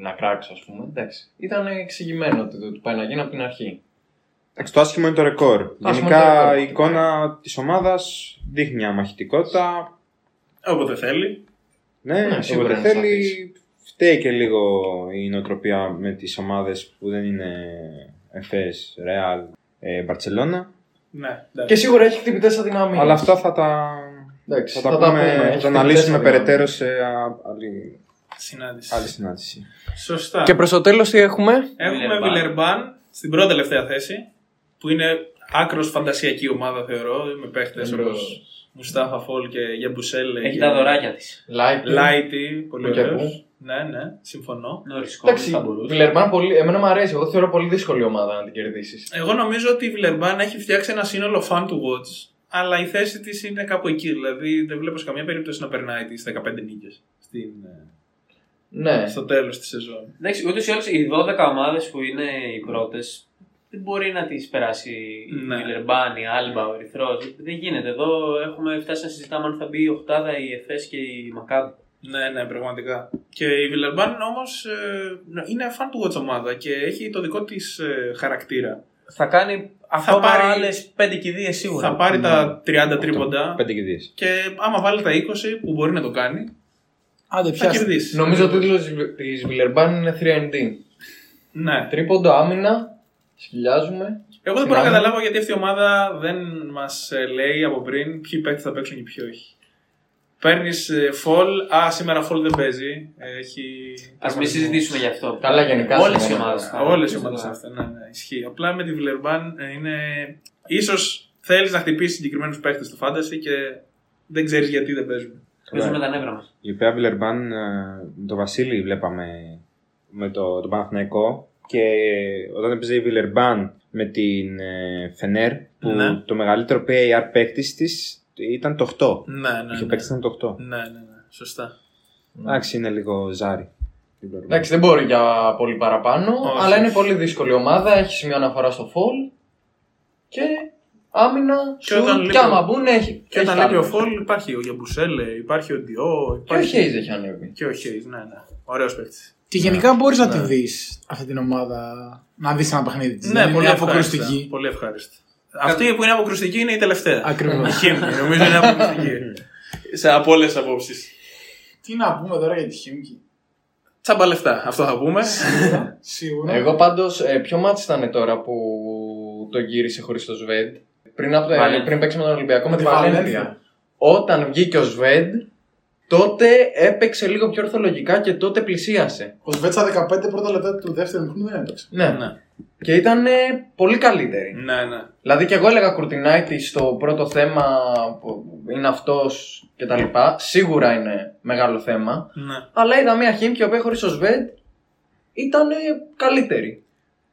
να κράξω, ας πούμε. Εντάξει. Ήταν εξηγημένο ότι το- το πάει να γίνει από την αρχή. Εντάξει, το άσχημο είναι το ρεκόρ. Το άσχημο είναι το Γενικά ρεκόρ. ναι. η εικόνα της ομάδας δείχνει μια μαχητικότητα. Όποτε θέλει. Ναι, Ναι, σίγουρα όποτε είναι θέλει. σαφής. Φταίει και λίγο η νοοτροπία με τις ομάδες που δεν είναι Εφές, Ρεάλ, ε, Μπαρσελόνα. Ναι, εντάξει. Και σίγουρα έχει χτυπητές αδυναμίες. Αλλά αυτά θα τα, Εντάξει, θα τα, πούμε, θα Έχει τα χτυπητές αναλύσουμε αδυναμίες. περαιτέρω σε α, άλλη, Συνάντηση. άλλη συνάντηση. Σωστά. Και προς το τέλος τι έχουμε. Έχουμε Βιλερμπάν στην πρώτη τελευταία θέση, που είναι άκρος φαντασιακή ομάδα θεωρώ, με παίχτες Εμπρός. όπως Μουστάφα Φολ και Γιαμπουσέλ. Έχει και τα δωράκια της. Like. Λάιτι, πολύ Που και ωραίο. που. Ναι, ναι, συμφωνώ. Νωρίσκο. Εντάξει, Βιλερμπάν, πολύ... εμένα μου αρέσει. Εγώ θεωρώ πολύ δύσκολη ομάδα να την κερδίσεις. Εγώ νομίζω ότι η Βιλερμπάν έχει φτιάξει ένα σύνολο fan to watch, αλλά η θέση της είναι κάπου εκεί. Δηλαδή δεν βλέπω σε καμία περίπτωση να περνάει τις 15 νίκε Ναι. ε, στο τέλος της σεζόν. Εντάξει, ούτως ή άλλως οι 12 ομάδες που είναι οι πρώτες δεν μπορεί να τις περάσει Ναι. η Βιλερμπάν, η Άλμπα, ο Ερυθρός. Δεν γίνεται. Εδώ έχουμε φτάσει να συζητάμε αν θα μπει η Οχτάδα, η Εφές και η Μακάβη. Ναι, ναι, πραγματικά. Και η Βιλερμπάν όμω είναι fan to watch ομάδα και έχει το δικό της χαρακτήρα. Θα κάνει ακόμα πάρει- άλλες 5 κηδείες σίγουρα. Θα πάρει τα 30 τρίποντα Ναι. Πέντε και δύο. και άμα βάλει τα 20 που μπορεί να το κάνει, Άντε θα πιάστε. κερδίσει. Νομίζω ο τίτλος της Βιλερμπάν είναι 3D. Ναι. Τρίποντο, άμυνα, σκυλιάζουμε. Εγώ δεν μπορώ να Θυμάμαι. καταλάβω γιατί αυτή η ομάδα δεν μας λέει από πριν ποιοι παίκτες θα παίξουν και ποιοι όχι. Παίρνεις φολ. Α, σήμερα φολ δεν παίζει. Ε, Έχει. Ας μην συζητήσουμε γι' αυτό. Καλά, γενικά, Όλες οι σήμερα. ομάδε. Όλες οι ομάδε αυτά. Ναι, ναι, ισχύει. Απλά με τη Βιλερμπάν ε, είναι. σω θέλεις να χτυπήσεις συγκεκριμένους παίκτες στο φάνταση και δεν ξέρεις γιατί δεν παίζουν. Παίζουμε τα νεύρα μας. Η οποία Βιλερμπάν, ε, με τον Βασίλη βλέπαμε με το, τον Παναθηναϊκό και όταν έπαιζε η Βιλερμπάν με την ε, Φενέρ που Ναι. το μεγαλύτερο PAR παίκτης της ήταν το 8. Ναι, ναι. Είχε Ναι, παίκτη ήταν το 8. ναι, ναι, ναι. Σωστά. Εντάξει, είναι λίγο ζάρι. η Βιλερμπάν. Εντάξει, δεν μπορεί για πολύ παραπάνω, Όχι. αλλά είναι πολύ δύσκολη ομάδα. Έχει σημείο αναφορά στο φολ και άμυνα. Και όταν σουτ, λείπει και ο- άμα μπουν, έχει. Και όταν έχει λείπει ο άμυνα. Φολ, υπάρχει ο Γιαμπουσέλε, υπάρχει ο Ντιό. Και ο Υπάρχει... Χέιζ έχει ανέβει. Και ο Χέιζ, ναι, ναι. Ωραίος παίκτης. Και γενικά μπορείς να τη Ναι. δεις αυτή την ομάδα. Να δεις ένα παιχνίδι Ναι, τη. είναι ευχάριστα. αποκρουστική. Πολύ ευχάριστη. Αυτή που είναι αποκρουστική είναι η τελευταία. Ακριβώς. Η Χίμη, νομίζω είναι αποκρουστική. Σε από όλες τις απόψεις. Τι να πούμε τώρα για τη (laughs) Χίμικη. Τσάμπα λεφτά, αυτό θα πούμε. Σίγουρα. Εγώ πάντως, ποιο μάτι ήταν τώρα που το γύρισε χωρίς το Σβέντ. Πριν, από το, ε, Βαλένθια. πριν παίξαμε τον Ολυμπιακό με τη τη Βαλένθια. Βαλένθια. Όταν βγήκε ο Σβέντ, τότε έπαιξε λίγο πιο ορθολογικά και τότε πλησίασε. Ο Σβέτσα 15 πρώτα λεπτά του δεύτερου μήχρου δεν έπαιξε. Ναι. Ναι. Και ήταν ε, πολύ καλύτερη. ναι, ναι. Δηλαδή και εγώ έλεγα Κουρτινάιτη στο πρώτο θέμα που είναι αυτός κτλ. Σίγουρα είναι μεγάλο θέμα. ναι. Αλλά είδα μια Χίμκι η οποία χωρίς ο Σβέντ ήταν ε, καλύτερη.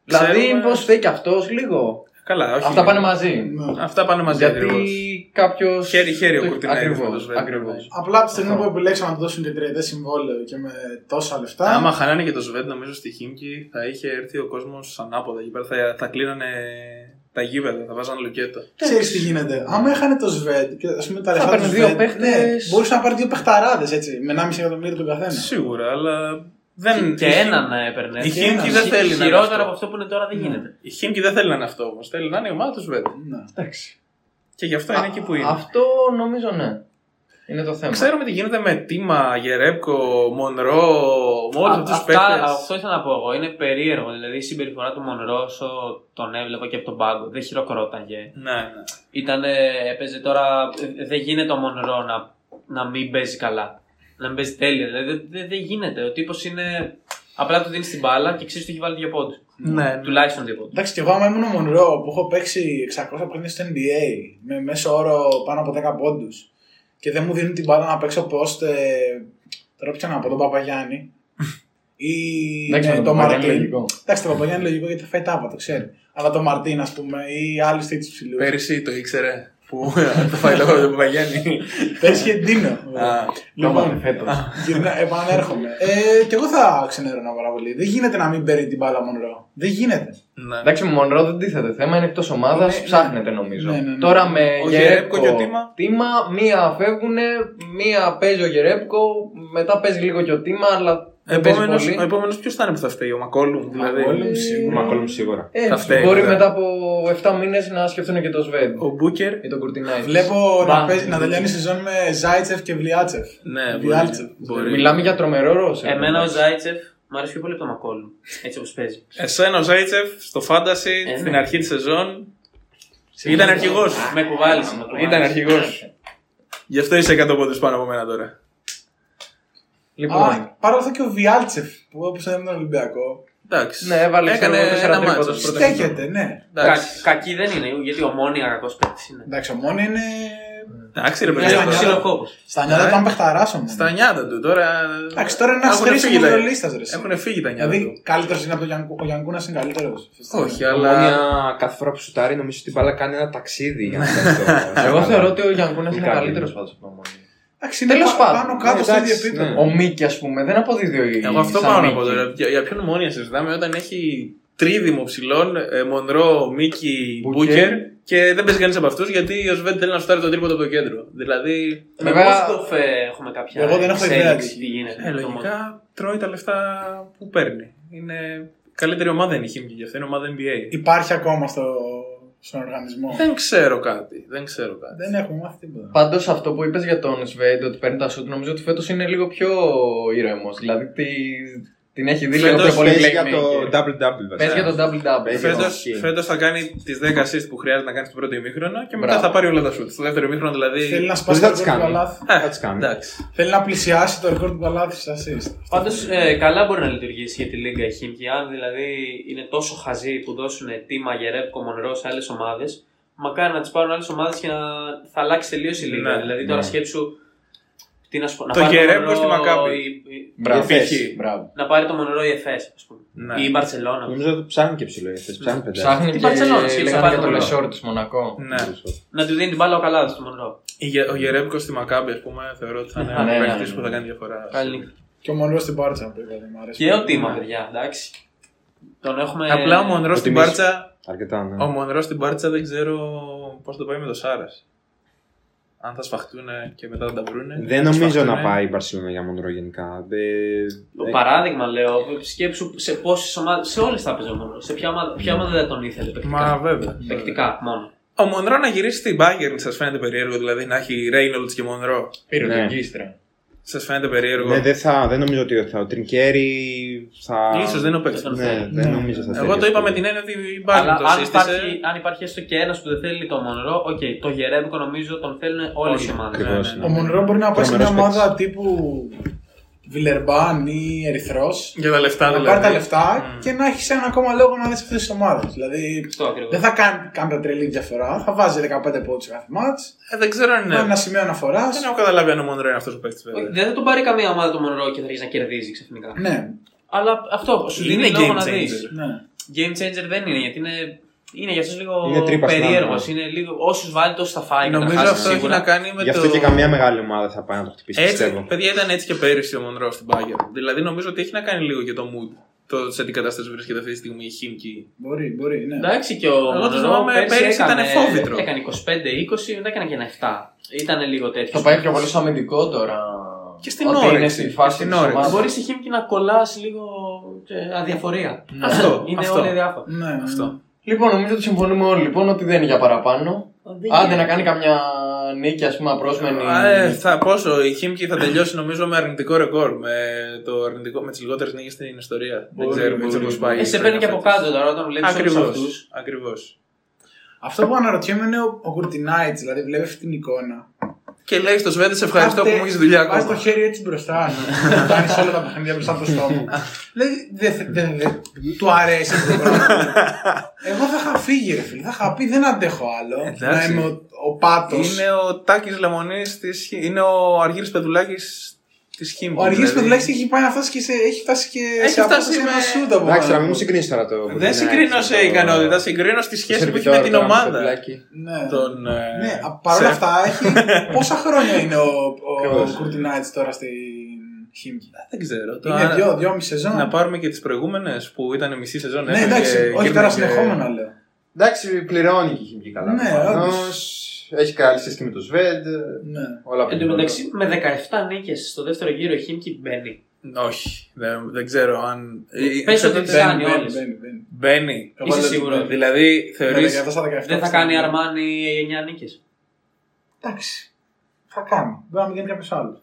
Δηλαδή, Ξέρουμε- μήπω φταίει και αυτός λίγο. Καλά, όχι. Αυτά πάνε μαζί. Ναι. Αυτά πάνε μαζί. Γιατί ακριβώς. κάποιος. Χέρι-χέρι ο Κουρτινέιδης με τον Ακριβώ. Σβέντ. Απλά από τη στιγμή Αυτό. που επιλέξαν να του δώσουν και τριετέ συμβόλαιο και με τόσα λεφτά. Άμα χανάνε και το Σβέντ, νομίζω στη Χίμκι θα είχε έρθει ο κόσμος ανάποδα εκεί πέρα. Θα, θα κλείνανε τα γήπεδα, θα βάζανε λουκέτο. Ξέρεις τι γίνεται. Άμα έχανε το ΣΒΕΤ και ας πούμε τα λεφτά. έπαιρνε του δύο ΣΒΕΤ, παίχτες. Ναι, μπορούσε να πάρει δύο παιχταράδες έτσι. Με 1,5 εκατομμύριο τον καθένα. Σίγουρα, αλλά δεν. Και η Χίμ- έναν έπαιρνε. Η Χίμκι δεν θέλει Χι- να είναι αυτό. Ναι. Χειρότερο από αυτό που είναι τώρα δεν γίνεται. Η Χίμκι δεν θέλει να είναι αυτό όμως. Θέλει να είναι η ομάδα τους Σβέντ. Ναι. Και γι' αυτό είναι εκεί που είναι. Αυτό νομίζω ναι. Είναι το θέμα. Ξέρουμε τι γίνεται με Τίμα, Γερέπκο, Μονρό, με όλους τους αυτά, αυτό παίχτε. ήθελα να πω εγώ. Είναι περίεργο. Δηλαδή η συμπεριφορά του Μονρό όσο τον έβλεπα και από τον πάγκο δεν χειροκρόταγε. Ναι, ναι. Ήτανε, έπαιζε τώρα. ε, Δεν γίνεται ο Μονρό να, να μην παίζει καλά. Να μην παίζει τέλεια. Δηλαδή δεν δεν- δεν γίνεται. Ο τύπος είναι. Απλά του δίνεις την μπάλα και ξέρεις ότι έχει βάλει δύο πόντους. Ναι. Τουλάχιστον τίποτα. Εντάξει, και εγώ άμα ήμουν ο Μονρό που έχω παίξει 600 παιχνίδια στο NBA με μέσο όρο πάνω από 10 πόντους και δεν μου δίνουν την μπάλα να παίξω post. Ε, τώρα πια να πω τον Παπαγιάννη. ή Εντάξει, με ναι, τον τον Παπαγιάννη Μαρτίν. λογικό. Εντάξει, τον Παπαγιάννη λογικό γιατί θα φάει τάπα, το ξέρει. Αλλά τον Μαρτίν, ας πούμε, ή άλλου τέτοιου ψηλούς. Πέρυσι το ήξερε. Που (laughs) ε, το φάει λόγω του Παπαγιάννη. (laughs) Πέρσι και Ντίνο. Α, Λοιπόν, φέτο. Γυρνά, επανέρχομαι. Ε, και εγώ θα ξενέρωνα πάρα πολύ. Δεν γίνεται να μην παίρνει την μπάλα Μονρό. Δεν γίνεται. ναι. Εντάξει, με Μονρό δεν τίθεται θέμα, είναι εκτός ομάδας, Ναι, ναι. ψάχνεται νομίζω. Ναι, ναι, ναι. Τώρα με Ο Γερέπκο Γερέπκο και ο Τίμα. Τίμα, μία φεύγουνε, μία παίζει ο Γερέπκο, μετά παίζει λίγο και ο Τίμα, αλλά δεν παίζει Επόμενος, πολύ. ο επόμενος ποιος θα είναι που θα φταίει, ο Μακόλουμ δηλαδή. Μακόλουμ, σίγουρα. Μακόλουμ σίγουρα. Ε, θα φταίει, μπορεί βέβαια. μετά από 7 μήνες να σκεφτούν και το Σβέντ Ο Μπούκερ. ή τον Κουρτινάι. Βλέπω Μπα, να, παίζει, να ναι. τελειώνει η σεζόν με Ζάιτσεφ και Βλιάτσεφ. Ναι, Βιάλτσεφ. μπορεί. μπορεί. Μιλάμε για τρομερό ρόλο. Ναι. Εμένα ο Ζάιτσεφ μου αρέσει πιο πολύ από τον Μακόλου. Έτσι όπως παίζει. Εσένα ο Ζάιτσεφ στο Fantasy Ε, στην ναι. αρχή της σεζόν. Ήταν αρχηγός. Με κουβάλισε. με κουβάλισε. Ήταν αρχηγός. Γι' αυτό είσαι 100 πόντους πάνω από μένα τώρα. Λοιπόν, Α, παρόλο αυτό και ο Βιάλτσεφ που όπω έδινε τον Ολυμπιακό. Εντάξει. ναι, έβαλε Έκανε ξέρω εγώ, τέσσερα ένα τρίποτα μάτσο. στο πρώτο Στέκεται, ναι. Εντάξει. Κα- κακή δεν είναι, γιατί ο Μόνια κακός παίκτης είναι. Εντάξει, ο Μόνη είναι. Εντάξει, ρε Ναι, παιδιά. Είναι ναι. ο ξυλοκόπο. Στα νιάτα του αν παιχταράς ο Μόνη. Στα νιάτα του τώρα. Εντάξει, τώρα είναι ένας Έχουν χρήσιμος φύγει, δηλαδή. λέει. ρολίστας ρε. Έχουν φύγει τα νιάτα του. Δηλαδή καλύτερος είναι από τον Γιανκού. Ο Γιανκούνα είναι καλύτερος. Όχι, Αλλά... αλλά. κάθε φορά που σουτάρει νομίζω ότι η μπάλα κάνει ένα ταξίδι για να φτάσει στο- γύρο. Εγώ θεωρώ ότι ο Γιανκούνα είναι Μην καλύτερο κάνουμε. πάντως από τον Μόνι. Εντάξει, είναι Τέλος πα- πάντων. πάνω κάτω Ναι, στο ίδιο εντάξει, ναι. επίπεδο. Ο Μίκη, ας πούμε, δεν αποδίδει. Εγώ αυτό σαν πάω να Μίκη. πω τώρα. Για, για ποιον μόνια συζητάμε όταν έχει τρίδημο ψηλών, ε, Μονρό, Μίκη, Μπούκερ. Μπούκερ και δεν παίζει κανείς από αυτούς γιατί ο Σβέντ θέλει να φτάρει τον τρίποντο από το κέντρο. Δηλαδή. Με Βέβαια- Μόστοφ ε, έχουμε κάποια Εγώ δεν έχω ιδέα εξέλιξη, τι. τι γίνεται. Ε, με το Μόστοφ. λογικά τρώει τα λεφτά που παίρνει. Είναι καλύτερη ομάδα είναι η Χίμικη γι' αυτό, είναι ομάδα NBA. Υπάρχει ακόμα στο, στον οργανισμό. Ε, Δεν ξέρω κάτι. Δεν ξέρω κάτι. Δεν έχουμε μάθει τίποτα. Πάντως αυτό που είπες για τον Σβέντ ότι παίρνει τα σουτ, νομίζω ότι φέτος είναι λίγο πιο ήρεμος. Δηλαδή τη... την έχει δει λίγο Φέτος πιο πολύ παίζει για το playmaker. double-double Πες για βασικά. τον double double. Παίζει για Φέτος, ισχύει. φέτος θα κάνει τις 10 assist που χρειάζεται να κάνει στο πρώτο ημίχρονο και μετά Μπράβο. θα πάρει όλα τα σουτ. Στο δεύτερο ημίχρονο δηλαδή. Θέλει να σπάσει Ε, Δεν το θα τις ρεκόρ του κάνει. Παλάθη. Ε, Θα τις κάνει. Εντάξει. Θέλει να πλησιάσει το ρεκόρ του Παλάθη στα assist. Πάντως ε, καλά μπορεί να λειτουργήσει για τη Λίγκα η Χίμκι. Αν δηλαδή είναι τόσο χαζοί που δώσουν τίμα Γερέπκο Μονρό σε άλλες ομάδες, μακάρι να τις πάρουν άλλες ομάδες και να θα αλλάξει τελείως η Λίγκα. Ναι, δηλαδή τώρα σκέψου. Τι να σου πω, να Το πάρει Γερέπκο Μονρό στη Μακάμπη. η- η- Μπράβο. Εφές. Π.χ. Μπράβο. Να πάρει το Μονρό η Εφές, ας πούμε. Ναι. Ή η Μπαρσελόνα. Νομίζω ότι ψάχνει και ψηλό. θες, Ψάχνει πεντάρι. Ψάχνει Την και Barcelona, σκέψε, λέγανε πάρε για το τον Λεσόρ της Μονακό. Ναι. Να του δίνει την μπάλα ο Καλάδη του Μονρό. Η Γε- Ο Γερέμκο στη Μακάμπη, ας πούμε, θεωρώ ότι θα είναι Ναι, ένα ναι, παίκτης ναι. που θα κάνει διαφορά. Καλή νύχτα. Και ο Μονρό στην Πάρτσα που είπατε. Μ' αρέσει. Και ο Τίμα, παιδιά, εντάξει. Τον έχουμε. Απλά ο Μονρό στην προτιμήσω. Πάρτσα. Αρκετά, ναι. Ο Μονρό στην Πάρτσα δεν ξέρω πώς το πάει με το Σάρας. Αν θα σφαχτούν και μετά θα τα βρούνε. Δεν θα νομίζω να σφαχτούνε. πάει η Μπαρσελόνα για Μονρό γενικά. Ε, Το ε, Ναι. παράδειγμα λέω, σκέψου σε πόσες ομάδες. Σε όλες τα παίζει ο Μονρό. Σε ποια ομάδα, ποια ομάδα δεν τον ήθελε παικτικά. Μα βέβαια. Παικτικά μόνο. Ο Μονρό να γυρίσει στην Bayern σας φαίνεται περίεργο, δηλαδή να έχει Reynolds και Μονρό. Πήρε Ναι. τον Κίστρα. Σας φαίνεται περίεργο. Ναι, δεν, θα, δεν νομίζω ότι θα. Ο Τρινκέρι θα. Ίσως δεν είναι ο παίκτης. Ναι, δεν νομίζω θα Εγώ το θέλει. είπα με την έννοια ότι η Αλλά Bayern το αν σύστησε. υπάρχει, αν υπάρχει έστω και ένας που δεν θέλει το Μονρό, οκ, το Γερέμπικο νομίζω τον θέλουν όλε οι Όλοι, ομάδε. Ακριβώς, Ναι, ναι, Ο ναι. Μονρό μπορεί να πάει σε μια Τρομερός ομάδα τύπου Βιλερμπάν ή Ερυθρός. Για τα Ναι, λεφτά Να δηλαδή. πάρει τα λεφτά Mm. και να έχεις ένα ακόμα λόγο να δεις αυτές τις ομάδες. Δηλαδή Αυτό ακριβώς. δεν θα κάνει κάποια τρελή διαφορά. Θα βάζει 15 πόντου κάθε μάτ. Ε, δεν ξέρω αν Ναι. είναι. Ένα σημείο αναφοράς. Δεν έχω καταλάβει αν ο Μονρό είναι αυτός που παίκτης βέβαια. Δεν θα τον πάρει καμία ομάδα το Μονρό και θα αρχίσει να κερδίζει ξαφνικά. Ναι, Αλλά αυτό σου Είναι δίνει λόγο game να δεις. changer. ναι. Game changer δεν είναι γιατί είναι. Είναι για αυτούς λίγο Είναι τρύπα στην περίεργο. άμυνα. Είναι λίγο. Όσους βάλει, τόσου θα φάει. Νομίζω καταρχάς, αυτό έχει σίγουρα. να κάνει με Γι' αυτό το. και καμία μεγάλη ομάδα θα πάει να το χτυπήσει, Έτσι, πιστεύω. παιδιά, ήταν έτσι και πέρυσι ο Μονρός στην Bayern. Δηλαδή, νομίζω ότι έχει να κάνει λίγο και το mood. Το σε τι κατάσταση βρίσκεται αυτή τη στιγμή η Χίμκι. Μπορεί, μπορεί. Ναι. Εντάξει και ο το Μονρό θυμάμαι, πέρυσι έκανε- ήταν φόβητρο. Έκανε 25-20, μετά έκανε και ένα 7. Ήταν λίγο τέτοιο. Το πάει πιο πολύ στο αμυντικό τώρα. Και στην Ότι όρεξη, Είναι στη και φάση στην της όρεξη. Μπορεί ομάδα. στη Χίμκι να κολλάς λίγο ε, αδιαφορία. Αυτό. Είναι αυτό. όλοι διάφορα. Ναι, ναι. Αυτό. Λοιπόν, νομίζω ότι συμφωνούμε όλοι λοιπόν ότι δεν είναι για παραπάνω. Άντε να κάνει καμιά νίκη, ας πούμε, απρόσμενη. Α, ε, θα, πόσο η Χίμκι θα τελειώσει νομίζω με αρνητικό ρεκόρ. Με, το αρνητικό, με τις λιγότερες νίκες στην ιστορία. Μπορεί, Δεν ξέρουμε έτσι μπορεί. πώ πάει. Ε, σε παίρνει και από κάτω τώρα όταν βλέπεις όλους Ακριβώς. αυτούς. Ακριβώς. Αυτό που αναρωτιέμαι είναι ο, ο Κουρτινάιτ, δηλαδή βλέπεις αυτή την εικόνα. και λέει στο Σβέντε, σε ευχαριστώ που μου έχεις δουλειά Βάζει το ακόμα. χέρι έτσι μπροστά. ναι. να Κάνεις όλα τα παιχνίδια μπροστά από το στόμα. Δηλαδή, δεν θε- δεν- δεν- του αρέσει αυτό το πράγμα. Εγώ θα είχα φύγει, ρε φίλε. Θα είχα πει δεν αντέχω άλλο. Να Εντάξει. είμαι ο, ο πάτος. Είναι ο Τάκης Λεμονής, είναι ο Αργύρης Πεδουλάκη τη Χίμη. Ο Αργύρης Πεδουλάκης έχει πάει να φτάσει και σε, έχει φτάσει και δηλαδή. Έχει σε φτάσει απόσταση με- ένα σούτ από Εντάξει, πάνω. να μην μου συγκρίνεις τώρα το. Δεν συγκρίνω σε ικανότητα, συγκρίνω στη σχέση που έχει με την ομάδα. Ναι. Τον, ε, Ναι, α- παρόλα σε- αυτά έχει. Πόσα χρόνια είναι ο, ο Ακριβώς. Κουρτινάιτς τώρα στην Χίμκι. Δεν ξέρω. το Είναι αν- δυο, δυόμιση σεζόν. Να πάρουμε και τις προηγούμενες που ήταν μισή σεζόν. Ναι, έφυγε εντάξει, και όχι τώρα έμεινε- συνεχόμενα λέω. Εντάξει, πληρώνει και η Χίμικη καλά. Ναι, προφανώς. Έχει καλή σχέση και με το Σβέντ. Ναι. Όλα Εν τω μεταξύ, με 17 νίκες στο δεύτερο γύρο η Χίμκι μπαίνει. Όχι, δεν, δεν ξέρω αν. ε, Πες ότι ξέρω- τις κάνει όλες. μπαίνει, μπαίνει. Μπαίνει. Είσαι Βάλε- σίγουρο. Δηλαδή θεωρεί. Ναι, 17 στα 17 Δεν θα στα κάνει 17. Αρμάνι 9 νίκες. Εντάξει. Θα κάνει. Μπορεί να μην κάνει κάποιος άλλος.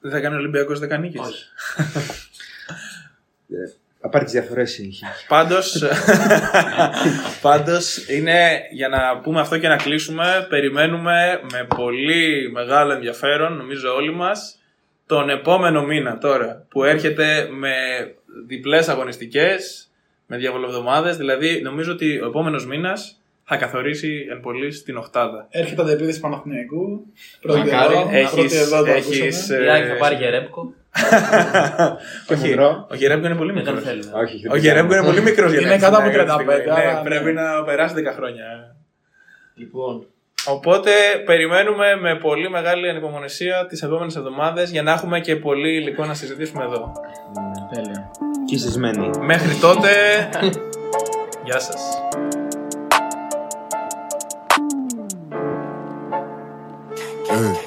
Δεν θα κάνει Ολυμπιακό δεκανίκε. Όχι. Θα πάρεις τι διαφορές η Χίμικη. Πάντως. (laughs) πάντως είναι για να πούμε αυτό και να κλείσουμε. Περιμένουμε με πολύ μεγάλο ενδιαφέρον, νομίζω όλοι μας, τον επόμενο μήνα τώρα που έρχεται με διπλές αγωνιστικές, με διαβολοβδομάδες. Δηλαδή, νομίζω ότι ο επόμενος μήνας θα καθορίσει εν πολύ την οχτάδα. Έρχεται τα επίδεση Παναθηναϊκού. Πρώτη Μακάρι. εδώ, πρώτη Έχεις, εδώ το έχεις, ακούσαμε. ε, Η Άκη θα πάρει Γερέμκο. όχι, Χοντρό. ο Γερέμπκο είναι πολύ Δεν τον μικρός. θέλουμε. Όχι, Ο Γερέμπκο είναι πολύ μικρός για Ναι. Είναι να έρθει κάτω στην από Αγγλία αυτή τη 35, στιγμή. Ναι, άρα, πρέπει ναι. να περάσει 10 χρόνια. Λοιπόν, Οπότε περιμένουμε με πολύ μεγάλη ανυπομονησία τις επόμενες εβδομάδες για να έχουμε και πολύ υλικό να συζητήσουμε εδώ. τέλεια. Κυσισμένη. Μέχρι τότε, γεια σας. Ayy.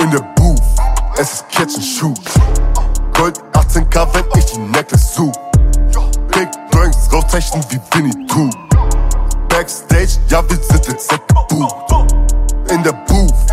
In the booth, es ist Catch and Shoot. Gold 18 K, wenn ich die Necklace zu. Big Brains, rauszeichnen wie Winnie Two. Backstage, ja, wir sind in Sack Boot. In der Booth,